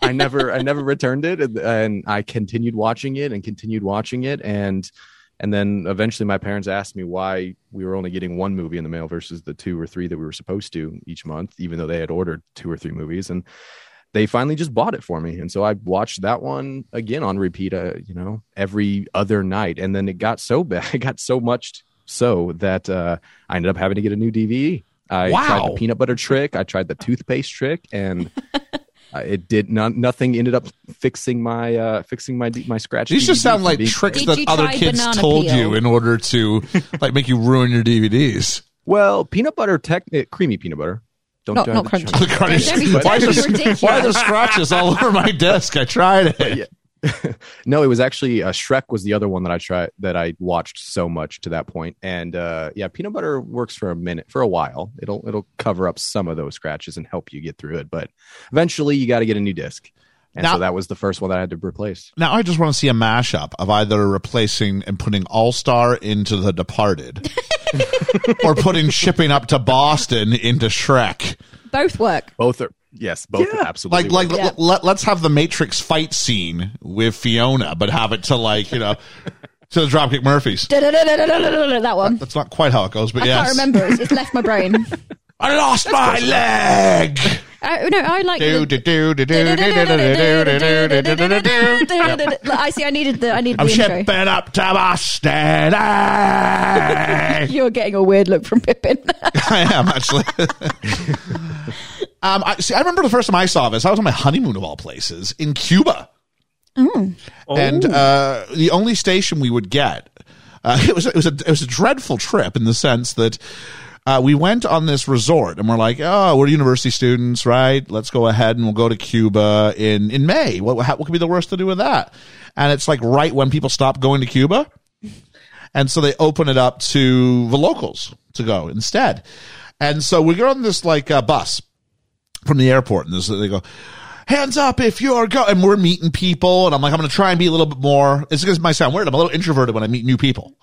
I never I never returned it and, and I continued watching it and continued watching it and and then eventually my parents asked me why we were only getting one movie in the mail versus the two or three that we were supposed to each month, even though they had ordered two or three movies. And they finally just bought it for me. And so I watched that one again on repeat, uh, you know, every other night. And then it got so bad, it got so much so that uh, I ended up having to get a new DVD. I tried
Wow.
the peanut butter trick, I tried the toothpaste trick, and uh, it did not. Nothing ended up fixing my uh, fixing my my scratch.
These just
DVD
sound
from
like
being-
tricks
Did
that
you
other
try
kids
banana
told
peel?
you in order to like make you ruin your DVDs.
Well, peanut butter, tech, eh, creamy peanut butter. Don't
Not-
try
not
the
crunchy.
chunky.
Why is
Don't be- don't be
there-
ridiculous.
why are there scratches all over my desk? I tried it.
yeah. no, it was actually uh, Shrek was the other one that I tried that I watched so much to that point, and uh, yeah, peanut butter works for a minute for a while. It'll it'll cover up some of those scratches and help you get through it, but eventually you got to get a new disc, and
Now-
so that was the first one that I had to replace.
Now I just want to see a mashup of either replacing and putting All Star into The Departed, or putting shipping up to Boston into Shrek.
Both work.
Both are yes, both are absolutely
Like, like
Yeah.
let, us have the Matrix fight scene with Fiona, but have it to like you know to the Dropkick Murphys.
Da-da-da-da-da-da-da-da, That one.
That's not quite how it goes, but
I
yes,
can't remember. It's, it's left my brain.
I lost my leg.
I, no, I like.
do,
The,
do, do, do, do, do, do, do, do, do, do, do, do, do, do.
I see. I needed the. I needed
I'm
the intro.
shipping Oh, up to Boston. eh?
You're getting a weird look from Pippin.
I am actually. um, I see. I remember the first time I saw this. I was on my honeymoon of all places in Cuba,
Mm.
and uh, the only station we would get uh, it was it was a it was a dreadful trip in the sense that. Uh, we went on this resort and we're like, oh, we're university students, right? Let's go ahead and we'll go to Cuba in, in May. What, how, what could be the worst to do with that? And it's like right when people stop going to Cuba. And so they open it up to the locals to go instead. And so we go on this like uh, bus from the airport and this, they go, hands up if you're go and we're meeting people. And I'm like, I'm going to try and be a little bit more. It's because it might sound weird. I'm a little introverted when I meet new people.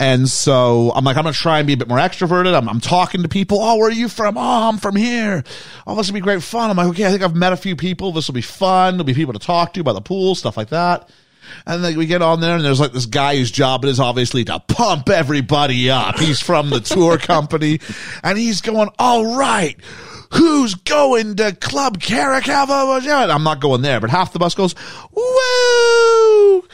And so I'm like, I'm going to try and be a bit more extroverted. I'm, I'm talking to people. Oh, where are you from? Oh, I'm from here. Oh, this will be great fun. I'm like, okay, I think I've met a few people. This will be fun. There'll be people to talk to by the pool, stuff like that. And then we get on there, and there's like this guy whose job it is obviously to pump everybody up. He's from the tour company, and he's going, "All right, who's going to Club Caracava?" And I'm not going there, but half the bus goes, "Woo!"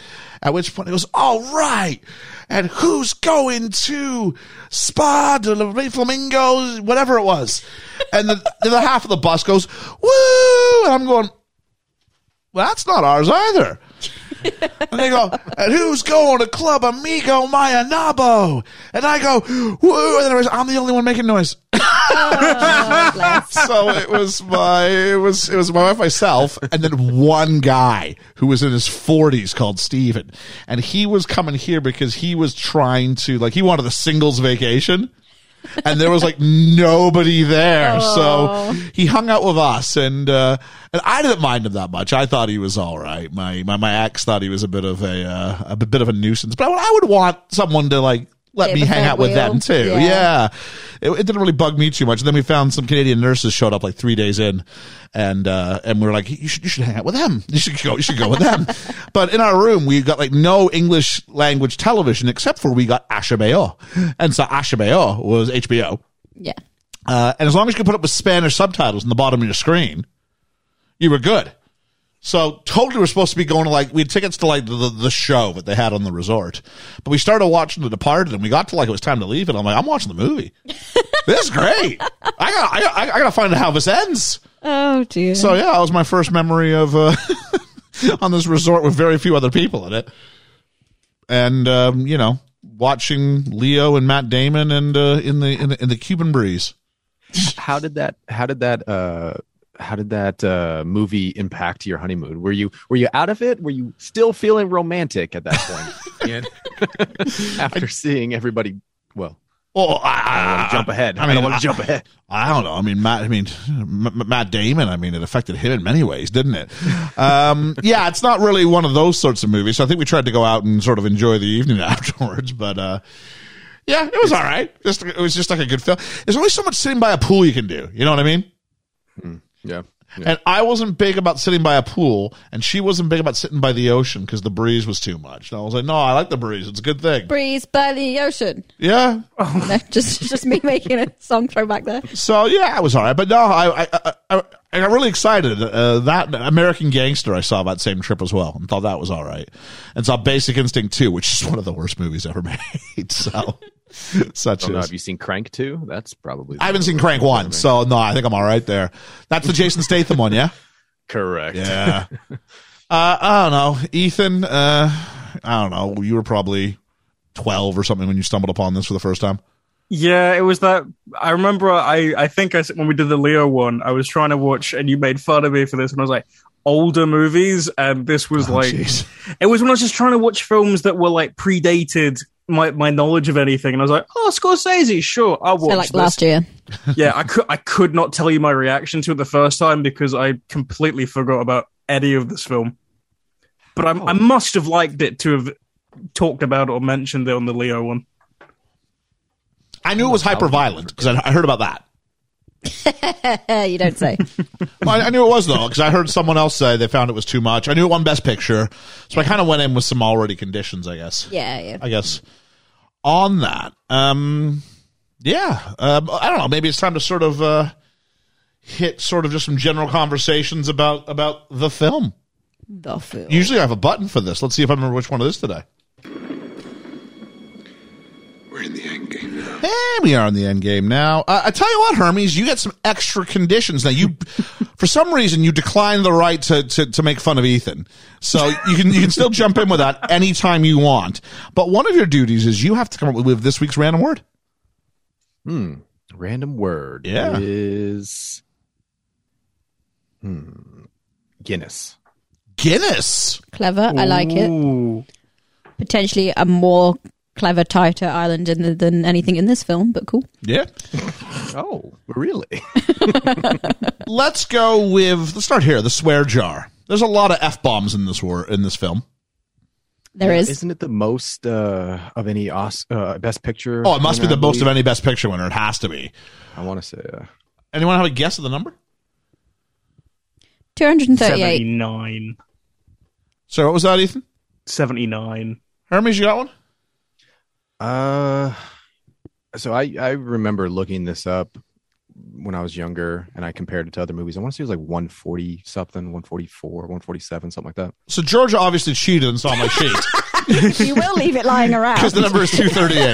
At which point it goes, "All right." And who's going to Spa de la Flamingos, whatever it was? And the, the other half of the bus goes, woo! And I'm going, well, that's not ours either. and they go, and who's going to Club Amigo Mayanabo? And I go, woo! And then I was, I'm the only one making noise. so it was my, it was, it was my wife, myself, and then one guy who was in his forties called Steven. And he was coming here because he was trying to, like, he wanted the singles vacation and there was like nobody there. So he hung out with us, and uh, and I didn't mind him that much. I thought he was all right. My my, my ex thought he was a bit of a uh, a bit of a nuisance, but I, would- I would want someone to like. Let
Yeah,
me
the
hang
third
out with them
wheel.
too. Yeah.
Yeah.
It, it didn't really bug me too much. And then we found some Canadian nurses showed up like three days in and, uh, and we were like, you should, you should hang out with them. You should go, you should go with them. but in our room, we got like no English language television except for we got HBO. And so HBO was HBO.
Yeah.
Uh, and as long as you could put up with Spanish subtitles in the bottom of your screen, you were good. So totally we're supposed to be going to like, we had tickets to like the, the, the show that they had on the resort, but we started watching The Departed and we got to like, it was time to leave and I'm like, I'm watching the movie. this is great. I got, I got, I gotta find out how this ends.
Oh dear.
So yeah, that was my first memory of, uh, on this resort with very few other people in it. And, um, you know, watching Leo and Matt Damon and, uh, in the, in the, in the Cuban breeze.
how did that how did that uh how did that uh movie impact your honeymoon were you were you out of it were you still feeling romantic at that point Ian? after seeing everybody well
Well, I,
I don't
I,
want to jump ahead
I mean,
don't want
I-
to jump ahead
I don't know. I mean, Matt. I mean, M- M- Matt Damon. I mean, it affected him in many ways, didn't it? Um, yeah, it's not really one of those sorts of movies. So I think we tried to go out and sort of enjoy the evening afterwards. But uh, yeah, it was all right. Just it was just like a good film. There's only so much sitting by a pool you can do. You know what I mean?
yeah
And I wasn't big about sitting by a pool, and she wasn't big about sitting by the ocean because the breeze was too much. And I was like, no, I like the breeze. It's a good thing.
Breeze by the ocean.
Yeah,
No, just just me making a song throwback there.
So yeah, it was all right. But no, I I I, I, I got really excited. Uh, that American Gangster I saw that same trip as well, and thought that was all right. And saw Basic Instinct too, which is one of the worst movies ever made. So such
I don't know.
is.
Have you seen Crank 2? That's probably.
I haven't seen Crank one, so no, I think I'm all right there. That's the Jason Statham one, yeah.
Correct.
Yeah. uh, I don't know, Ethan. Uh, I don't know. You were probably twelve or something when you stumbled upon this for the first time.
Yeah, it was that. I remember. I I think I s- when we did the Leo one, I was trying to watch, and you made fun of me for this, and I was like older movies, and this was
Oh,
like
jeez.
it was when I was just trying to watch films that were like predated my my knowledge of anything, and I was like, oh, Scorsese, sure, I'll watch.
So like
this.
last year.
yeah, I could I could not tell you my reaction to it the first time because I completely forgot about any of this film. But I'm,
Oh.
I must have liked it to have talked about it or mentioned it on the Leo one.
I knew it was hyper violent because I, I heard about that.
Eh, you don't say.
Well, I, I knew it was though because I heard someone else say they found it was too much. I knew it won Best Picture, so I kind of went in with some already conditions. I guess.
yeah, yeah.
I guess on that. Um, yeah. Um, I don't know. Maybe it's time to sort of uh, hit sort of just some general conversations about about the film.
The fool.
Usually, I have a button for this. Let's see if I remember which one it is today.
We're in the end game now.
And we are in the end game now. Uh, I tell you what, Hermes, you get some extra conditions now. You, for some reason, you declined the right to, to to make fun of Ethan, so you can you can still jump in with that anytime you want. But one of your duties is you have to come up with this week's random word.
Hmm. Random word.
Yeah.
Is. Hmm. Guinness.
Guinness.
Clever. I like it.
Ooh.
Potentially a more clever, tighter island in the, than anything in this film, but cool.
Yeah.
Oh, really?
Let's go with. Let's start here. The swear jar. There's a lot of f bombs in this war in this film.
There is.
Isn't it the most uh, of any os- uh, best picture?
Oh, it must be
winner,
the
I
most of
believe?
any Best Picture winner. It has to be.
I want to say. Uh,
Anyone have a guess of the number?
238.
79.
So what was that, Ethan?
79.
Hermes, you got one?
Uh, so I I remember looking this up when I was younger, and I compared it to other movies. I want to say it was like 140 something, 144, 147, something like that.
So Georgia obviously cheated and saw my sheet.
you will leave it lying around.
Because the number is 238.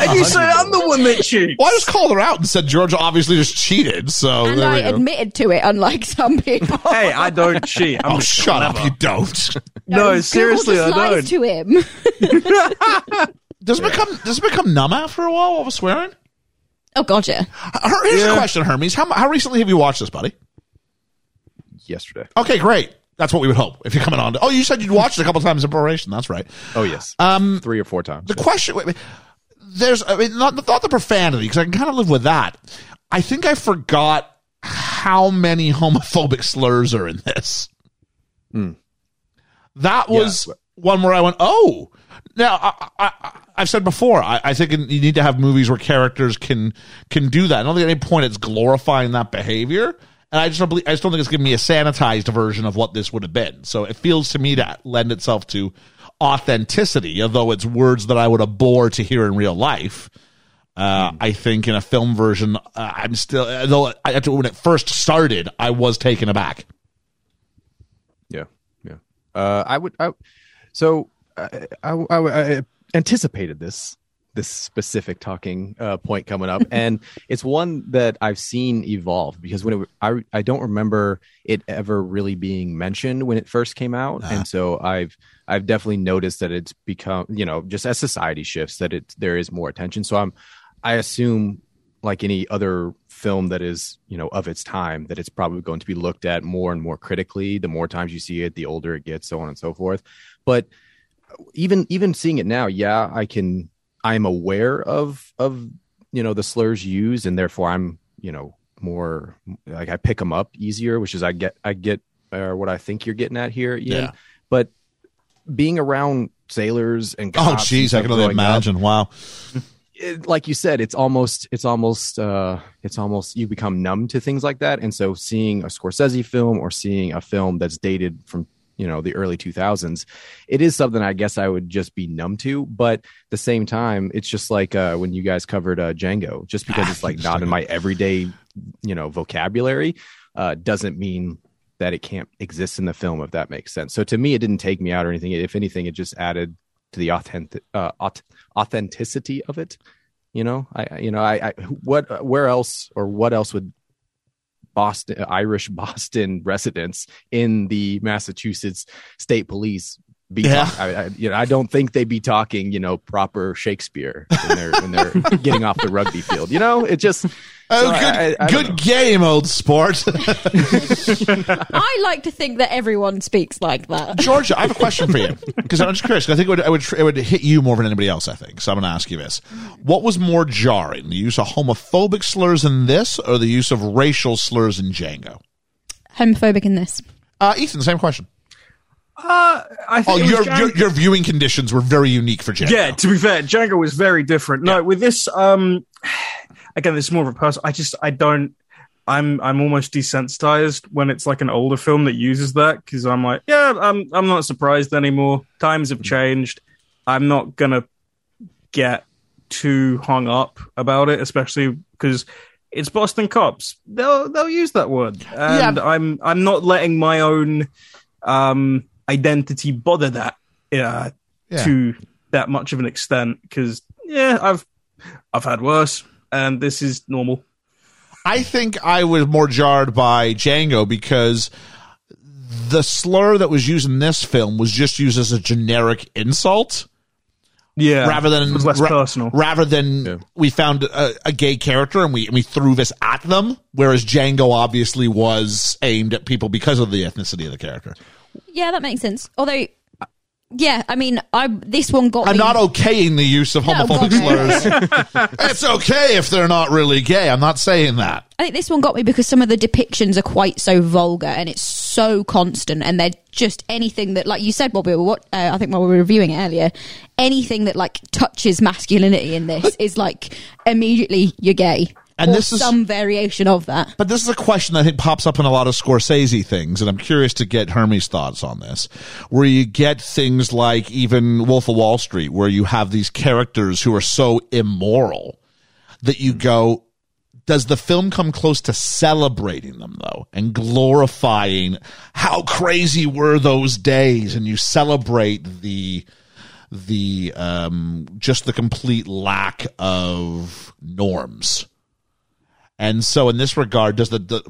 And you say I'm the one that cheats.
well, I just called her out and said Georgia obviously just cheated. So
And
there we
I
go.
admitted to it, unlike some people.
Hey, I don't cheat. I'm
Oh,
just
shut up!
clever.
You don't.
No,
Google
seriously, I
just
don't.
lies to him.
Does it become does it become numb after a while over swearing?
Oh god, yeah.
Her, here's a question, Hermes. How mu- how recently have you watched this, buddy?
yesterday.
Okay, great. That's what we would hope if you're coming on. To, oh, you said you'd watched it a couple times in preparation. That's right.
Oh yes,
Um,
three or four times.
the question wait, wait. there's I mean, not, not the profanity because I can kind of live with that. I think I forgot how many homophobic slurs are in this. That was one where I went, oh. Now I, I, I- I've said before, I, I think you need to have movies where characters can can do that. I don't think at any point it's glorifying that behavior. And I just don't believe, I just don't think it's giving me a sanitized version of what this would have been. So it feels to me to lend itself to authenticity, although it's words that I would abhor to hear in real life. Uh, I think in a film version, uh, I'm still though I, after- when it first started, I was taken aback.
Yeah, yeah. Uh, I would. I, so I, I, I, I anticipated this this specific talking uh, point coming up, and it's one that I've seen evolve because when it, I I don't remember it ever really being mentioned when it first came out, and so I've I've definitely noticed that it's become you know just as society shifts that it there is more attention. So I'm I assume like any other film that is you know of its time that it's probably going to be looked at more and more critically the more times you see it the older it gets so on and so forth but even even seeing it now yeah i can i'm aware of of you know the slurs used and therefore i'm you know more like i pick them up easier which is i get i get or what i think you're getting at here Ian.
Yeah.
but being around sailors and
Oh,
cops and
jeez, I
stuff
can only
growing up,
imagine. Wow,
it, like you said, it's almost it's almost uh it's almost you become numb to things like that. And so seeing a Scorsese film or seeing a film that's dated from you know the early 2000s it is something i guess i would just be numb to but at the same time it's just like uh when you guys covered uh django just because it's like not in my everyday you know vocabulary uh doesn't mean that it can't exist in the film if that makes sense so to me it didn't take me out or anything if anything it just added to the authentic uh, aut- authenticity of it you know i I- you know i, I what where else or what else would boston irish boston residents in the massachusetts state police be
Yeah.
talk- I, I, you know i don't think they'd be talking you know proper shakespeare when they're when they're getting off the rugby field you know it just
oh,
I-
good,
I- I don't know.
good game, old sport.
I like to think that everyone speaks like that.
Georgia, I have a question for you because I'm just curious. 'cause I think it would, it would it would hit you more than anybody else. I think so. I'm going to ask you this: What was more jarring, the use of homophobic slurs in this, or the use of racial slurs in Django?
Homophobic in this.
Uh, Ethan, same question.
Uh, I
Oh,
think it was
your,
Jan-
your your viewing conditions were very unique for Django.
yeah. To be fair, Django was very different. No, with this, um, again, this is more of a person. I just, I don't. I'm, I'm almost desensitized when it's like an older film that uses that because I'm like, yeah, I'm, I'm not surprised anymore. Times have changed. I'm not gonna get too hung up about it, especially because it's Boston cops. They'll, they'll use that word, and I'm, I'm not letting my own, um, identity bother that. Uh,
Yeah.
to that much of an extent because yeah i've i've had worse and this is normal
I think I was more jarred by Django because the slur that was used in this film was just used as a generic insult
yeah
rather than
it was less
ra-
personal
Rather than we found a, a gay character and we and we threw this at them, whereas Django obviously was aimed at people because of the ethnicity of the character.
Yeah, that makes sense. Although, yeah, I mean, I this one got
I'm
me.
not okaying the use of homophobic slurs. it's okay if they're not really gay. I'm not saying that.
I think this one got me because some of the depictions are quite so vulgar and it's so constant, and they're just anything that, like you said, while we were what uh, I think while we were reviewing it earlier, anything that like touches masculinity in this is like immediately you're gay,
And
or
this is-
some variation of that.
But this is a question that I think pops up in a lot of Scorsese things, and I'm curious to get Hermes' thoughts on this. Where you get things like even Wolf of Wall Street, where you have these characters who are so immoral that you go, Does the film come close to celebrating them though and glorifying how crazy were those days and you celebrate the the um just the complete lack of norms. And so in this regard does the, the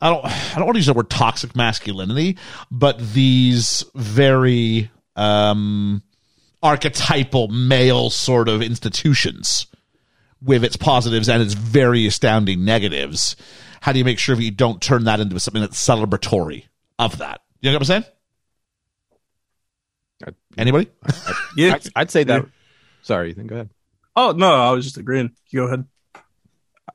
I don't I don't want to use the word toxic masculinity, but these very um archetypal male sort of institutions with its positives and its very astounding negatives. How do you make sure that you don't turn that into something that's celebratory of that? You know what I'm saying? Anybody?
Yeah.
I'd, I'd say that. Sorry, then go ahead.
Oh no, I was just agreeing. You go ahead.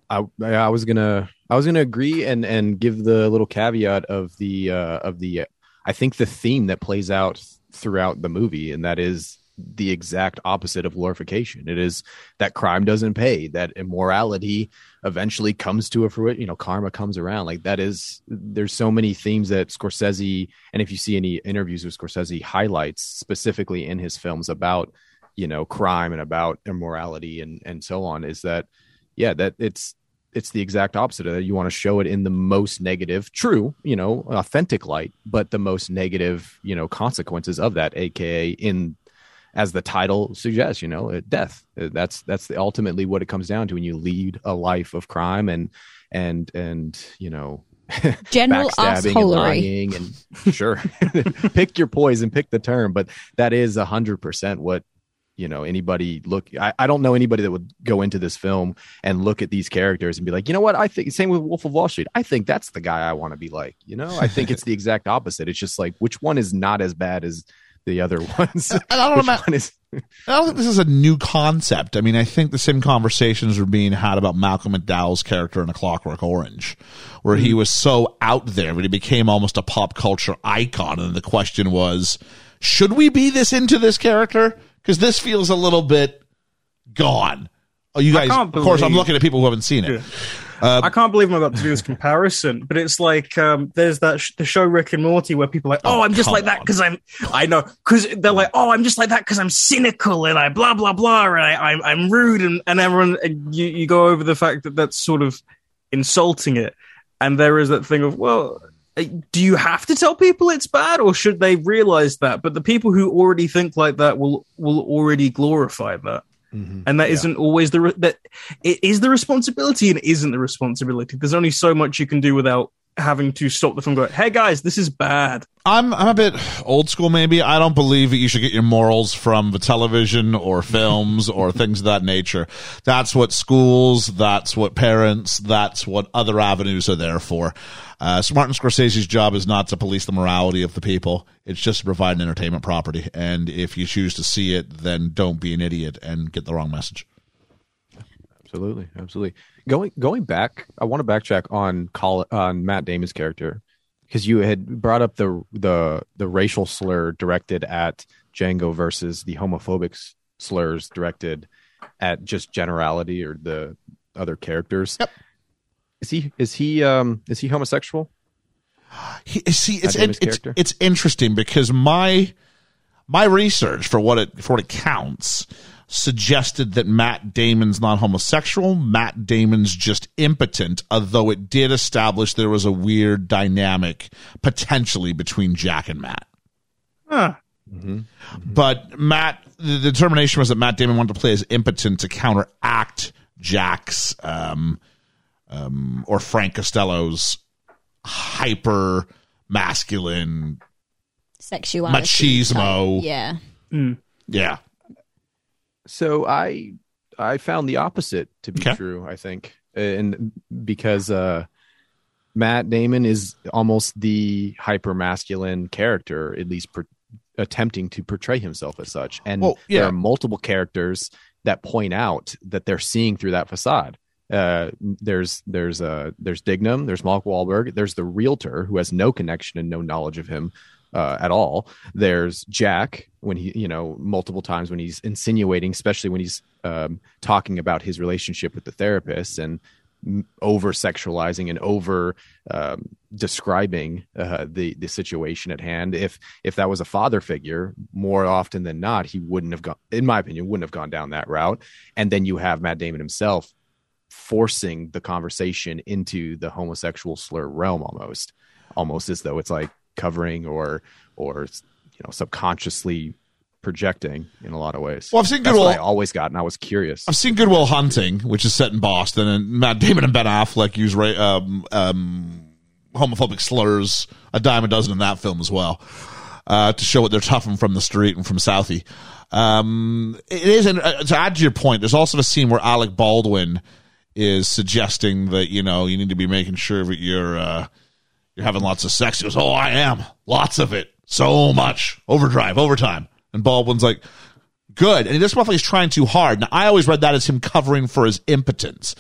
I I I was gonna I was gonna agree and and give the little caveat of the uh, of the I think the theme that plays out throughout the movie and that is the exact opposite of glorification. It is that crime doesn't pay, that immorality eventually comes to a fruition. You know, karma comes around. Like that is there's so many themes that Scorsese and if you see any interviews with Scorsese highlights specifically in his films about you know crime and about immorality and and so on is that yeah that it's it's the exact opposite of that. you want to show it in the most negative true you know authentic light but the most negative you know consequences of that aka in as the title suggests you know uh, death Uh, that's that's the, ultimately what it comes down to when you lead a life of crime and and and you know
General
backstabbing and
assholery.
lying and sure pick your poison pick the term but that is a hundred percent what you know anybody look I, I don't know anybody that would go into this film and look at these characters and be like you know what i think same with wolf of wall street i think that's the guy i want to be like you know i think it's the exact opposite it's just like which one is not as bad as the other ones
I don't
Which
ima-
one is-
I don't think this is a new concept. I mean, I think the same conversations were being had about Malcolm McDowell's character in A Clockwork Orange, where
Hmm.
he was so out there that he became almost a pop culture icon. And the question was, should we be this into this character? Because this feels a little bit gone. Oh, you
I
guys, of
can't
course, I'm
believe-
looking at people who haven't seen it.
Yeah. I can't believe I'm about to do this comparison, but it's like um, there's that sh- the show Rick and Morty where people are like,
Oh,
oh, I'm just
come
like that
on.
because I'm, I know, because they're like, oh, I'm just like that because I'm cynical and I blah blah blah and I, I'm I'm rude and and everyone and you you go over the fact that that's sort of insulting it, and there is that thing of well. uh, Do you have to tell people it's bad, or should they realize that? But the people who already think like that will will already glorify that
Mm-hmm.
and that not always the re- that it is the responsibility and isn't the responsibility. There's only so much you can do without having to stop the film. Going, hey guys, this is bad.
I'm I'm a bit old school maybe. I don't believe that you should get your morals from the television or films or things of that nature. That's what schools, that's what parents, that's what other avenues are there for. Uh, so Martin Scorsese's job is not to police the morality of the people. It's just to provide an entertainment property. And if you choose to see it, then don't be an idiot and get the wrong message.
Absolutely, absolutely. Going going back, I want to backtrack on Col- on Matt Damon's character because you had brought up the the the racial slur directed at Django versus the homophobic s- slurs directed at just generality or the other characters. Yep. Is he is he um is he homosexual?
He, see, it's,
Matt Damon's
it's
character?
it's interesting because my my research for what it for what it counts suggested that Matt Damon's not homosexual. Matt Damon's just impotent, although it did establish there was a weird dynamic potentially between Jack and Matt. But Matt, the determination was that Matt Damon wanted to play as impotent to counteract Jack's um, um, or Frank Costello's hyper masculine
Sexuality.
Machismo.
type. Yeah.
yeah
So I I found the opposite to be
Okay.
true, I think. And because uh Matt Damon is almost the hyper masculine character, at least per- attempting to portray himself as such. And
Well, yeah.
there are multiple characters that point out that they're seeing through that facade. Uh, there's there's uh there's Dignam, there's Mark Wahlberg, there's the realtor who has no connection and no knowledge of him uh, at all. There's Jack when he you know multiple times when he's insinuating, especially when he's um, talking about his relationship with the therapist and over sexualizing and over um, describing uh, the the situation at hand. If if that was a father figure, more often than not, he wouldn't have gone. In my opinion, wouldn't have gone down that route. And then you have Matt Damon himself forcing the conversation into the homosexual slur realm almost, almost as though it's like covering or or you know subconsciously projecting in a lot of ways.
Well, I've seen
That's
Good
what
Will-
I always got, and I was curious.
I've seen Goodwill Hunting, which is set in Boston, and Matt Damon and Ben Affleck use ra- um, um, homophobic slurs a dime a dozen in that film as well uh, to show what they're tough and from the street and from Southie. Um, it is, and uh, to add to your point, there's also a scene where Alec Baldwin is suggesting that you know you need to be making sure that you're uh, you're having lots of sex. He goes, "Oh, I am, lots of it, so much, overdrive, overtime." And Baldwin's like, good. And he just felt like he's trying too hard. Now, I always read that as him covering for his impotence.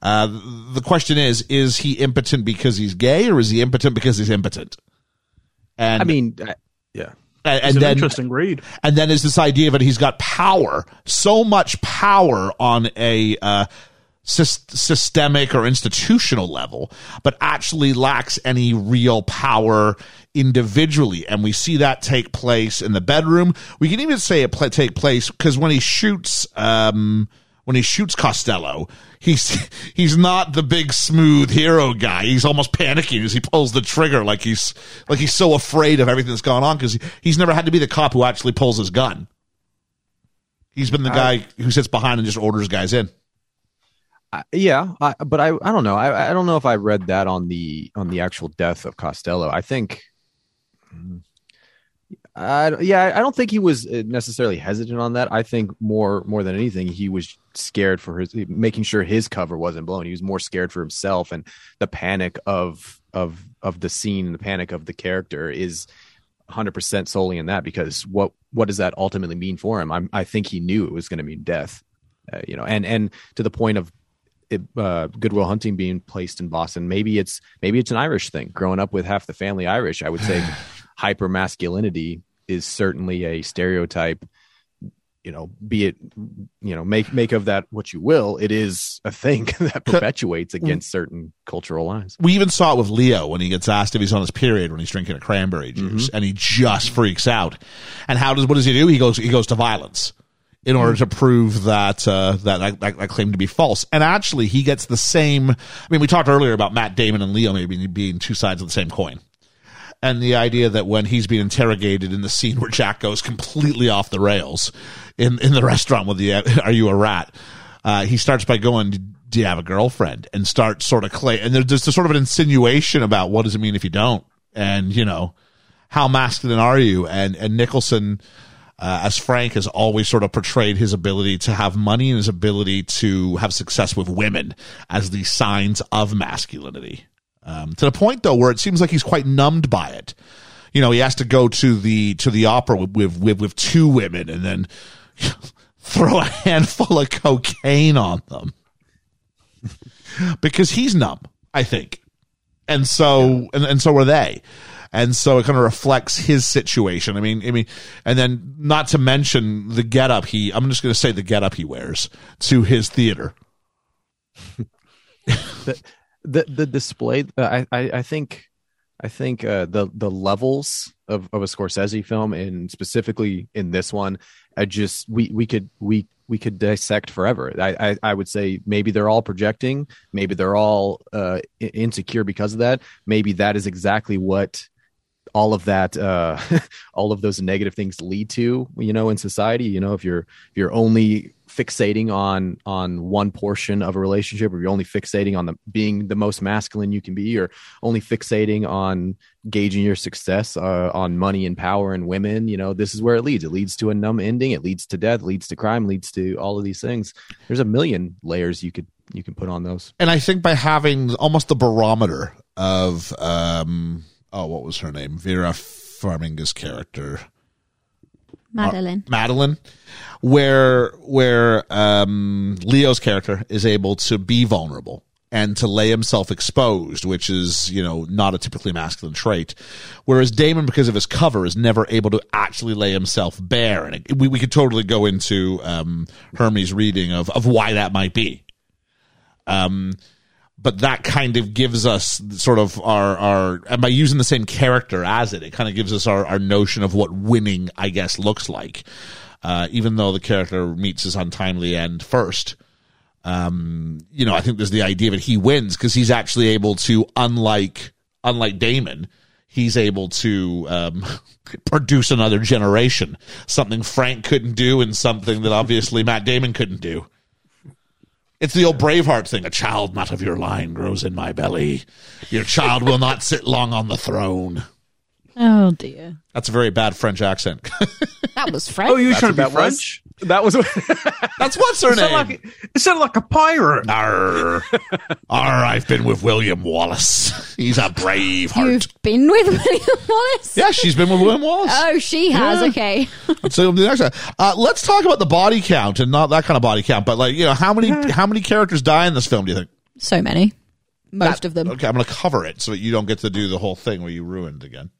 Uh, the question is, is he impotent because he's gay or is he impotent because he's impotent? And,
I mean, I- yeah.
and,
It's
and
an
then,
interesting read.
and then is this idea that he's got power, so much power on a, uh, sys- systemic or institutional level, but actually lacks any real power individually. And we see that take place in the bedroom. We can even say it pla take place because when he shoots, um, when he shoots Costello, he's he's not the big smooth hero guy. He's almost panicking as he pulls the trigger, like he's like he's so afraid of everything that's gone on because he's never had to be the cop who actually pulls his gun. He's been the guy who sits behind and just orders guys in.
I, yeah, I, but I, I don't know. I, I don't know if I read that on the on the actual death of Costello. I think, Mm. I, don't- yeah, I don't think he was uh, necessarily hesitant on that. I think more more than anything, he was scared for his making sure his cover wasn't blown. He was more scared for himself and the panic of of of the scene and the panic of the character is 100% solely in that because what what does that ultimately mean for him? I'm, I think he knew it was going to mean death. Uh, you know, and and to the point of it, uh, Goodwill Hunting being placed in Boston. Maybe it's maybe it's an Irish thing. Growing up with half the family Irish, I would say hyper masculinity is certainly a stereotype. You know, be it you know make make of that what you will. It is a thing that perpetuates against certain cultural lines.
we even saw it with Leo when he gets asked if he's on his period when he's drinking a cranberry juice and he just freaks out. And how does what does he do? He goes he goes to violence in order to prove that uh, that, that- that that claim to be false. And actually, he gets the same. I mean, we talked earlier about Matt Damon and Leo maybe being two sides of the same coin. And the idea that when he's being interrogated in the scene where Jack goes completely off the rails in, in the restaurant with the uh, "Are you a rat?" Uh, he starts by going, "Do you have a girlfriend?" and starts sort of clay. And there's just a sort of an insinuation about what does it mean if you don't, and you know, how masculine are you? And and Nicholson, uh, as Frank, has always sort of portrayed his ability to have money and his ability to have success with women as the signs of masculinity. Um, to the point though where it seems like he's quite numbed by it. You know, he has to go to the to the opera with with with two women and then throw a handful of cocaine on them because he's numb, I think. And so and, and so are they. And so it kind of reflects his situation. I mean, I mean, and then not to mention the getup he I'm just going to say the getup he wears to his theater.
the the display uh, I, I i think i think uh the the levels of of a scorsese film and specifically in this one i just we we could we we could dissect forever i i, I would say maybe they're all projecting maybe they're all uh i- insecure because of that maybe that is exactly what all of that uh all of those negative things lead to you know in society you know if you're if you're only fixating on on one portion of a relationship or you're only fixating on the being the most masculine you can be or only fixating on gauging your success uh, on money and power and women you know this is where it leads it leads to a numb ending it leads to death leads to crime leads to all of these things there's a million layers you could you can put on those
and I think by having almost the barometer of um oh what was her name Vera Farminga's character
Madeline.
Madeline where where um Leo's character is able to be vulnerable and to lay himself exposed which is you know not a typically masculine trait whereas Damon because of his cover is never able to actually lay himself bare and it, we, we could totally go into um Hermes reading of of why that might be but that kind of gives us sort of our our and by using the same character as it, it kind of gives us our, our notion of what winning, I guess, looks like. Uh, even though the character meets his untimely end first, um, you know, I think there's the idea that he wins because he's actually able to, unlike unlike Damon, he's able to um, produce another generation, something Frank couldn't do, and something that obviously Matt Damon couldn't do. It's the old Braveheart thing: a child not of your line grows in my belly. Your child will not sit long on the throne.
Oh dear,
That's a very bad French accent.
That was French.
Oh, you trying to be
that was?
French? That was. it
That's what's her
sounded
name.
like it sounded like a pirate.
Arr. Arr, I've been with William Wallace. He's a brave heart.
You've been with William Wallace?
Yeah, she's been with William Wallace.
Uh,
Oh, she has.
Yeah.
Okay.
so the next, one. uh, let's talk about the body count and not that kind of body count, but like you know, how many how many characters die in this film? Do you think?
So many. Most of them.
Okay, I'm going to cover it so that you don't get to do the whole thing where you ruined again.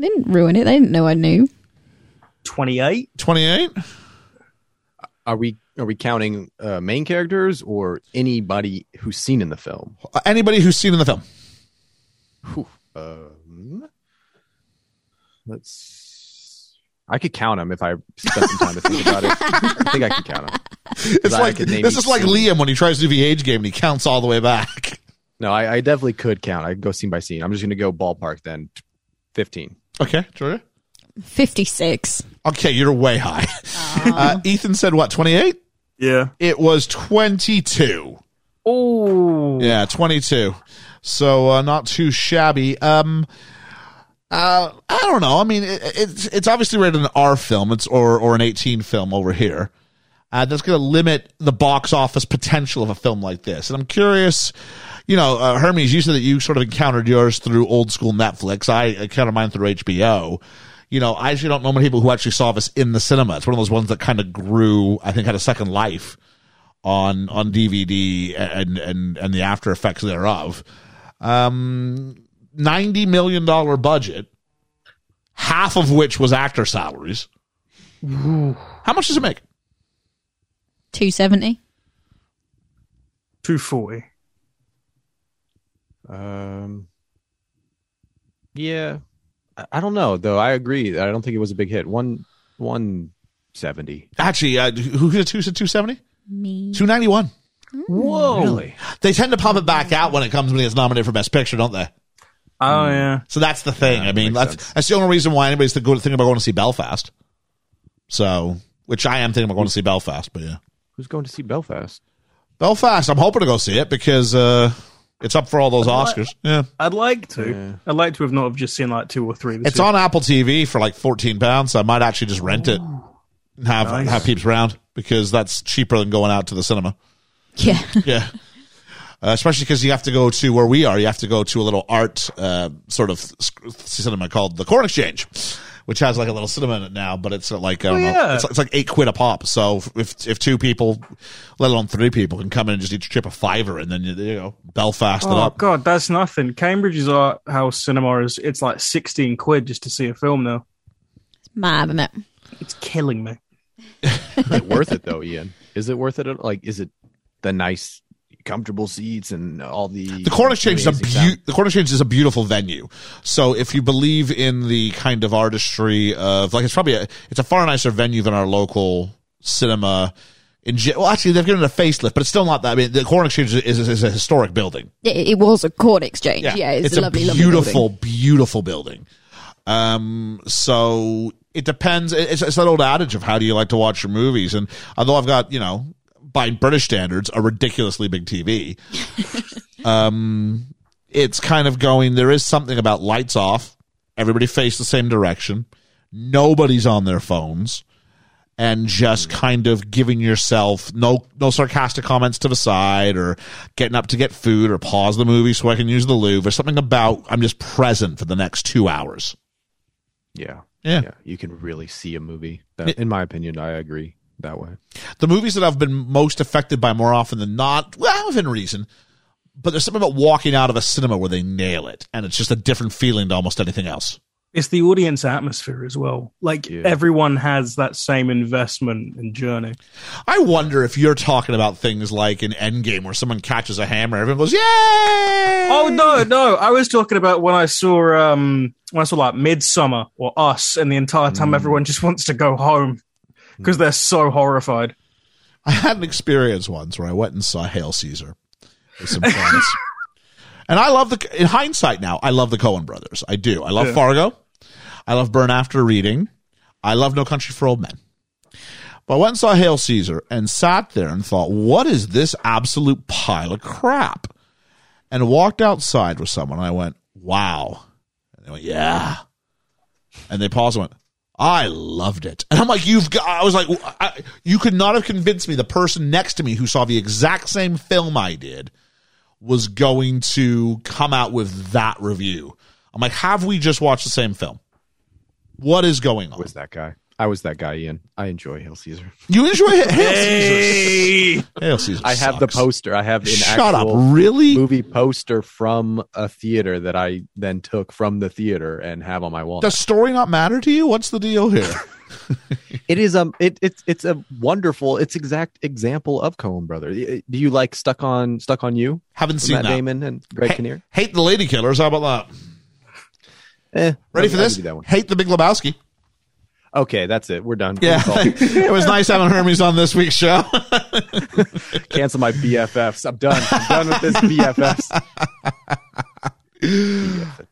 They didn't ruin it. They didn't know I knew.
Twenty-eight.
Twenty eight.
Are we are we counting uh, main characters or anybody who's seen in the film?
Anybody who's seen in the film?
Um, let's. I could count them if I spent some time to think about it. I think I can count them.
It's
I
like
could name
this
each
is like
scene.
Liam when he tries to do the age game and he counts all the way back.
No, I, I definitely could count. I could go scene by scene. I'm just going to go ballpark then. Fifteen.
Okay, Georgia.
56.
Okay, you're way high. Uh, Ethan said what? Twenty eight.
Yeah.
It was 22.
Oh.
Yeah, 22. So uh, not too shabby. Um uh I don't know. I mean it, it's it's obviously rated an R film, it's or or an 18 film over here. Uh, that's going to limit the box office potential of a film like this. And I'm curious, you know, uh, Hermes, you said that you sort of encountered yours through old school Netflix. I encountered mine through HBO. You know, I actually don't know many people who actually saw this in the cinema. It's one of those ones that kind of grew, I think, had a second life on on DVD and and and the after effects thereof. Um, ninety million dollar budget, half of which was actor salaries. How much does it make?
270.
Two forty.
Um. Yeah, I, I don't know though. I agree. I don't think it was a big hit. One one seventy.
Actually, uh, who who said two seventy?
Me.
Two ninety one.
Whoa! Really?
They tend to pump it back out when it comes when it's nominated for best picture, don't they?
Oh yeah.
So that's the thing.
Yeah,
I mean,
makes
that's
sense.
that's the only reason why anybody's thinking thinking about going to see Belfast. So, which I am thinking about going to see Belfast, but yeah.
Who's going to see Belfast?
Belfast. I'm hoping to go see it because uh, it's up for all those Oscars. Yeah,
I'd like to. I'd like to have not have just seen like two or three. This
it's on Apple TV for like 14 pounds. So I might actually just rent it and have
Nice.
have peeps round because that's cheaper than going out to the cinema.
Yeah.
Yeah. Uh, especially because you have to go to where we are. You have to go to a little art uh, sort of sc- cinema called the Corn Exchange, which has like a little cinema in it now. But it's at like I don't
Oh,
know,
yeah.
it's, it's like eight quid a pop. So if if two people, let alone three people, can come in and just each chip a fiver, and then you, you know Belfast it
Oh
up.
god, that's nothing. Cambridge's art house cinema is it's like sixteen quid just to see a film now.
Mad, isn't it?
It's killing me.
Is it worth it though, Ian? Is it worth it? At, like, is it the nice, comfortable seats and all the
The Corn Exchange is a
amazing sound?
beau- the Corn Exchange is a beautiful venue. So if you believe in the kind of artistry of like it's probably a, it's a far nicer venue than our local cinema. In ge- well, actually, they've given it a facelift, but it's still not that. I mean, the Corn Exchange is, is, is a historic building.
It, it was a corn exchange. Yeah, it's, a, lovely, lovely
beautiful,
building.
beautiful building. Um, so it depends. It- It's, it's that old adage of how do you like to watch your movies? And although I've got you know by British standards a ridiculously big TV, um, it's kind of going. There is something about lights off. Everybody face the same direction. Nobody's on their phones and just kind of giving yourself no no sarcastic comments to the side or getting up to get food or pause the movie so I can use the loo. There's something about I'm just present for the next two hours.
Yeah,
Yeah.
yeah. You can really see a movie. That, in my opinion, I agree that way.
The movies that I've been most affected by more often than not, well, within reason, but there's something about walking out of a cinema where they nail it and it's just a different feeling to almost anything else.
It's the audience atmosphere as well. Like
Yeah.
everyone has that same investment and journey.
I wonder if you're talking about things like an Endgame where someone catches a hammer, everyone goes, "Yay!" Oh
Oh no, no! I was talking about when I saw um when I saw like Midsummer or Us, and the entire time everyone just wants to go home because they're so horrified.
I had an experience once where I went and saw Hail Caesar with some friends. and I love the, in hindsight now, I love the Coen brothers. I do. I love Fargo. I love Burn After Reading. I love No Country for Old Men. But I went and saw Hail Caesar and sat there and thought, what is this absolute pile of crap? And walked outside with someone. And I went, wow. And they went, yeah. And they paused and went, I loved it. And I'm like, you've got, I was like, I, you could not have convinced me the person next to me who saw the exact same film I did was going to come out with that review. I'm like, have we just watched the same film? What is going on?
was that guy. I was that guy, Ian. I enjoy Hail Caesar.
You enjoy Hail Caesar?
Hey!
Hail Caesar.
I have the
sucks.
poster. I have an
Shut up.
actual
Really?
movie poster from a theater that I then took from the theater and have on my wall.
Does story not matter to you? What's the deal here?
It is um it it's it's a wonderful it's exact example of Coen brother. I- I- Do you like Stuck on Stuck on You?
Haven't
with
seen
Matt
that.
Damon and Greg
Ha-
Kinnear.
hate the Lady Killers. How about that?
Eh,
Ready
I-
for
I
this?
do That one.
Hate the Big Lebowski.
Okay, that's it. We're done.
Yeah,
We're called.
it was nice having Hermes on this week's show.
Cancel my BFFs. I'm done. I'm done with this BFFs. BFF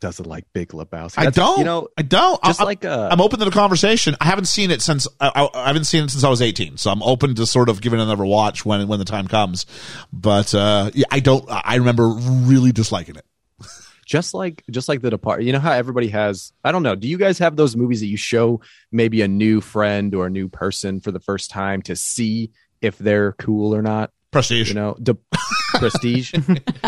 doesn't like Big Lebowski.
I
That's-
don't.
You know,
I don't.
just
I,
like uh,
I'm open to the conversation. I haven't seen it since I, I, I haven't seen it since I was 18, so I'm open to sort of giving it another watch when when the time comes. But uh, yeah, I don't. I remember really disliking it.
just like just like the depart you know how everybody has i don't know do you guys have those movies that you show maybe a new friend or a new person for the first time to see if they're cool or not
Prestige.
you know De- prestige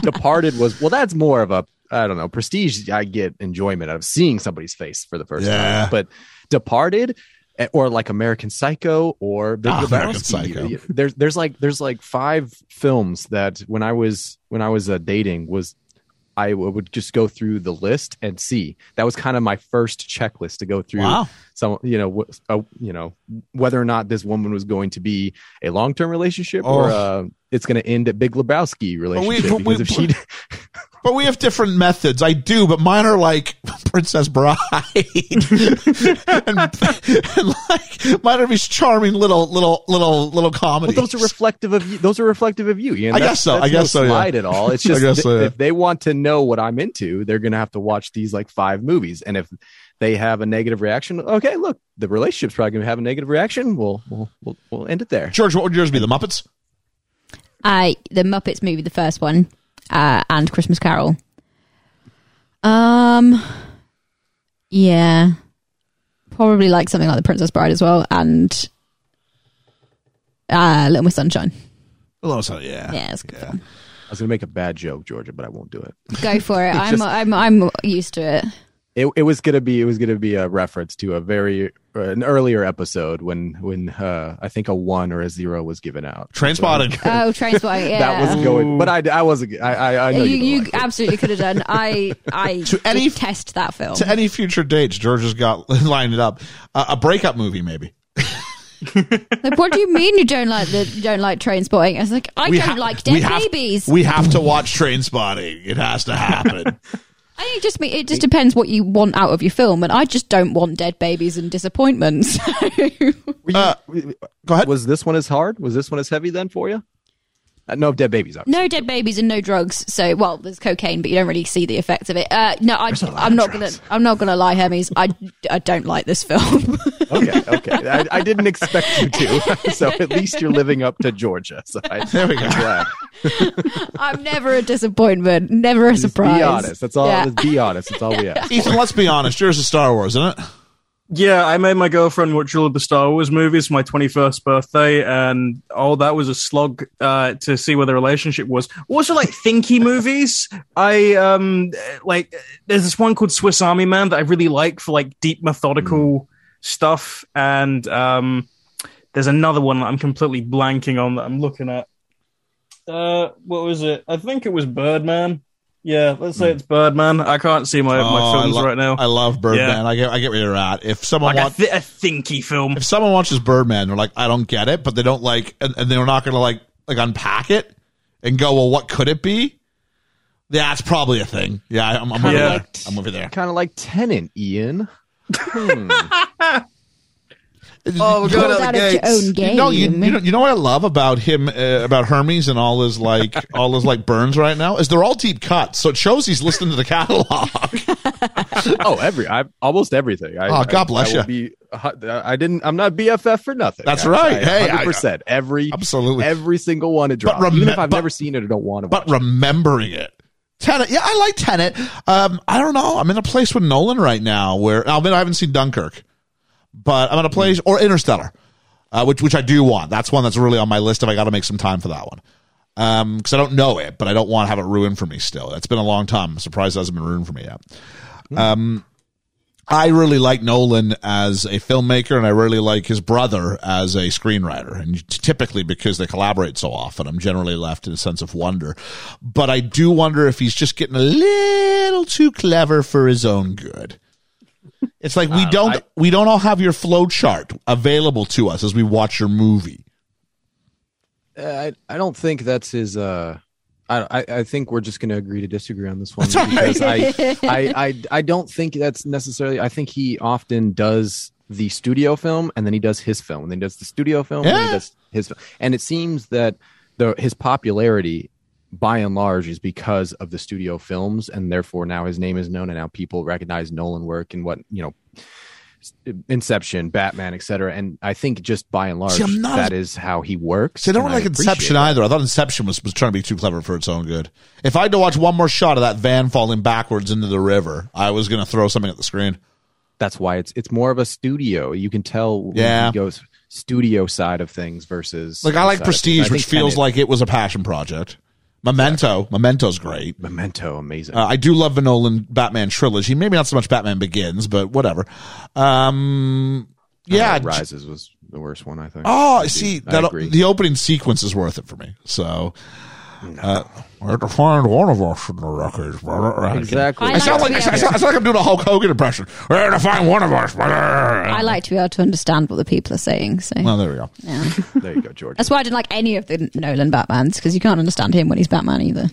departed was well that's more of a i don't know prestige i get enjoyment out of seeing somebody's face for the first
Yeah.
time but departed eh, or like american psycho or Big
Ah, American
Lebowski.
Psycho.
Y- there's there's like there's like five films that when i was when i was uh, dating was I w- would just go through the list and see. That was kind of my first checklist to go through.
Wow.
Some, you know, wh- uh, you know, whether or not this woman was going to be a long-term relationship or uh, it's going to end at Big Lebowski relationship.
Oh. but we-
because if she,
But we have different methods. I do, but mine are like Princess Bride, and, and like mine are these charming little little little little
well,
comedies.
those are reflective of you. Those are reflective of you. Ian.
I
That's-
guess so.
that's
I guess
no
so, yeah.
Slide at all. It's
I
just
guess so,
th-
yeah.
if they want to know what I'm into, they're going to have to watch these like five movies, and if they have a negative reaction, okay, look, the relationship's probably going to have a negative reaction. We'll we'll we'll, we'll end it there.
George, what would yours be? The Muppets?
I the Muppets movie, the first one, uh, and Christmas Carol. Um, yeah, probably like something like The Princess Bride as well, and uh, Little Miss Sunshine.
Well, also, yeah.
Yeah, it's good fun.
I was going to make a bad joke, Georgia, but I won't do it.
Go for it. I'm
Just-
I'm I'm used to it.
It, it was gonna be it was gonna be a reference to a very uh, an earlier episode when when uh, I think a one or a zero was given out.
Train spotting.
Oh, Trainspotting. Yeah.
That was going, but I I wasn't I I, I know
you
you,
you
you
absolutely could have done. I I
To any-
test that film.
to any future dates, George has got lined it up. Uh, a breakup movie, maybe.
like, what do you mean you don't like the you don't like Trainspotting? I was like, I don't
ha-
like
we
dead
have-
babies.
We have to watch Train Spotting. It has to happen.
I think it just me- it just depends what you want out of your film, and I just don't want dead babies and disappointments.
Uh, go ahead.
was this one as hard? Was this one as heavy then for you? Uh, no, dead babies. Obviously.
no dead babies and no drugs. So well, there's cocaine, but you don't really see the effects of it. Uh, no, I, I'm not gonna I'm not gonna lie, Hermes. I, I don't like this film.
Okay, okay. I, I didn't expect you to. so at least you're living up to Georgia. So I,
There we go.
I'm glad.
I'm never a disappointment, never a surprise.
Be honest. That's all.
Yeah.
Just be honest. That's all we ask.
Ethan, let's be honest. Yours is Star Wars, isn't it?
Yeah, I made my girlfriend watch all of the Star Wars movies for my 21st birthday, and all that was a slog uh, to see where the relationship was. Also, like thinky movies. I um like there's this one called Swiss Army Man that I really like for like deep methodical
Hmm.
stuff, and um there's another one that I'm completely blanking on that I'm looking at. Uh, what was it? I think it was Birdman. Yeah, let's say it's Birdman. I can't see my,
Hmm. Oh,
my
I
films
lo-
right now.
I love Birdman.
Yeah.
I get, I get where you're at. If someone
like a,
wants,
th- a thinky film.
if someone watches Birdman, they're like, I don't get it, but they don't like, and, and they're not going to like, like unpack it and go, well, what could it be? Yeah, it's probably a thing. Yeah, I'm, I'm, over,
Kinda
there.
like-
I'm over there.
Kind of like Tenant, Ian. Hmm.
Oh, we're going
Pulled
out
out
the
of your
gates.
own game.
No, you, you know you know what I love about him uh, about Hermes and all his like all his like burns right now is they're all deep cuts, so it shows he's listening to the catalog.
oh, every I almost everything. I,
Oh, God
I-
bless
I will
ya.
Be, I didn't. I'm not BFF for nothing.
That's
guys.
right.
I-
Hey, I-
100%. every
Absolutely.
every single one it drops.
remem-
Even if I've
but-
never seen it, I don't want to.
but
watch
remembering it. Tenet, yeah, I like Tenet. Um, I don't know. I'm in a place with Nolan right now where I mean I haven't seen Dunkirk, but I'm in a place or Interstellar, uh, which which I do want. That's one that's really on my list. If I got to make some time for that one, because I don't know it, but I don't want to have it ruined for me. Still, it's been a long time. I'm surprised it hasn't been ruined for me yet. I really like Nolan as a filmmaker, and I really like his brother as a screenwriter. And typically, because they collaborate so often, I'm generally left in a sense of wonder. But I do wonder if he's just getting a little too clever for his own good. It's like we don't we don't all have your flow chart available to us as we watch your movie.
Uh, I I don't think that's his. Uh, I I- I think we're just going to agree to disagree on this one
That's all
because I, I I I don't think that's necessarily. I think he often does the studio film and then he does his film and then he does the studio film and then
Yeah.
he does his film. and it seems that the his popularity by and large is because of the studio films and therefore now his name is known and now people recognize Nolan work and what you know Inception, Batman, etc. And I think just by and large,
See, I'm not
that
as-
is how he works.
See, I don't
and
like
appreciate
Inception
that.
either. I thought Inception was, was trying to be too clever for its own good. If I had to watch one more shot of that van falling backwards into the river, I was going to throw something at the screen.
That's why it's it's more of a studio. You can tell when
Yeah.
he goes studio side of things versus
Like I
this
like
side of
Prestige,
things. I
which
think
feels
Tenet-
like it was a passion project. Memento, Memento's great.
Memento, amazing.
Uh, I do love the Nolan Batman trilogy. Maybe not so much Batman Begins, but whatever. Um, yeah.
Uh, Rises was the worst one, I think.
Oh,
I do.
see
I
that
agree.
the opening sequence is worth it for me. So uh, I had to find one of us in the records. brother.
exactly.
I
I sound
like
like
to
I
be
sound, I
able-
sound like I'm doing a Hulk Hogan impression. I had to find one of us. uh,
I like to be able to understand what the people are saying. So
Well, there we go.
yeah.
there you go, George.
that's why I didn't like any of the Nolan Batmans because you can't understand him when he's Batman either.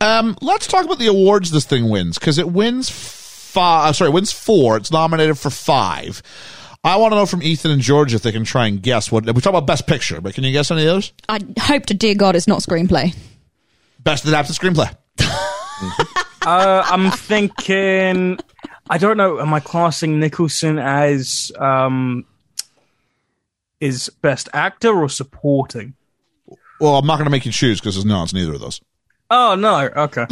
Um, let's talk about the awards this thing wins because it wins five. uh, Sorry, it wins four. It's nominated for five. I want to know from Ethan and George if they can try and guess what we talk about. Best Picture, but can you guess any of those?
I hope to dear God it's not screenplay.
Best Adapted Screenplay.
Uh, I'm thinking. I don't know. Am I classing Nicholson as um, is best actor or supporting?
Well, I'm not going to make you choose because no, it's neither of those.
Oh no. Okay.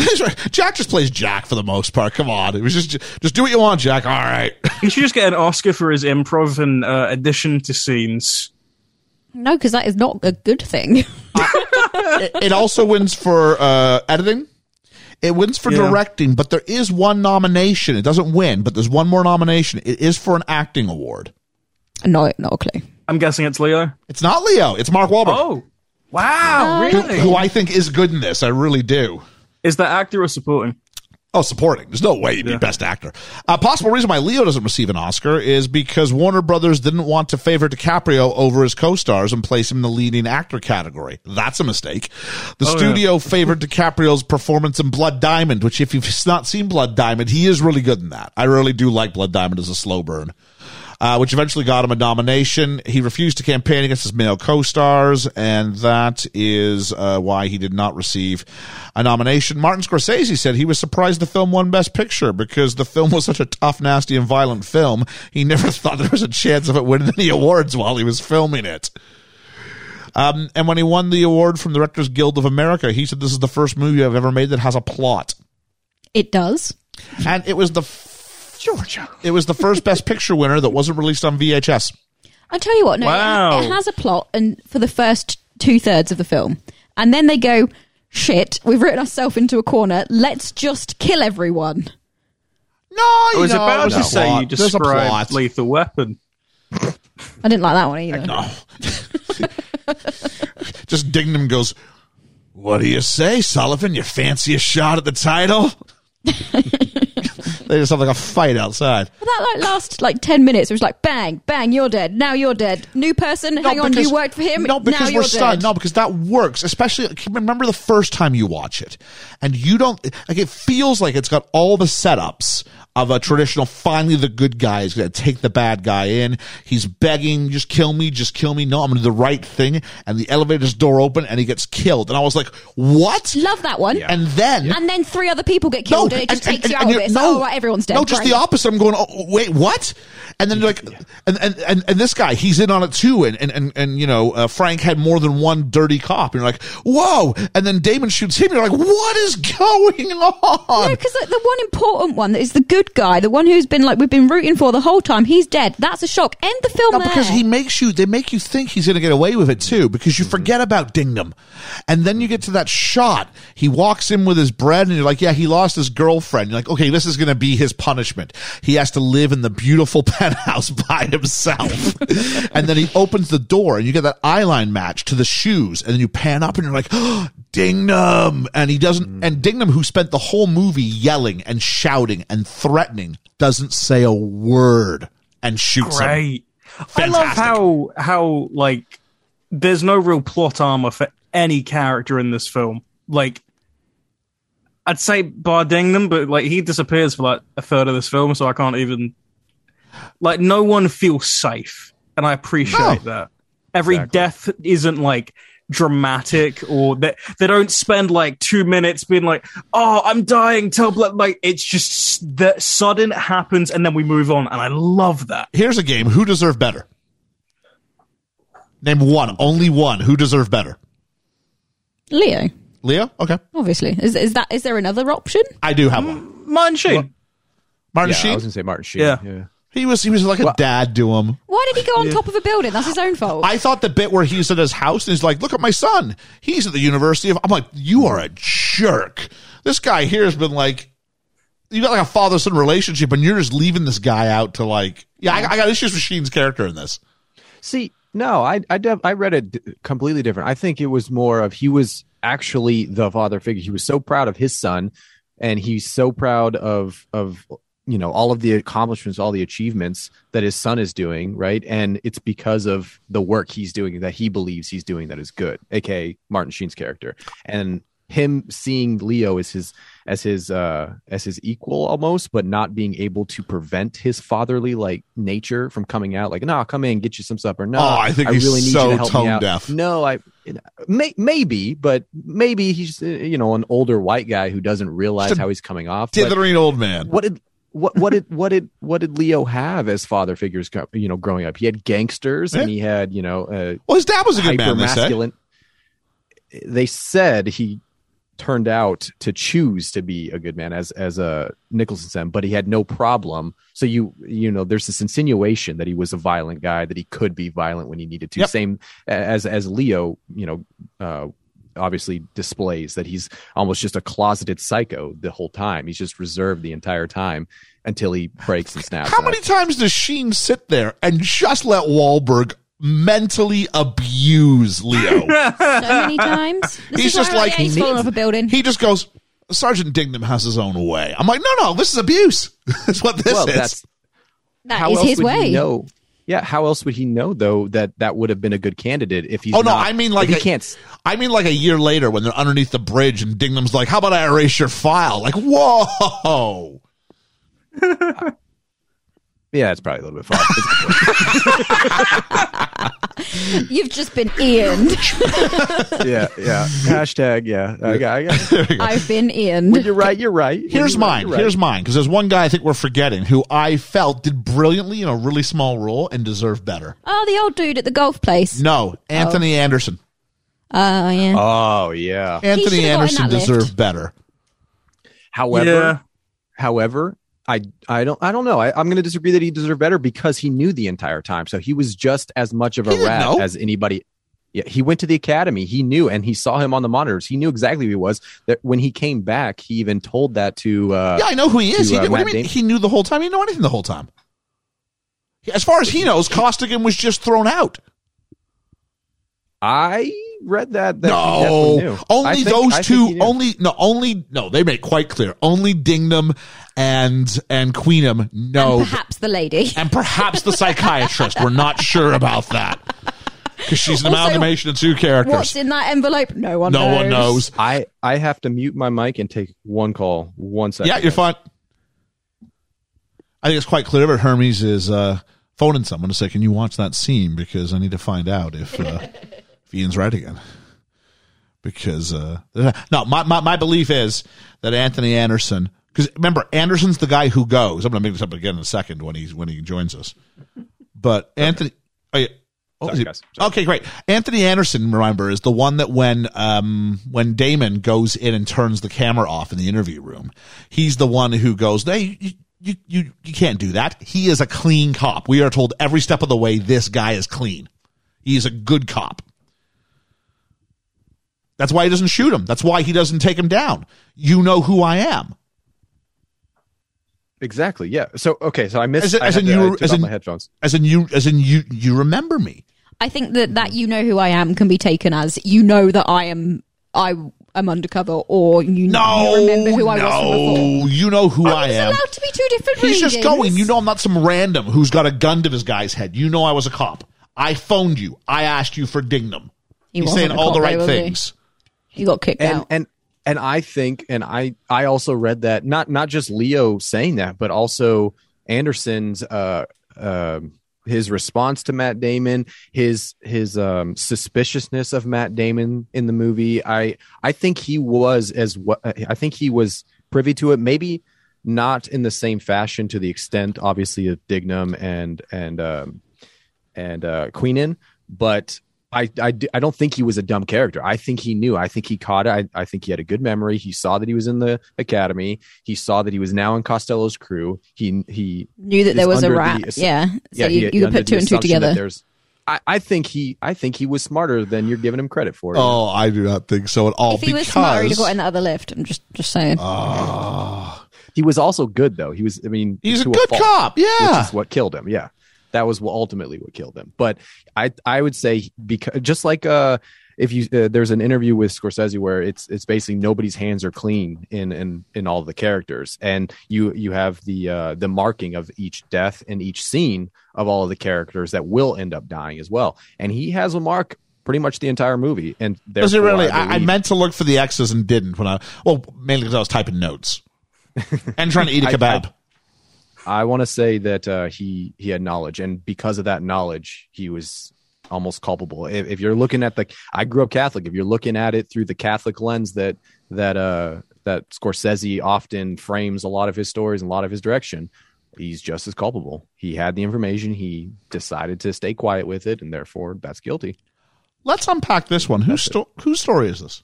Jack just plays Jack for the most part. Come on, it was just just do what you want, Jack. All right.
He should just get an Oscar for his improv and uh, addition to scenes.
No, because that is not a good thing.
it, it also wins for uh, editing. It wins for
Yeah.
directing, but there is one nomination. It doesn't win, but there's one more nomination. It is for an acting award.
no, not a clue.
I'm guessing it's Leo.
It's not Leo. It's Mark Wahlberg.
Oh. Wow.
who,
Really?
who I think is good in this. I really do.
Is that actor or supporting?
Oh, supporting. There's no way you'd be best actor. A possible reason why Leo doesn't receive an Oscar is because Warner Brothers didn't want to favor DiCaprio over his co-stars and place him in the leading actor category. That's a mistake.
Oh,
The studio favored DiCaprio's performance in Blood Diamond, which if you've not seen Blood Diamond, he is really good in that. I really do like Blood Diamond as a slow burn uh, which eventually got him a nomination. He refused to campaign against his male co-stars, and that is uh, why he did not receive a nomination. Martin Scorsese said he was surprised the film won Best Picture because the film was such a tough, nasty, and violent film. He never thought there was a chance of it winning any awards while he was filming it. Um, and when he won the award from the Directors Guild of America, he said, "This is the first movie I've ever made that has a plot."
It does.
And it was the f- Georgia. It was the first Best Picture winner that wasn't released on VHS.
I tell you what, no, it-
Wow.
it, has a plot, and for the first two thirds of the film, and then they go, "Shit, we've written ourselves into a corner. Let's just kill everyone."
No,
I
you
was
know,
about to
there's a
say
plot.
you
There's a plot.
described Lethal Weapon.
I didn't like that one either.
No. Just Dignam goes, What do you say, Sullivan? You fancy a shot at the title? They just have like a fight outside.
But that like last like ten minutes. It was like bang, bang, you're dead. Now you're dead. New person. hang
No,
on,
because-
you worked for him.
No, because
now
we're
you're
stunned.
dead.
No, because that works. Especially like, remember the first time you watch it, and you don't like it feels like it's got all the setups of a traditional. Finally, the good guy is going to take the bad guy in. He's begging, "Just kill me, just kill me." No, I'm going to do the right thing. And the elevator's door open, and he gets killed. And I was like, "What?"
Love that one.
And then.
And then three other people get killed, and it just takes you out
you're-
of it. It's like, oh, right, everyone's dead.
No, just
Great.
the opposite. I'm going, oh, wait, what? And then like, and, and, and, and this guy, he's in on it too. And, and, and, and you know, uh, Frank had more than one dirty cop. And you're like, whoa. And then Damon shoots him. You're like, what is going on?
No, because like, the one important one that is the good guy, the one who's been like we've been rooting for the whole time, he's dead. That's a shock. End the film.
No,
there.
because he makes you, they make you think he's going to get away with it too, because you forget about Dingham. And then you get to that shot. He walks in with his bread and you're like, yeah, he lost his girlfriend. You're like, okay, this is going to be his punishment. He has to live in the beautiful penthouse by himself. and then he opens the door and you get that eyeline match to the shoes. And then you pan up and you're like, Dingham. And he doesn't, and Dingham, who spent the whole movie yelling and shouting and threatening, doesn't say a word. And shoots him.
Great. I love
Fantastic.
how how like there's no real plot armor for any character in this film. Like I'd say bar Dingham, but like he disappears for like a third of this film, so I can't even like no one feels safe. And I
Oh.
appreciate that. Every death isn't like dramatic or they, they don't spend like two minutes being like oh i'm dying tell blood like it's just that sudden happens and then we move on and i love that
here's a game. Who deserved better? Name one, only one. Who deserved better?
Leo,
Leo. Okay,
obviously, is, is that is there another option?
I do have one.
Mine Sheen.
Martin
Yeah, I
Sheen.
was gonna say Martin Sheen.
Yeah.
he was he was like a dad to him.
Why did he go on top of a building? That's his own fault.
I thought the bit where he's at his house and he's like, "Look at my son. He's at the University of." I'm like, "You are a jerk." This guy here has been like, you got like a father son relationship, and you're just leaving this guy out to like, yeah, I, I got issues with Sheen's character in this.
See, no, I I, def- I read it d- completely different. I think it was more of he was actually the father figure. He was so proud of his son, and he's so proud of of you know all of the accomplishments, all the achievements that his son is doing, right? And it's because of the work he's doing that he believes he's doing that is good, aka Martin Sheen's character, and him seeing Leo as his as his uh as his equal almost but not being able to prevent his fatherly like nature from coming out like no nah, come in get you some supper no
Oh, I think he's so tone deaf.
no i may, maybe but maybe he's uh, you know an older white guy who doesn't realize
Just a
how he's coming off but-
Dithering old man.
what did what what did what did what did Leo have as father figures? gro- You know, growing up, he had gangsters and
Yeah.
he had you know uh,
Well, his dad was a good
hyper
man. They say.
masculine. They said he turned out to choose to be a good man as as a Nicholson said, but he had no problem. So you you know, there's this insinuation that he was a violent guy, that he could be violent when he needed to.
Yep.
Same as as Leo, you know, uh, obviously displays that he's almost just a closeted psycho the whole time. He's just reserved the entire time until he breaks and snaps.
How
And I
many times does Sheen sit there and just let Wahlberg mentally abuse Leo?
so many times. This
He's
is why
just
I
like-
hate he's fallen off a building.
he just goes, Sergeant Dingham has his own way. I'm like, no, no, this is abuse. That's what this
well,
is.
that's
that is his
would
way.
He know? Yeah, how else would he know though that that would have been a good candidate if he's?
Oh, no,
not-
I mean,
if
like,
he
a-
can't.
I mean, like a year later when they're underneath the bridge and Dingham's like, how about I erase your file? Like, whoa.
Yeah, it's probably a little bit far.
You've just been Ian'd.
yeah, yeah. Hashtag yeah. I got, I got-
I've been
When
Ian'd.
you're right, you're right. When
Here's
you're right,
mine.
you're right.
Here's mine. Because there's one guy I think we're forgetting who I felt did brilliantly in a really small role and deserved better.
Oh, the old dude at the golf place.
No, Anthony Anderson.
Oh yeah.
Oh yeah.
Anthony
should've gotten
Anderson
that lift.
deserved better.
However,
Yeah.
however, I I don't I don't know. I, I'm going to disagree that he deserved better because he knew the entire time, so he was just as much of a
He didn't
rat
know.
as anybody. Yeah, he went to the academy. He knew, and he saw him on the monitors. He knew exactly who he was. That when he came back, he even told that to. Uh,
Yeah, I know who he is.
to,
he,
uh,
did, what do you
Matt
mean?
Damon.
he knew the whole time. He didn't know anything the whole time. As far as he knows, Costigan was just thrown out.
I read that. that he definitely
No,
knew. I
only
think-
those
I think he
two.
knew.
Only no, only no. They made it quite clear. Only Dingnam and and Queenum. No, and,
Perhaps the lady.
perhaps the psychiatrist. We're not sure about that because she's an
Also,
amalgamation of two characters.
What's in that envelope? No one
no
knows.
one knows.
I I have to mute my mic and take one call, one second.
Yeah, you're fine. I think it's quite clear that Hermes is uh, phoning someone to say, "Can you watch that scene?" Because I need to find out if uh, if Ian's right again. Because uh, no, my, my my belief is that Anthony Anderson. Because remember, Anderson's the guy who goes. I'm going to make this up again in a second when he's when he joins us. But Anthony, oh, yeah. Oh,
Sorry,
is it-
guys. Sorry.
Okay, great. Anthony Anderson, remember, is the one that when um when Damon goes in and turns the camera off in the interview room, he's the one who goes, "Hey, you you you, you can't do that." He is a clean cop. We are told every step of the way this guy is clean. He is a good cop. That's why he doesn't shoot him. That's why he doesn't take him down. You know who I am.
Exactly. Yeah. So okay. So I missed.
As in-
I
as
had
in
to-
you
I
were-
took
as
off
in-
my headphones.
As in you as in you you remember me.
I think that that you know who I am can be taken as you know that I am I am undercover or you,
No,
you remember who I
no,
was from before.
you know who I,
It's
am.
allowed to be two different
He's just
readings.
going. You know, I'm not some random who's got a gun to this guy's head. You know, I was a cop. I phoned you. I asked you for Dignam.
He
He's
wasn't
saying
a
all
cop,
the
though,
right
was he?
things.
He got kicked
and
out.
and and I think, and I I also read that not not just Leo saying that, but also Anderson's uh um his response to Matt Damon, his his um suspiciousness of Matt Damon in the movie. I I think he was as what I think he was privy to it. Maybe not in the same fashion to the extent, obviously, of Dignam and and um and uh Queenan, but I, I, d- I don't think he was a dumb character. I think he knew. I think he caught it. I, I think he had a good memory. He saw that he was in the academy. He saw that he was now in Costello's crew. He he
Knew that there
is
was a
under the
rat.
assu-
yeah. So
he-
you,
he
you could
under
put two
the
and two
assumption that
together.
There's I, I think he I think he was smarter than you're giving him credit for.
Oh, I do not think so at all.
If he was smart, he'd have got in the other lift. I'm just just saying.
Uh,
He was also good though. He was I mean
he's a
to
good
fault.
cop. Yeah.
which is what killed him. Yeah, that was what ultimately what killed him. But I I would say because just like uh if you uh, there's an interview with Scorsese where it's it's basically nobody's hands are clean in in in all the characters, and you you have the uh the marking of each death in each scene of all of the characters that will end up dying as well, and he has a mark. Pretty much the entire movie, and
Is it
therefore,
really? I, I
believe-
meant to look for the X's and didn't when I. Well, mainly because I was typing notes and trying to eat a
I- I-
kebab.
I want to say that uh, he he had knowledge, and because of that knowledge, he was almost culpable. If, if you're looking at the, I grew up Catholic. If you're looking at it through the Catholic lens that that uh, that Scorsese often frames a lot of his stories and a lot of his direction, he's just as culpable. He had the information. He decided to stay quiet with it, and therefore that's guilty.
Let's unpack this one. Whose sto- whose story is this?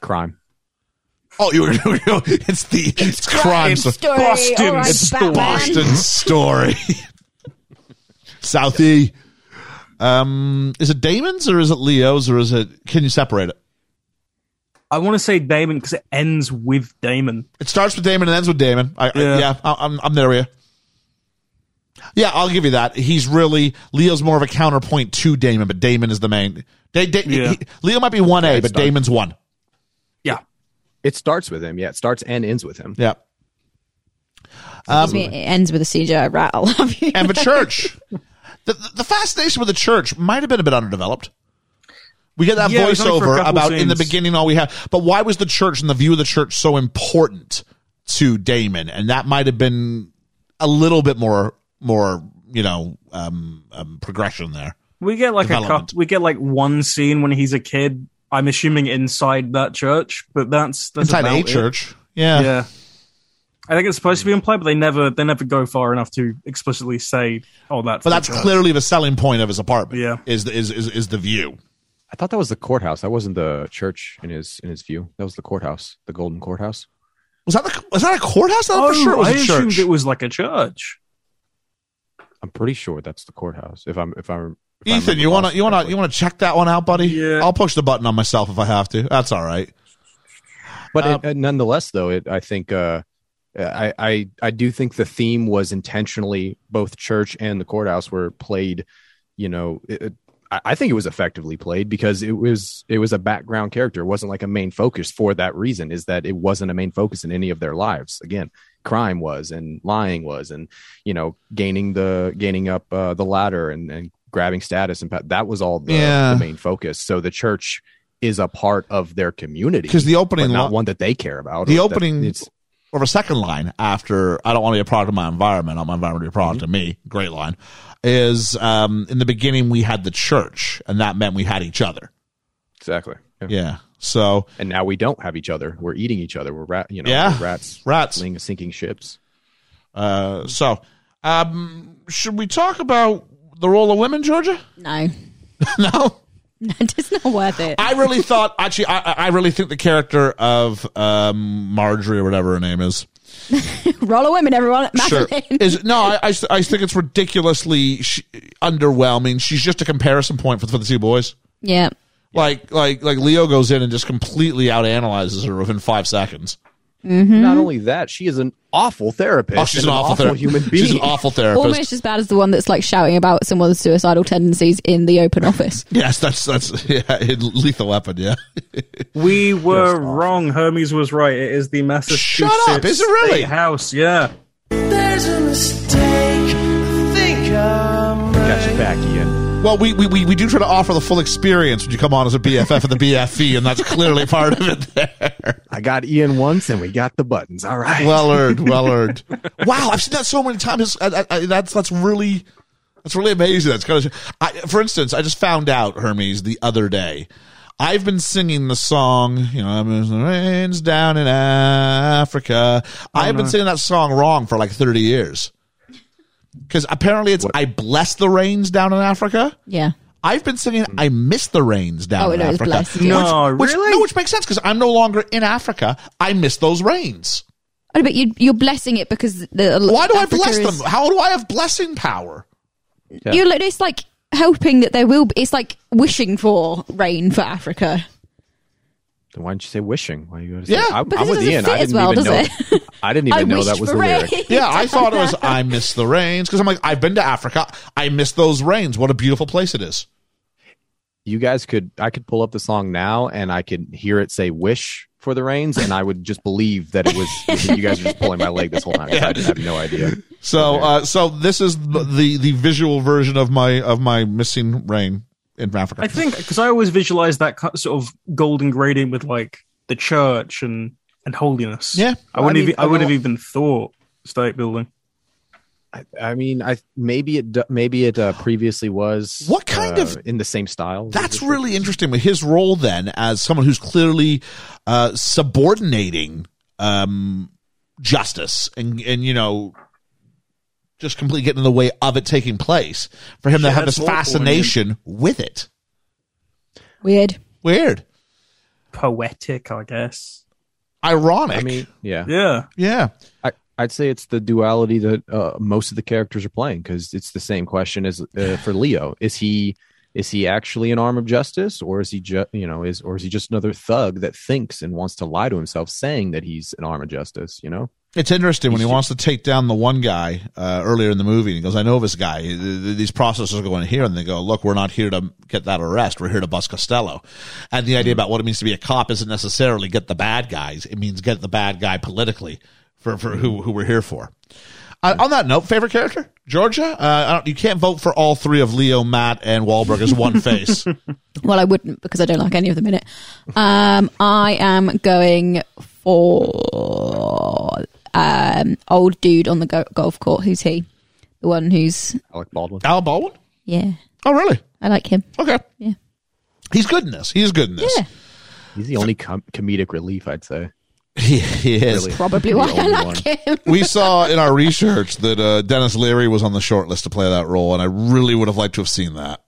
Crime.
Oh, you were. It's the it's crime. story.
Story,
Boston
all right,
is
Batman.
Boston story. Southie. Um, is it Damon's or is it Leo's or is it? Can you separate it?
I want to say Damon because it ends with Damon.
It starts with Damon and ends with Damon. I, yeah,
Yeah.
I, yeah I, I'm I'm there with you. Yeah, I'll give you that. He's really Leo's more of a counterpoint to Damon, but Damon is the main. Da- Da-
Yeah.
he- Leo might be one A,
it's
but
dark.
Damon's one.
Yeah,
It starts with him. Yeah, it starts and ends with him.
Yeah, Um,
Excuse me, it ends with a CGI rat. I'll have you.
and the church. the, the the fascination with the church might have been a bit underdeveloped. We get that
Yeah, it was only for a
voiceover
couple
about in the
scenes.
beginning all we have, but why was the church and the view of the church so important to Damon? And that might have been a little bit more more you know um, um progression there.
we get like a
Development.
cup. We get like one scene when he's a kid. I'm assuming inside that church, but that's that's
Inside
about
a
it.
church, yeah.
Yeah. I think it's supposed to be implied, but they never they never go far enough to explicitly say, "Oh, that's."
But
the
that's
church."
clearly the selling point of his apartment.
Yeah.
is the, is, is is the view.
I thought that was the courthouse. That wasn't the church in his in his view. That was the courthouse, the golden courthouse.
Was that the, was that a courthouse? I thought for sure it was
Oh, I
a
assumed
church.
it was like a church.
I'm pretty sure that's the courthouse. If I'm, if I'm, if I
Ethan,
remember
you want to
Boston
you want to
correctly.
you want to check that one out, buddy?
Yeah.
I'll push the button on myself if I have to. That's all right.
but
Um,
it, uh, nonetheless, though, it I think uh, I, I I do think the theme was intentionally both church and the courthouse were played. You know, it, it- I- I think it was effectively played because it was it was a background character. It wasn't like a main focus for that reason. Is that it wasn't a main focus in any of their lives. Again, crime was and lying was, and you know, gaining the gaining up uh, the ladder and, and grabbing status and pa- that was all the,
Yeah.
the main focus. So the church is a part of their community
because the
but
opening
not
lo-
one that they care about.
the
or that
opening
it's
or a second line after I don't want to be a product of my environment, I want my environment to be a product
Mm-hmm.
of me. Great line. Is um in the beginning we had the church and that meant we had each other.
exactly. Yeah.
Yeah. So
And now we don't have each other. We're eating each other. We're rat. You know,
Yeah.
we're rats.
Rats.
sling- sinking ships.
uh so um should we talk about the role of women, Georgia?
No,
no.
it's not worth it.
I really thought actually I, I I really think the character of um Marjorie or whatever her name is.
Roll of women, everyone.
Sure.
Madeline.
Is no, I, I, I think it's ridiculously sh- underwhelming. She's just a comparison point for, for the two boys.
Yeah.
Like like like Leo goes in and just completely out analyzes her within five seconds.
Not only that, she is an awful therapist.
Oh, she's
and
an awful, therapist.
human being.
She's an awful therapist.
Almost as bad as the one that's like shouting about someone's suicidal tendencies in the open office.
yes, that's that's yeah, in lethal weapon. Yeah.
We were wrong. Hermes was right. It is the Massachusetts
Shut up, is it really?
State House. Yeah.
There's a mistake. I think I'm
Got your back, Ian.
well, we, we we we do try to offer the full experience when you come on as a BFF of the BFE, and that's clearly part of it. There.
I got Ian once, and we got the buttons. All right.
Well earned. Well earned. wow, I've seen that so many times. I, I, I, that's that's really that's really amazing. That's kind of. I, for instance, I just found out Hermes the other day. I've been singing the song, you know, "As the rains down in Africa.
Oh,
I've been singing that song wrong for like thirty years. Because apparently it's I bless the rains down in Africa.
Yeah.
I've been singing I miss the rains down
Oh,
in
no, it's
Africa.
blessed, yeah.
No,
which,
really?
No, which makes sense because I'm no longer in Africa. I miss those rains.
Oh, but you, you're blessing it because the.
Why do
Africa
I bless
is-
them? How do I have blessing power?
You're like, it's like hoping that there will be. It's like wishing for rain for Africa.
Then why didn't you say wishing? Why you gotta say?
Yeah,
I,
because
I'm
it
with
doesn't
Ian.
fit
I
as
didn't
well,
even know.
does
I didn't
I
even know
wished
that was
for
the
rain.
lyric.
Yeah, I thought it was I miss the rains because I'm like I've been to Africa. I miss those rains. What a beautiful place it is.
You guys could. I could pull up the song now, and I could hear it say "wish." For the rains, and I would just believe that it was you guys were just pulling my leg this whole time. I have no idea.
So, uh, so this is the, the the visual version of my of my missing rain in Africa.
I think because I always visualize that ki- sort of golden gradient with like the church and and holiness.
Yeah.
I wouldn't.
I mean,
even, I would have
I-
even thought state building.
I, I mean, I maybe it do- maybe it uh, previously was
What kind
uh,
of-
in the same style.
That's really interesting. With his role then as someone who's clearly uh, subordinating um, justice and and you know just completely getting in the way of it taking place for him
Sure,
to have
that's
this
local, I mean.
fascination with it.
Weird.
Weird,
Poetic, I guess.
ironic.
I mean, yeah,
Yeah.
yeah,
I, I'd say it's the duality that uh, most of the characters are playing because it's the same question as uh, for Leo: is he is he actually an arm of justice, or is he ju- you know is or is he just another thug that thinks and wants to lie to himself, saying that he's an arm of justice? You know,
it's interesting when he wants to take down the one guy uh, earlier in the movie. And he goes, "I know this guy. Th- th- These processors are going here," and they go, "Look, we're not here to get that arrest. We're here to bust Costello." And the idea about what it means to be a cop isn't necessarily get the bad guys. It means get the bad guy politically for for who who we're here for. Uh, on that note, favorite character Georgia. Uh, I don't, you can't vote for all three of Leo, Matt, and Wahlberg as one face.
Well, I wouldn't because I don't like any of them in it. Um, I am going for um old dude on the go- golf court. Who's he? The one who's
Alec Baldwin.
Al Baldwin.
yeah.
Oh, really?
I like him.
Okay.
Yeah.
He's good in this. He's good in this.
Yeah.
He's the only com- comedic relief, I'd say.
He, he is.
Really.
Probably
The
why I
only
like
one.
him.
we saw in our research that uh, Dennis Leary was on the short list to play that role, and I really would have liked to have seen that.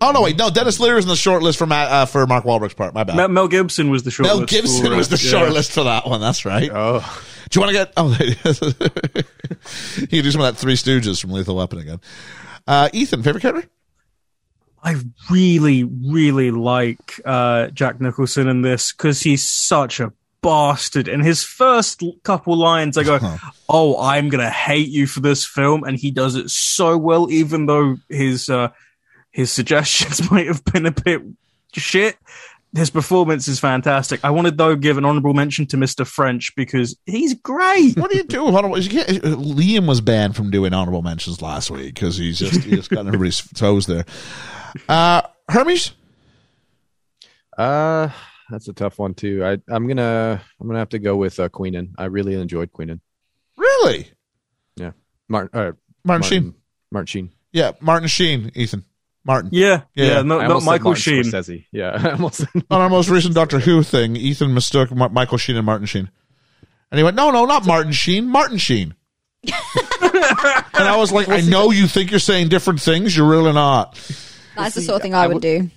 Oh no, wait, no, Dennis Leary was on the short list for Matt, uh, for Mark Wahlberg's part. My bad.
Mel, Mel Gibson was the short.
Mel Gibson was the short list for that one. That's right.
Oh,
Do you want to get? Oh, you can do some of that Three Stooges from Lethal Weapon again. Uh, Ethan, favorite character?
I really, really like uh, Jack Nicholson in this because he's such a bastard. In his first l- couple lines, I go, "Oh, I'm gonna hate you for this film," and he does it so well. Even though his uh, His suggestions might have been a bit shit. His performance is fantastic. I want to though give an honourable mention to Mr. French because he's great.
What do you do? Honorable, you can't, uh, Liam was banned from doing honorable mentions last week because he's just he's got on everybody's toes there. Uh, Hermes,
Uh, that's a tough one too. I I'm gonna I'm gonna have to go with uh, Queenan. I really enjoyed Queenan.
really?
Martin, uh,
Martin Sheen.
Martin Sheen.
Yeah, Martin Sheen. Ethan Martin.
Yeah, yeah,
I
not, not
almost said
Michael
Martin
Sheen.
Scorsese. Yeah, I almost said-
On our most recent Doctor Who thing, Ethan mistook Ma- Michael Sheen and Martin Sheen, and he went, "No, no, not Martin Sheen, Martin Sheen." and I was like, "I know you think you're saying different things. You're really not."
That's the sort of thing I,
I
would
would-
do.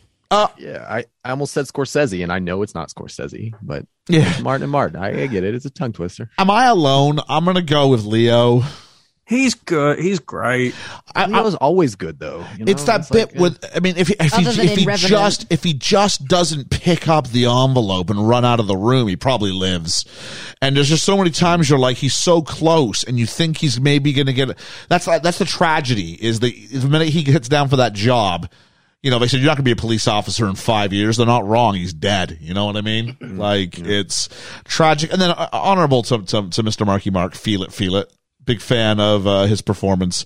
yeah, I, I almost said Scorsese, and I know it's not Scorsese, but
Yeah.
Martin and Martin. I, I get it. It's a tongue twister.
Am I alone? I'm gonna go with Leo.
He's good. He's great.
I,
I
I-
was always good though. you
it's
know?
that
like,
bit with. I mean, if he, if he,
Other than
if he
in Revenant.
just if he just doesn't pick up the envelope and run out of the room, he probably lives. And there's just so many times you're like, he's so close, and you think he's maybe going to get. it. That's like that's the tragedy is the the minute he gets down for that job. You know, they said you're not going to be a police officer in five years. They're not wrong. He's dead. You know what I mean? Like it's tragic. And then uh, honorable to, to to Mr. Marky Mark. Feel it, feel it. Big fan of uh, his performance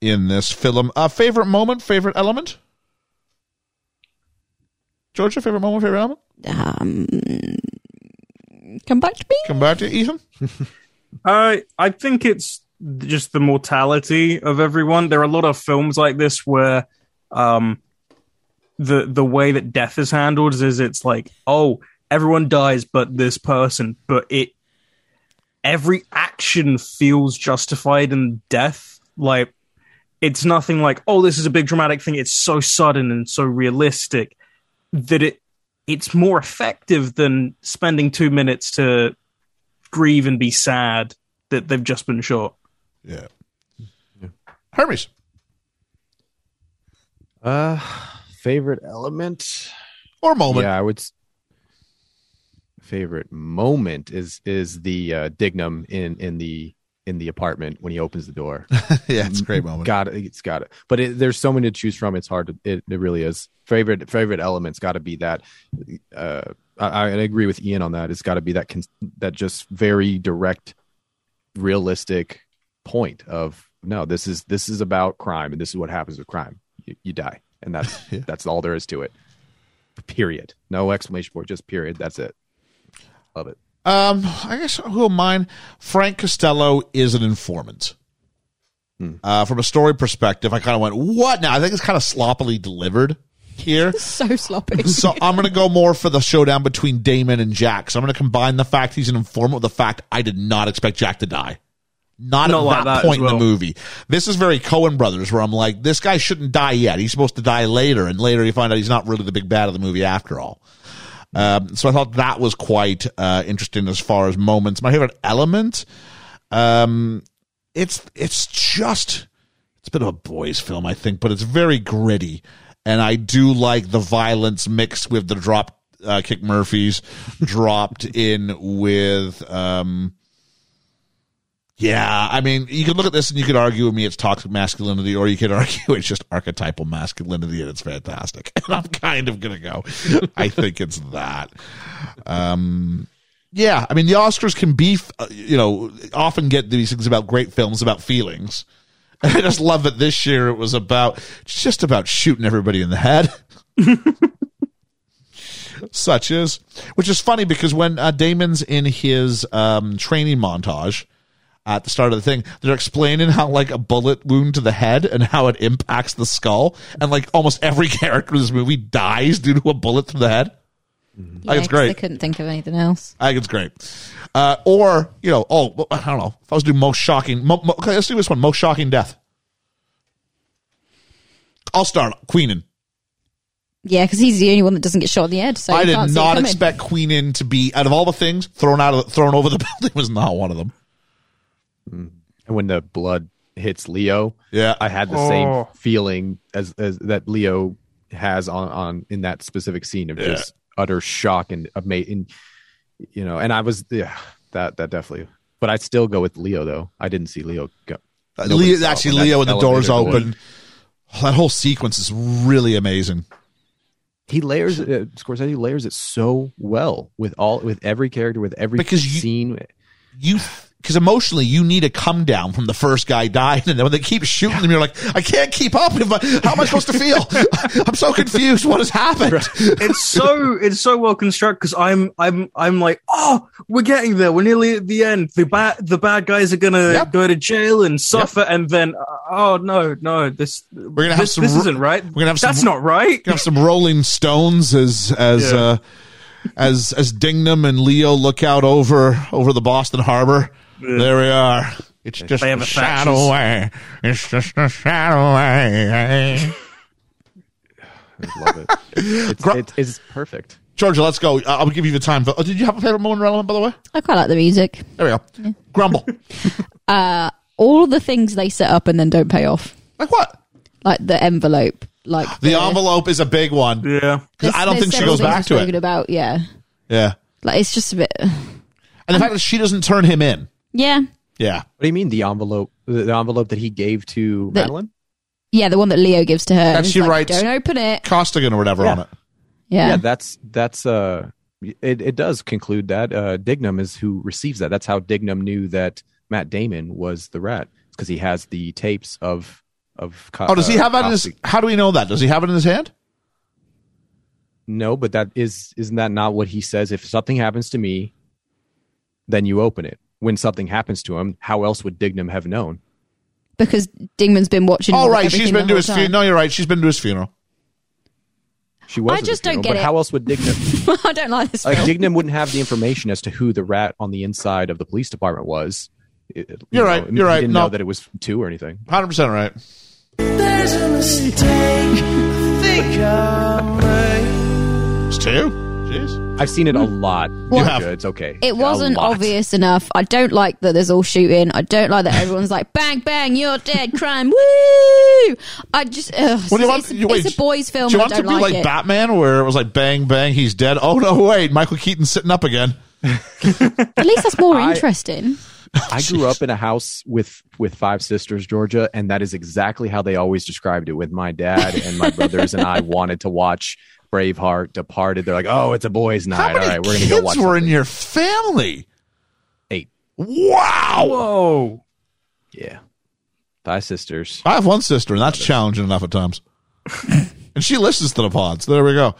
in this film. Uh, favorite moment, favorite element? Georgia, favorite moment, favorite element?
Um, come back to me.
Come back to you, Ethan.
I Uh, I think it's just the mortality of everyone. There are a lot of films like this where um the the way that death is handled is it's like, oh, everyone dies but this person, but it every action feels justified in death. Like it's nothing like, oh, this is a big dramatic thing. It's so sudden and so realistic that it it's more effective than spending two minutes to grieve and be sad that they've just been shot.
Yeah. Hermes.
uh, favorite element.
Or moment.
Yeah, I would. s- Favorite moment is is the uh, Dignam in in the in the apartment when he opens the door.
Yeah, it's a great moment.
Got it. It's got it. But it, there's so many to choose from. It's hard. To, it, it really is. Favorite favorite elements got to be that. Uh, I, I agree with Ian on that. It's got to be that con- that just very direct, realistic point of no. This is this is about crime, and this is what happens with crime. You, you die, and that's that's all there is to it. Period. No exclamation point. Just period. That's it. Love it.
Um, I guess who am mine? Frank Costello is an informant. Uh, from a story perspective, I kind of went, what now? I think it's kind of sloppily delivered here.
So sloppy.
so I'm going to go more for the showdown between Damon and Jack. So I'm going to combine the fact he's an informant with the fact I did not expect Jack to die. Not,
Not
at
like
that,
that as
point in
well.
the movie. This is very Cohen Brothers, where I'm like, this guy shouldn't die yet. He's supposed to die later, and later you find out he's not really the big bad of the movie after all. Um, so I thought that was quite uh, interesting as far as moments. My favorite element, um, it's it's just it's a bit of a boys' film, I think, but it's very gritty, and I do like the violence mixed with the drop uh, kick Murphys dropped in with. Um, yeah, I mean, you could look at this and you could argue with me it's toxic masculinity, or you could argue it's just archetypal masculinity and it's fantastic. And I'm kind of gonna go. I think it's that. Um, yeah, I mean, the Oscars can be, f- uh, you know, often get these things about great films about feelings. And I just love that this year it was about it's just about shooting everybody in the head. Such is, which is funny because when uh, Damon's in his um, training montage at the start of the thing, they're explaining how like a bullet wound to the head and how it impacts the skull, and like almost every character in this movie dies due to a bullet to the head. I think it's great.
I couldn't think of anything else.
I think it's great. Uh, or, you know, oh, well, I don't know. If I was to do most shocking, mo, mo, okay, let's do this one most shocking death. I'll start Queenan.
Yeah, because he's the only one that doesn't get shot in the head. So
I
you
did
can't see it
not
coming.
expect Queenan to be, out of all the things, thrown out of the, thrown over the building was not one of them.
And when the blood hits Leo,
Yeah.
I had the same
Oh.
feeling as, as that Leo has on, on in that specific scene of
Yeah.
just utter shock and amazing, you know. And I was yeah, that that definitely. But I'd still go with Leo though. I didn't see Leo go.
Uh,
Nobody
Leo,
saw it
actually,
when that
Leo and the doors
elevator
open. That whole sequence is really amazing.
He layers it. Uh, Scorsese layers it so well with all with every character with every
Because you-
scene.
You because emotionally you need a come down from the first guy dying, and then when they keep shooting him, you're like, I can't keep up. If I, how am I supposed to feel? I'm so confused. What has happened?
it's so it's so well constructed because I'm I'm I'm like, oh, we're getting there. We're nearly at the end. The bad the bad guys are gonna
Yep.
go to jail and suffer, and then uh, oh no no this
We're gonna have
this,
some
this
ru-
isn't right.
we're gonna have some
that's
ru-
not right.
You have some Rolling Stones as as
Yeah.
uh, as as Dingnam and Leo look out over over the Boston Harbor. There we are. It's just
They have
a
a
shadow away. It's just a shadow away.
I love it. It's,
Gro-
it's, it's perfect.
Georgia, let's go. I- I'll give you the time. For, oh, did you have a favorite moment relevant, by the way?
I quite like the music.
There we go. Grumble.
All the things they set up and then don't pay off,
like what?
like the envelope, like
The envelope is a big one.
Yeah,
'Cause I don't
there's
think she
several
goes
things
back
we've
to
spoken
it.
About yeah,
Yeah.
like it's just a bit
And the fact that she doesn't turn him in.
yeah,
Yeah.
What do you mean the envelope? The, the envelope that he gave to
The-
Madeline?
yeah. The one that Leo gives to her.
That
And it's
she
like,
writes-
Don't open it.
Costigan or whatever
Yeah.
on it.
Yeah.
yeah that's that's uh it, it does conclude that uh dignam is who receives that that's how dignam knew that matt damon was the rat because he has the tapes of of Co-
Oh, does he
uh,
have that in his?
Costigan.
How do we know that? Does he have it in his hand?
no but that is isn't that not what he says if something happens to me then you open it when something happens to him how else would dignam have known
because Dingman's been watching.
Oh, right.
everything
She's been
the
to
whole
his
time.
funeral. No, you're right. She's been to his funeral.
she was
I
at the
just don't
funeral,
get
but
it.
how else would dignam
I don't like this.
like
film.
dignam wouldn't have the information as to who the rat on the inside of the police department was It- it-
You're
you
right,
know,
you're
he
right,
didn't
no.
know that it was two or anything
100% right.
There's a mistake. I think I made.
It's two. Jeez.
I've seen it a lot.
Hmm. You
It's
have.
good. It's okay.
It
A
wasn't
lot.
obvious enough. I don't like that there's all shooting. I don't like that everyone's like, bang, bang, you're dead, crime, woo! I just, ugh,
What do
it's-
you want?
it's, a-
you- wait,
it's a boys' film.
Do you
and
want
I
to
don't
be like,
it.
Batman, where it was like bang bang, he's dead? Oh no, wait, Michael Keaton's sitting up again.
At least that's more
I-
interesting.
I grew up in a house with with five sisters, Georgia, and that is exactly how they always described it. With my dad and my brothers and I wanted to watch Braveheart, Departed. They're like, "Oh, it's a boys' night.
How
All
many
right, we're gonna
kids
go watch."
were
something."
in your family?
Eight.
Wow.
whoa,
yeah, five sisters.
I have one sister, and that's challenging enough at times. and she listens to the pods. There we go.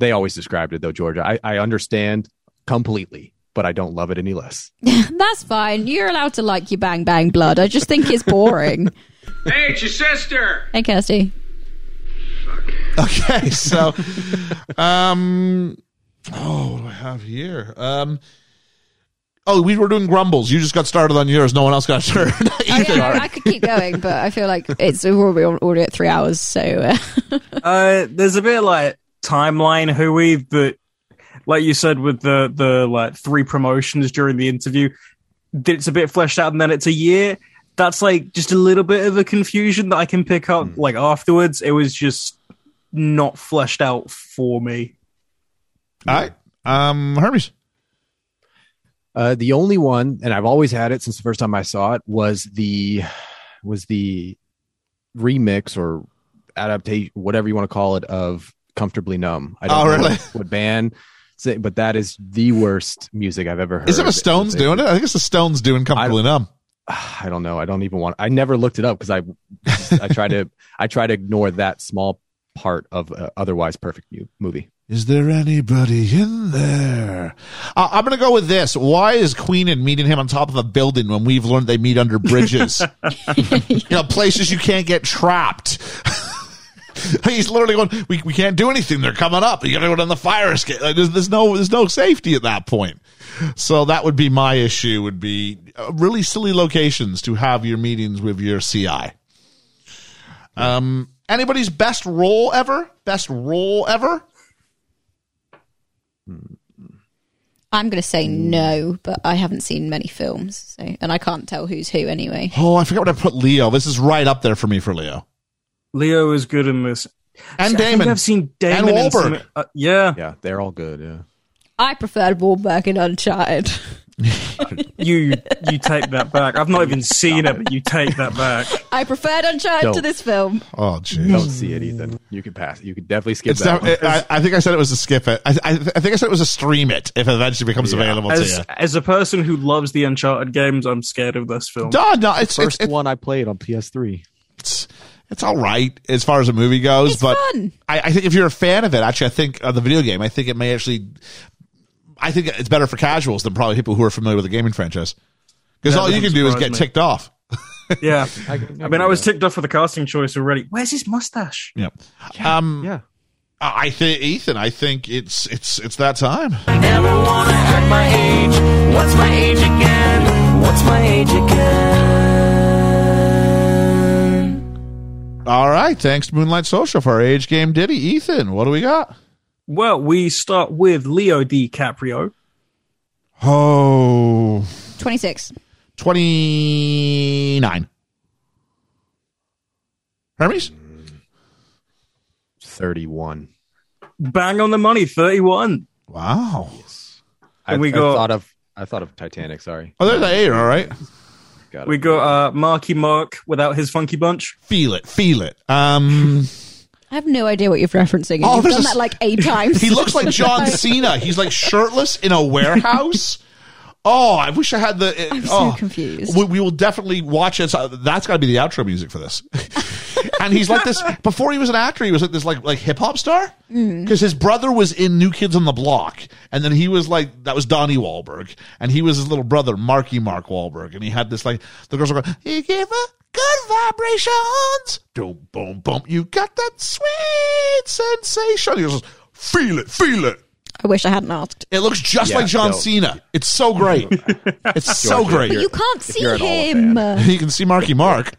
They always described it though, Georgia. I, I understand completely, but I don't love it any less.
That's fine. You're allowed to like your bang, bang, blood. I just think it's boring.
Hey, it's your sister.
hey, Kirsty.
Okay, so, um, oh, what do I have here? Um, oh, we were doing grumbles. You just got started on yours. No one else got started.
Oh, yeah, I, I could keep going, but I feel like it's we're already, already at three hours. So uh,
uh, there's a bit of, like timeline hooey, but like you said with the the like three promotions during the interview, that it's a bit fleshed out, and then it's a year. That's like just a little bit of a confusion that I can pick up
Hmm.
like afterwards. It was just not fleshed out for me.
All right, um, Hermes.
Uh, the only one, and I've always had it since the first time I saw it, was the was the remix or adaptation, whatever you want to call it, of "Comfortably Numb." I
Oh,
don't know
really?
what, what band, say- but that is the worst music I've ever heard.
Is it the Stones doing it? I think it's the Stones doing comfortably numb.
I don't know. I don't even want. I never looked it up because I I try to I try to ignore that small part of uh, otherwise perfect mu- movie.
Is there anybody in there? Uh, I'm going to go with this. Why is Queenan meeting him on top of a building when we've learned they meet under bridges? you know, places you can't get trapped. He's literally going, we, we can't do anything. They're coming up. You got to go down the fire escape. Like, there's, there's no there's no safety at that point. So that would be my issue would be uh, really silly locations to have your meetings with your CI. Um, anybody's best role ever? Best role ever?
I'm going to say no, but I haven't seen many films, so and I can't tell who's who anyway.
Oh, I forgot what I put Leo. This is right up there for me for Leo.
Leo is good in this.
And
I think
Damon.
I've seen Damon. in
Wahlberg.
some- uh, yeah.
Yeah, they're all good. Yeah.
I preferred Wahlberg in Uncharted.
You you take that back. I've not even seen it, but you take that back.
I preferred Uncharted to
Don't.
this film.
Oh,
Don't
jeez.
see it, Ethan. You could pass. You could definitely skip
It's not,
that. one.
I, I think I said it was a skip it. I, I, I think I said it was a stream it if it eventually becomes available to
As
you.
as a person who loves the Uncharted games, I'm scared of this film.
No, no, it's it's,
First
it's,
one I played on PS3.
it's it's all right as far as a movie goes,
It's
but
fun.
I, I think if you're a fan of it, actually, I think of the video game, I think it may actually, I think it's better for casuals than probably people who are familiar with the gaming franchise, because
That
all you can
doesn't
do is
surprise
get
me.
ticked off.
Yeah, I, mean, I was ticked off for the casting choice already. Where's his mustache?
Yep. Yeah.
Hmm.
Um,
Yeah.
I think Ethan. I think it's it's it's that time.
Never wanna act my age. What's my age again? What's my age again?
All right. Thanks to Moonlight Social for our age game ditty. Ethan, what do we got?
Well, we start with Leo DiCaprio.
Oh,
26.
29. Hermes?
31.
Bang on the money, thirty-one.
Wow.
I,
And we
I
got-
thought of I thought of Titanic. Sorry.
Oh, there's the eight. All right.
Got it.
We got uh, Marky Mark without his funky bunch.
Feel it. Feel it. Um,
I have no idea what you're referencing.
Oh,
You've
there's
done
a s-
that like eight times.
he looks like John Cena. He's like shirtless in a warehouse. Oh, I wish I had the. It,
I'm so
oh.
confused.
We, we will definitely watch it. So that's got to be the outro music for this. and he's like this before he was an actor. He was like this like like hip hop star
Mm.
because his brother was in New Kids on the Block, and then he was like that was Donnie Wahlberg, and he was his little brother Marky Mark Wahlberg, and he had this like the girls were going, "You give a good vibrations, boom boom boom, you got that sweet sensation." He was just, feel it, feel it.
I wish I hadn't asked.
It looks just
Yeah,
like John
no.
Cena. It's so great. it's so great.
But you can't see
you're an
him.
you can see Marky Mark.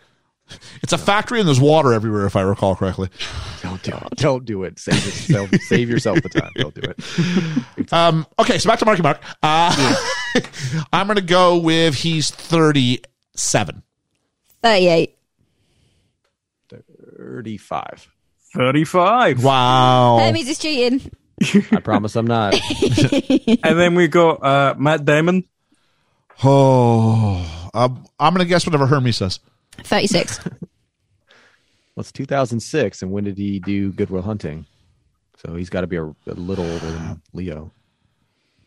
It's a factory and there's water everywhere, if I recall correctly.
Don't do it. Don't do it. Save yourself. save yourself the time. Don't do it.
Um, okay, so back to Marky Mark. Uh, I'm going to go with he's 37.
38.
Thirty-five.
Thirty-five.
Wow.
Hermes is cheating.
I promise I'm not.
and then we got uh, Matt Damon.
Oh, um, I'm going to guess whatever Hermes says.
36.
Well, it's 2006, and when did he do Goodwill Hunting? So he's got to be a, a little older than Leo.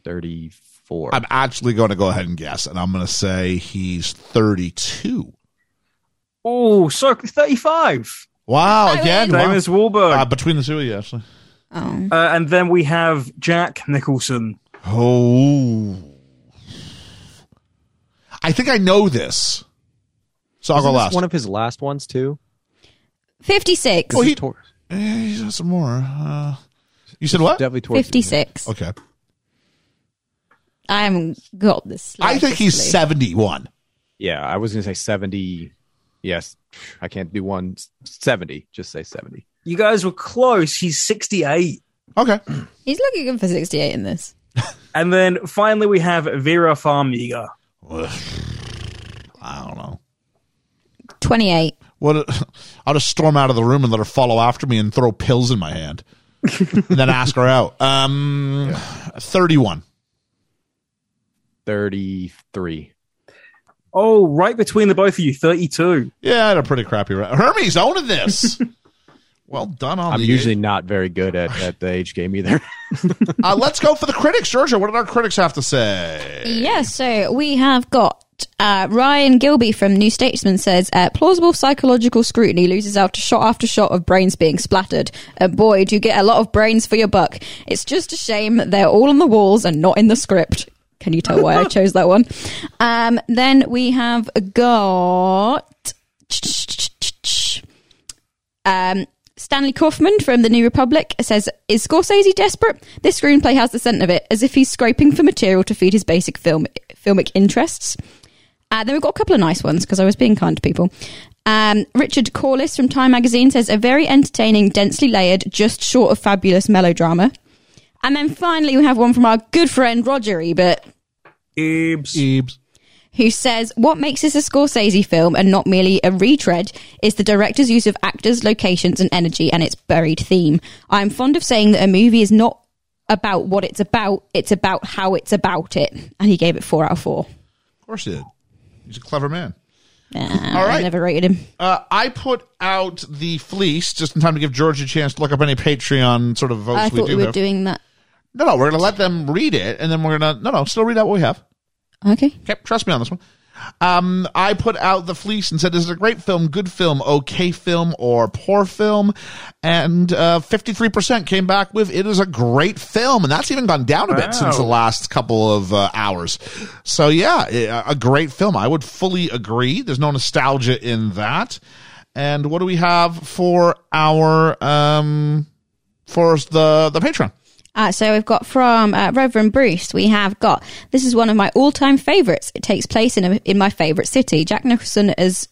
34.
I'm actually going to go ahead and guess, and I'm going to say he's 32.
Oh, so thirty-five.
Wow, again. wow.
Damon Wahlberg.
Uh, between the two of you, actually.
Oh.
Uh, and then we have Jack Nicholson.
Oh. I think I know this. So I'll go
Isn't this
last.
One of his last ones too.
56.
Well, he-
Tor-
Eh, he's got some more. Uh, you said what?
definitely towards the end.
56.
Okay.
I haven't got this.
I think he's
slightest clue.
71.
Yeah, I was gonna say 70. Yes, I can't do one 70. Just say 70.
You guys were close. He's sixty-eight.
Okay.
He's looking good for 68 in this.
And then finally we have Vera Farmiga.
I don't know.
28.
What? a- I'll just storm out of the room and let her follow after me and throw pills in my hand, and then ask her out. Um, thirty-one.
33.
Oh, right between the both of you, thirty-two.
Yeah, I had a pretty crappy. Ra- Hermes owning this. well done on.
I'm
the
usually not very good at, at the age game either.
Uh, let's go for the critics, Georgia. What did our critics have to say?
Yeah, so we have got uh, Ryan Gilby from New Statesman says uh, plausible psychological scrutiny loses out to shot after shot of brains being splattered. And boy, do you get a lot of brains for your buck. It's just a shame that they're all on the walls and not in the script. Can you tell why I chose that one? Um, then we have got um, Stanley Kaufman from The New Republic says, Is Scorsese desperate? This screenplay has the scent of it, as if he's scraping for material to feed his basic film filmic interests. Uh, then we've got a couple of nice ones because I was being kind to people. Um, Richard Corliss from Time Magazine says, A very entertaining, densely layered, just short of fabulous melodrama. And then finally, we have one from our good friend Roger Ebert,
Ibs.
Ebs.
who says what makes this a Scorsese film and not merely a retread is the director's use of actors, locations, and energy and its buried theme. I'm fond of saying that a movie is not about what it's about; it's about how it's about it. And he gave it four out of four.
Of course he did. He's a clever man.
Nah,
All right.
I never rated him.
Uh, I put out the fleece just in time to give George a chance to look up any Patreon sort of votes
I
we
thought
do
we were
have.
doing that.
no, no, we're going to let them read it, and then we're going to no, no, still read out what we have.
Okay.
Okay, trust me on this one. Um, I put out the fleece and said, "Is it a great film, good film, okay film, or poor film?" And uh, fifty-three percent came back with, "It is a great film," and that's even gone down a bit since the last couple of uh, hours. So yeah, i- uh, a great film. I would fully agree. There's no nostalgia in that. And what do we have for our um for the the Patreon?
Uh, so we've got from uh, Reverend Bruce, we have got this is one of my all time favourites. It takes place in a, in my favourite city. Jack Nicholson as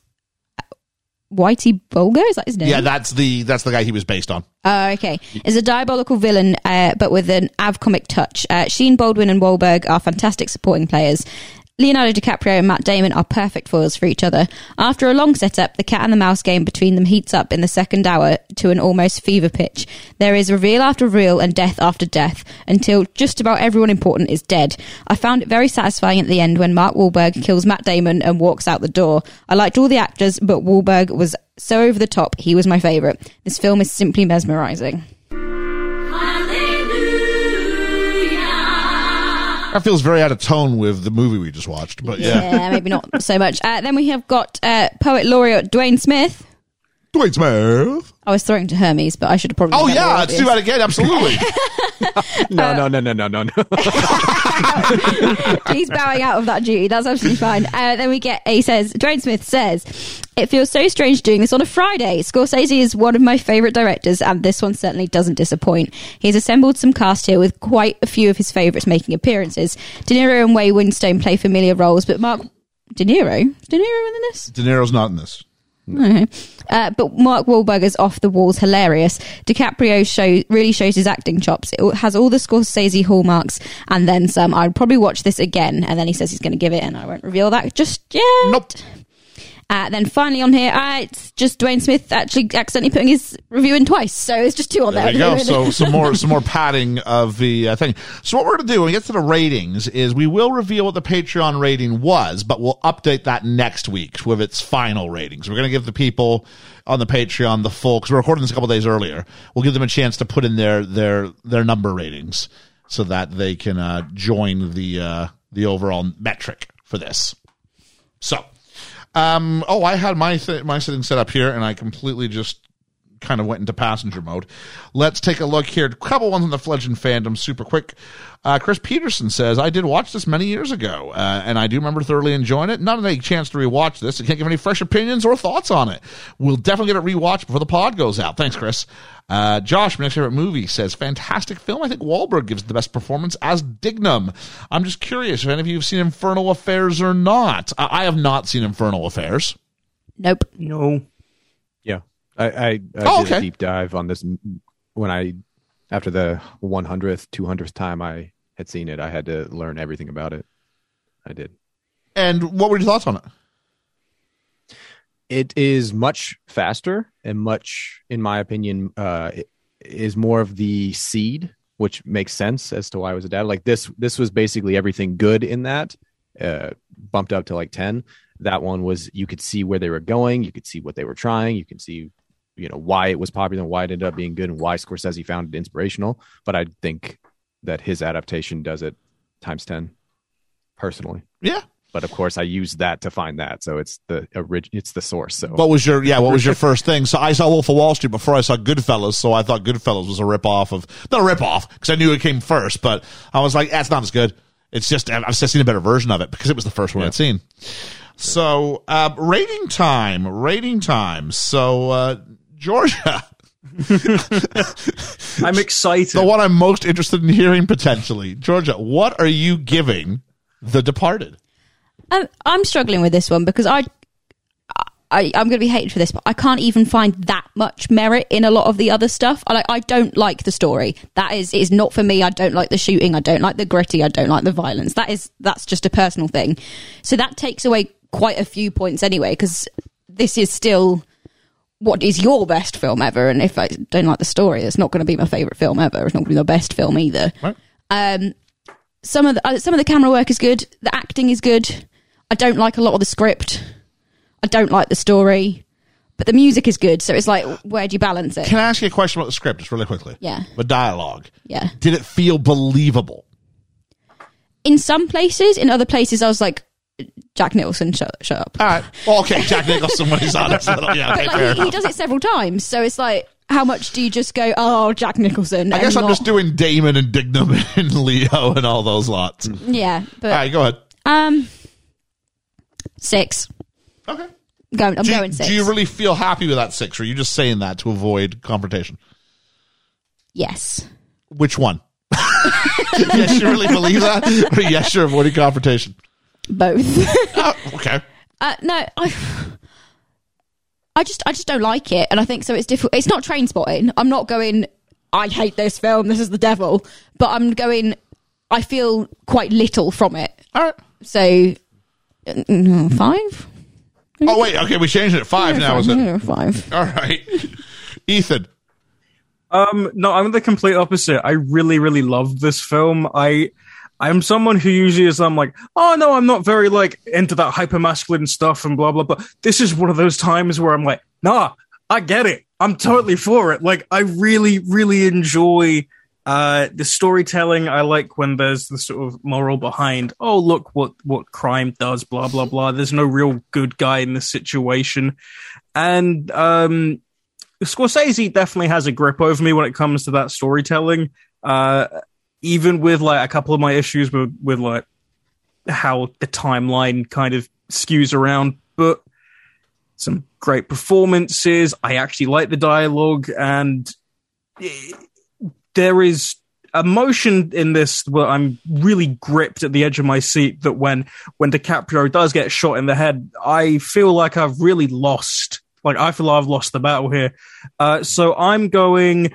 Whitey Bulger, is that his name?
Yeah, that's the that's the guy he was based on.
Oh, okay. Is a diabolical villain, uh, but with an av comic touch. Uh, Sheen, Baldwin, and Wahlberg are fantastic supporting players. Leonardo DiCaprio and Matt Damon are perfect foils for each other. After a long setup, the cat and the mouse game between them heats up in the second hour to an almost fever pitch. There is reveal after reveal and death after death until just about everyone important is dead. I found it very satisfying at the end when Mark Wahlberg kills Matt Damon and walks out the door. I liked all the actors, but Wahlberg was so over the top, he was my favourite. This film is simply mesmerising.
That feels very out of tone with the movie we just watched, but yeah.
Yeah, maybe not so much. Uh, then we have got uh, poet laureate Dwayne Smith.
Dwayne Smith.
I was throwing to Hermes, but I should have probably.
Oh
done that
yeah,
more
let's do that again. Absolutely.
No,
Uh,
no, no, no, no, no, no.
He's bowing out of that duty. That's absolutely fine. Uh, then we get he says Dwayne Smith says it feels so strange doing this on a Friday. Scorsese is one of my favorite directors, and this one certainly doesn't disappoint. He's assembled some cast here with quite a few of his favorites making appearances. De Niro and Way Winstone play familiar roles, but Mark De Niro, De Niro in this.
De Niro's not in this.
Uh, but Mark Wahlberg is off the walls hilarious. DiCaprio show, really shows his acting chops. It has all the Scorsese hallmarks and then some. I'd probably watch this again. And then he says he's going to give it, and I won't reveal that just yet.
Nope.
Uh, then finally on here, uh, it's just Dwayne Smith actually accidentally putting his review in twice. So it's just two on there.
There you go. So some more some more padding of the uh, thing. So what we're gonna do when we get to the ratings is we will reveal what the Patreon rating was, but we'll update that next week with its final ratings. We're gonna give the people on the Patreon the full because we're recording this a couple days earlier. We'll give them a chance to put in their their their number ratings so that they can uh, join the uh, the overall metric for this. So. Um, oh, I had my th- my setting set up here, and I completely just kind of went into passenger mode. Let's take a look here. A couple ones on the fledgling fandom, super quick. Uh, Chris Peterson says, I did watch this many years ago, uh, and I do remember thoroughly enjoying it. Not any chance to rewatch this. I can't give any fresh opinions or thoughts on it. We'll definitely get it rewatched before the pod goes out. Thanks, Chris. Uh, Josh, my next favorite movie, says, fantastic film. I think Wahlberg gives the best performance as Dignam. I'm just curious if any of you have seen Infernal Affairs or not. I, I have not seen Infernal Affairs.
Nope.
No.
Yeah, I I, I
Oh,
did
okay.
a deep dive on this m- when I after the 100th, 200th time I had seen it. I had to learn everything about it. I did.
And what were your thoughts on it?
It is much faster and much, in my opinion, uh, i- is more of the seed, which makes sense as to why I was a dad. Like this, this was basically everything good in that, uh, bumped up to like ten. That one was you could see where they were going, you could see what they were trying, you could see you know why it was popular and why it ended up being good and why Scorsese found it inspirational. But I think that his adaptation does it times ten, personally.
Yeah.
But of course, I use that to find that, so it's the orig- it's the source. So
What was your yeah? What was your first thing? So I saw Wolf of Wall Street before I saw Goodfellas, so I thought Goodfellas was a rip off of not a rip off because I knew it came first, but I was like, that's not as good. It's just I've I've just seen a better version of it because it was the first one I'd seen. So uh, rating time, rating time. So uh, Georgia,
I'm excited.
the one I'm most interested in hearing potentially. Georgia, what are you giving The Departed?
Um, I'm struggling with this one because I, I I'm going to be hated for this, but I can't even find that much merit in a lot of the other stuff. I like I don't like the story. That is is not for me. I don't like the shooting. I don't like the gritty. I don't like the violence. That is that's just a personal thing. So that takes away quite a few points anyway because this is still what is your best film ever and if i don't like the story it's not going to be my favorite film ever it's not going to be the best film either um some of the uh, some of the camera work is good the acting is good
I don't like a lot of the script. I don't like the story, but the music is good. So it's like, where do you balance it?
Can I ask you a question about the script, just really quickly?
Yeah.
The dialogue.
Yeah.
Did it feel believable?
In some places, in other places, I was like, Jack Nicholson, shut, shut up.
All right. Well, okay, Jack Nicholson when he's on it. so that'll- Yeah, okay,
But
Uh, fair
like, he, he
enough.
does it several times. So it's like, how much do you just go, oh, Jack Nicholson?
I
and
guess I'm
not-
just doing Damon and Dignam and Leo and all those lots. All
Yeah. But,
right, go ahead.
um, six.
Okay.
Going, I'm
Do you,
going six.
do you really feel happy with that six, or are you just saying that to avoid confrontation?
yes.
Which one? yes, you really believe that? Or yes, you're avoiding confrontation?
Both.
Oh, okay.
Uh, no, I, I just, I just don't like it, and I think so. It's difficult. It's not train spotting. I'm not going. I hate this film. This is the devil. But I'm going. I feel quite little from it.
All right.
So mm, five.
Oh, wait. Okay, we changed it at five now, is
Mm-hmm.
it?
Yeah, Five.
All right. Ethan.
Um, no, I'm the complete opposite. I really, really love this film. I, I'm someone who usually is. I'm like, oh no, I'm not very like into that hyper masculine stuff and blah blah. But this is one of those times where I'm like, nah, I get it. I'm totally for it. Like, I really, really enjoy uh the storytelling. I like when there's the sort of moral behind. Oh, look what what crime does. Blah blah blah. There's no real good guy in this situation, and um Scorsese definitely has a grip over me when it comes to that storytelling. Uh, even with like a couple of my issues with with like how the timeline kind of skews around, but some great performances. I actually like the dialogue, and eh, there is emotion in this where I'm really gripped at the edge of my seat. That when when DiCaprio does get shot in the head, I feel like I've really lost. Like I feel I've lost the battle here. Uh, so I'm going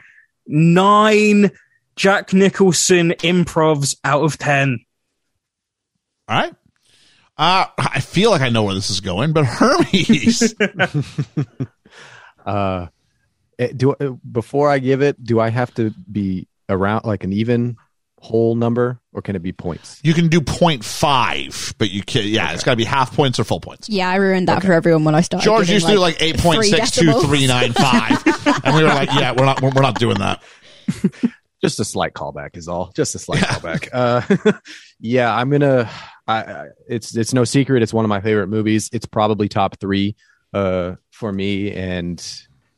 nine Jack Nicholson improvs out of ten.
All right. Uh, I feel like I know where this is going, but Hermes.
Uh, eh, do eh, before I give it, do I have to be around like an even whole number, or can it be points?
you can do 0.5, but you can yeah, it's got to be half points or full points.
Yeah, I ruined that for everyone when I started.
George
giving,
used to do like
three decimals.
8.62395. and we were like, yeah, we're not, we're we're not doing that.
Just a slight callback is all. Just a slight callback. Uh, yeah, I'm gonna. I, I, it's it's no secret. It's one of my favorite movies. It's probably top three uh, for me. And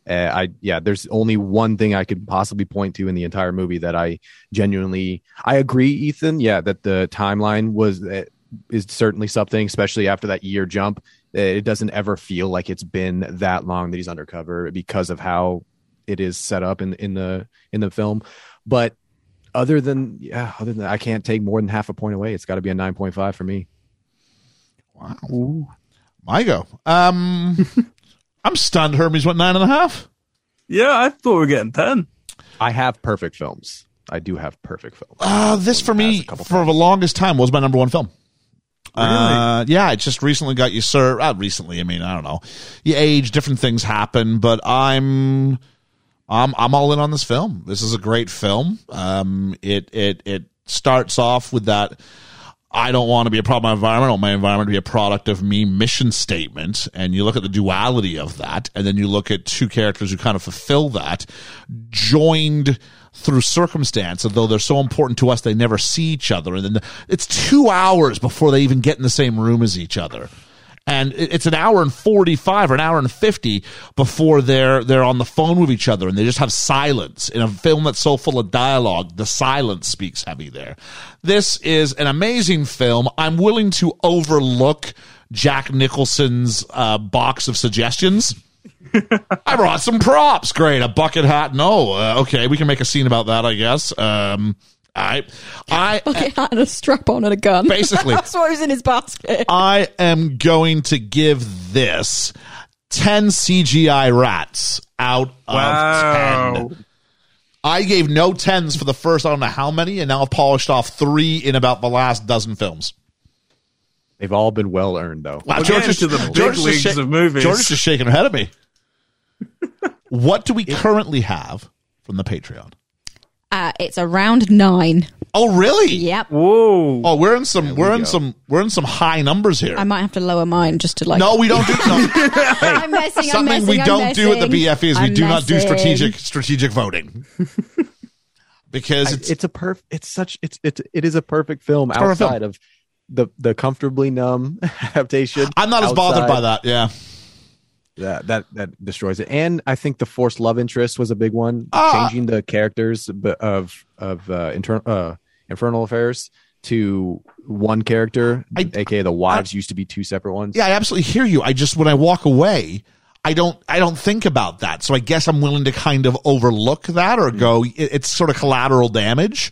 uh, I yeah, there's only one thing I could possibly point to in the entire movie that I genuinely I agree, Ethan. Yeah, that the timeline was uh, is certainly something, especially after that year jump. Uh, It doesn't ever feel like it's been that long that he's undercover because of how it is set up in in the in the film. But other than yeah, other than that, I can't take more than half a point away. It's got to be a nine point five for me.
Wow. My go. Um, I'm stunned. Hermes went nine and a half.
Yeah, I thought we were getting ten.
I have perfect films. I do have perfect films.
Uh, this for me
a couple
for the longest time was my number one film. Uh, yeah, it just recently got usurped. Uh, recently, I mean, I don't know. You age, different things happen, but I'm, I'm, I'm all in on this film. This is a great film. Um, it, it, it starts off with that. I don't want to be a problem of my environment. I want my environment to be a product of me mission statement. And you look at the duality of that. And then you look at two characters who kind of fulfill that joined through circumstance, although they're so important to us, they never see each other. And then the, it's two hours before they even get in the same room as each other. And it- it's an hour and 45 or an hour and 50 before they're, they're on the phone with each other and they just have silence. In a film that's so full of dialogue, the silence speaks heavy there. This is an amazing film. I'm willing to overlook Jack Nicholson's uh, box of suggestions. I brought some props. Great, a bucket hat. No, uh, okay, we can make a scene about that, I guess. Um, I, I,
Bucket hat and a strap on and a gun.
Basically.
that's what was in his basket.
I am going to give this ten CGI rats out of ten. I gave no tens for the first I don't know how many, and now I've polished off three in about the last dozen films.
They've all been well earned though.
Wow,
We're getting to the big
is
leagues of movies.
George is just shaking her head at me. what do we currently have from the Patreon?
Uh, it's around nine.
Oh, really?
Yep.
Whoa.
Oh, we're in some we're in some we're in some high numbers here.
I might have to lower mine just to like.
no, we don't do no,
I'm messing. I'm
something
messing,
we
I'm
don't do at
messing.
the BFE is we
I'm
do not do
messing.
strategic strategic voting because it's,
it's, a perfect it's such it's it's it is a perfect film
perfect film.
outside of the the comfortably numb adaptation
I'm not as bothered by
outside.
that. Yeah.
that that that destroys it and i think the forced love interest was a big one
Ah.
changing the characters b- of of uh, internal uh infernal affairs to one character
I-
aka the wives used to be two separate ones
Yeah, I absolutely hear you. I just when I walk away, I don't I don't think about that. So I guess I'm willing to kind of overlook that or go
Mm.
it, it's sort of collateral damage.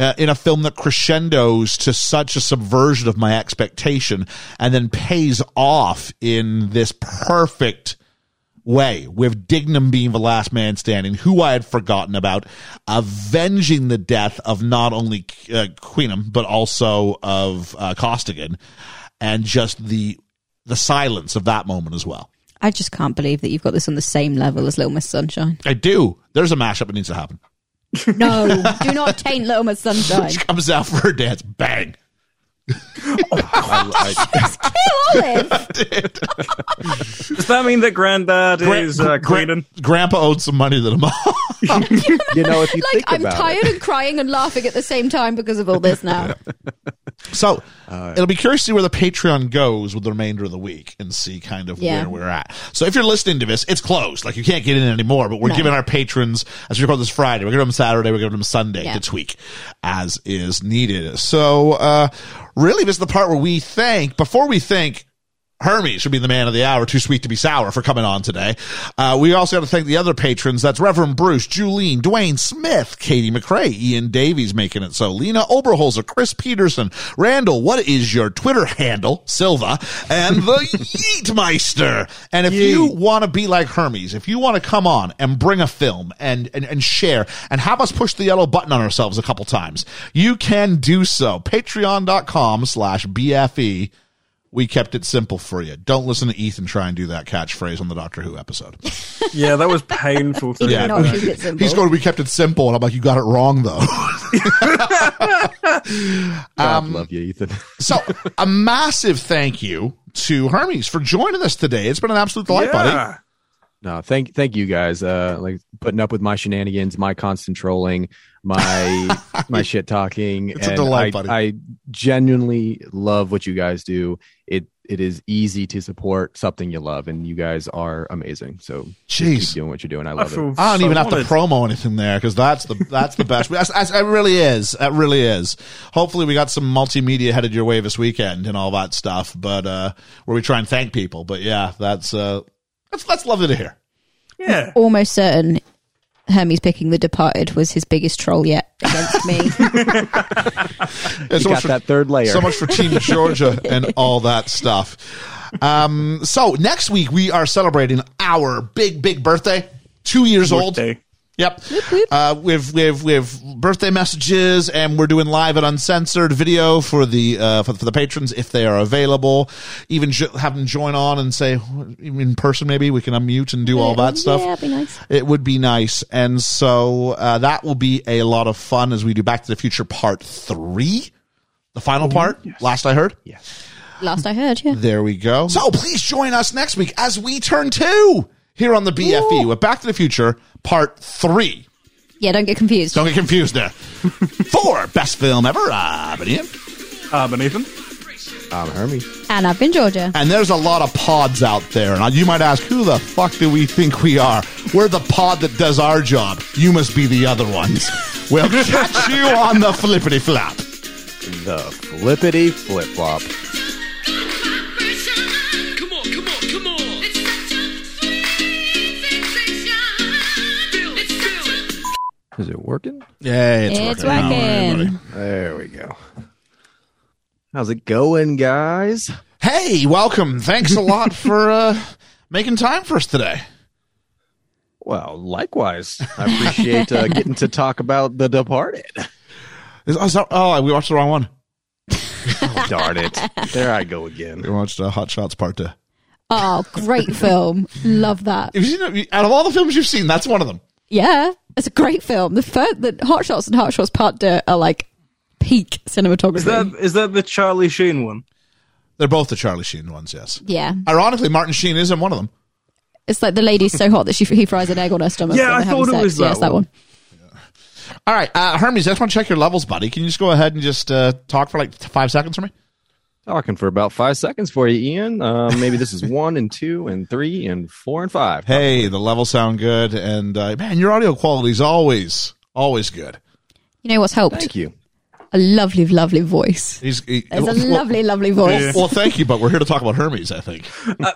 Uh, in a film that crescendos to such a subversion of my expectation and then pays off in this perfect way with Dignam being the last man standing, who I had forgotten about, avenging the death of not only uh, Queenum, but also of uh, Costigan, and just the the silence of that moment as well.
I just can't believe that you've got this on the same level as Little Miss Sunshine.
I do. There's a mashup that needs to happen.
No, do not taint Little Miss Sunshine.
She comes out for her dance. Bang.
Olive.
Does that mean that Granddad
Gran-
is uh,
Gran-
Queenan?
Grandpa owed some money to the mom.
you know if you
Like
think
I'm
about
tired
it,
and crying and laughing at the same time because of all this now.
So it'll be curious to see where the Patreon goes with the remainder of the week and see kind of
Yeah.
where we're at. So if you're listening to this, it's closed. Like you can't get in anymore, but we're
No.
giving our patrons, as we record this Friday, we're giving them Saturday, we're giving them Sunday
Yeah.
to tweak as is needed. So uh, really, this is the part where we thank, before we thank Hermes should be the man of the hour, too sweet to be sour, for coming on today. Uh, we also got to thank the other patrons. That's Reverend Bruce, Julene, Dwayne Smith, Katie McRae, Ian Davies making it so, Lena Oberholzer, Chris Peterson, Randall, what is your Twitter handle, Silva, and the Yeetmeister. And if you want to be like Hermes, if you want to come on and bring a film and, and, and share and have us push the yellow button on ourselves a couple times, you can do so. Patreon.com slash E. BFE we kept it simple for you. Don't listen to Ethan try and do that catchphrase on the Doctor Who episode.
Yeah, that was painful for
He
me.
Yeah.
did not keep it simple.
He's going, we kept it simple. And I'm like, you got it wrong though.
God,
Um,
love you ethan
so a massive thank you to Hermes for joining us today. It's been an absolute delight, buddy.
Yeah.
No, thank thank you guys. Uh, like putting up with my shenanigans, my constant trolling, my my shit talking.
It's a delight,
I,
buddy.
I genuinely love what you guys do. It it is easy to support something you love, and you guys are amazing. So keep
Jeez.
doing what you're doing. I
I
love
feel
it.
I don't
so
even have
honored.
to promo anything there because that's the that's the best. That's, that's, it really is. It really is. Hopefully, we got some multimedia headed your way this weekend and all that stuff. But uh, where we try and thank people. But yeah, that's uh, that's that's lovely to hear.
Yeah.
Almost certain Hermes picking The Departed was his biggest troll yet against me.
It's
You got that third layer.
So much for Team Georgia and all that stuff. Um, so next week we are celebrating our big, big birthday. Two years old.
Birthday.
Yep. Uh, with with with birthday messages, and we're doing live and uncensored video for the uh, for, for the patrons if they are available. Even jo- have them join on and say in person. Maybe we can unmute and do all that stuff.
Yeah, that'd be nice.
It would be nice, and so uh, that will be a lot of fun as we do Back to the Future Part Three, the final part. Last I heard.
Last I heard, yeah.
There we go. So please join us next week as we turn two here on the BFE with Back to the Future Part Three.
Yeah, don't get confused.
Don't get confused there. Four best film ever. Uh, but yeah.
Ah, but Ethan.
I'm Um, Hermes.
And I've been Georgia.
and there's a lot of pods out there. And you might ask, who the fuck do we think we are? We're the pod that does our job. You must be the other ones. We'll catch you on the flippity flap.
The flippity flip flop.
Come on, come on, come on. It's such a sweet sensation. Feel it, feel it.
Is it working?
Yeah, it's,
It's
Don't worry,
working.
buddy.
There we go. How's it going, guys?
Hey, welcome. Thanks a lot for uh, making time for us today.
Well, likewise. I appreciate uh, getting to talk about The Departed.
Is- Oh, so- oh, we watched the wrong one.
Darn it. There I go again.
We watched uh, Hot Shots Part 2.
Oh, great film. Love that.
Have you seen that? Out of all the films you've seen, that's one of them.
Yeah.
It's a great film. The first, the Hot Shots and Hot Shots Part Dirt are like peak cinematography.
Is that is that the Charlie Sheen one?
They're both the Charlie Sheen ones, yes.
yeah,
Ironically, Martin Sheen is in one of them.
it's like the lady's so hot that she he fries an egg on her stomach.
Yeah,
when
I
they're
thought
having
it
sex.
was
yeah,
that
it's that one.
one.
All right, uh, Hermes, I just want to check your levels, buddy. Can you just go ahead and just uh, talk for like t- five seconds for me?
Talking for about five seconds for you, Ian. Uh, maybe this is one and two and three and four and five.
Hey, the levels sound good, and uh, man, your audio quality is always always good.
You know what's helped?
Thank you.
A lovely, lovely voice.
He's he,
There's a
well,
lovely, lovely voice.
Well, well, thank you, but we're here to talk about Hermes. I think.
I,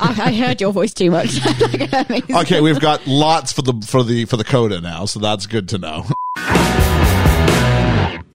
I heard your voice too much. Like, amazing.
Okay, we've got lots for the for the for the coda now, so that's good to know.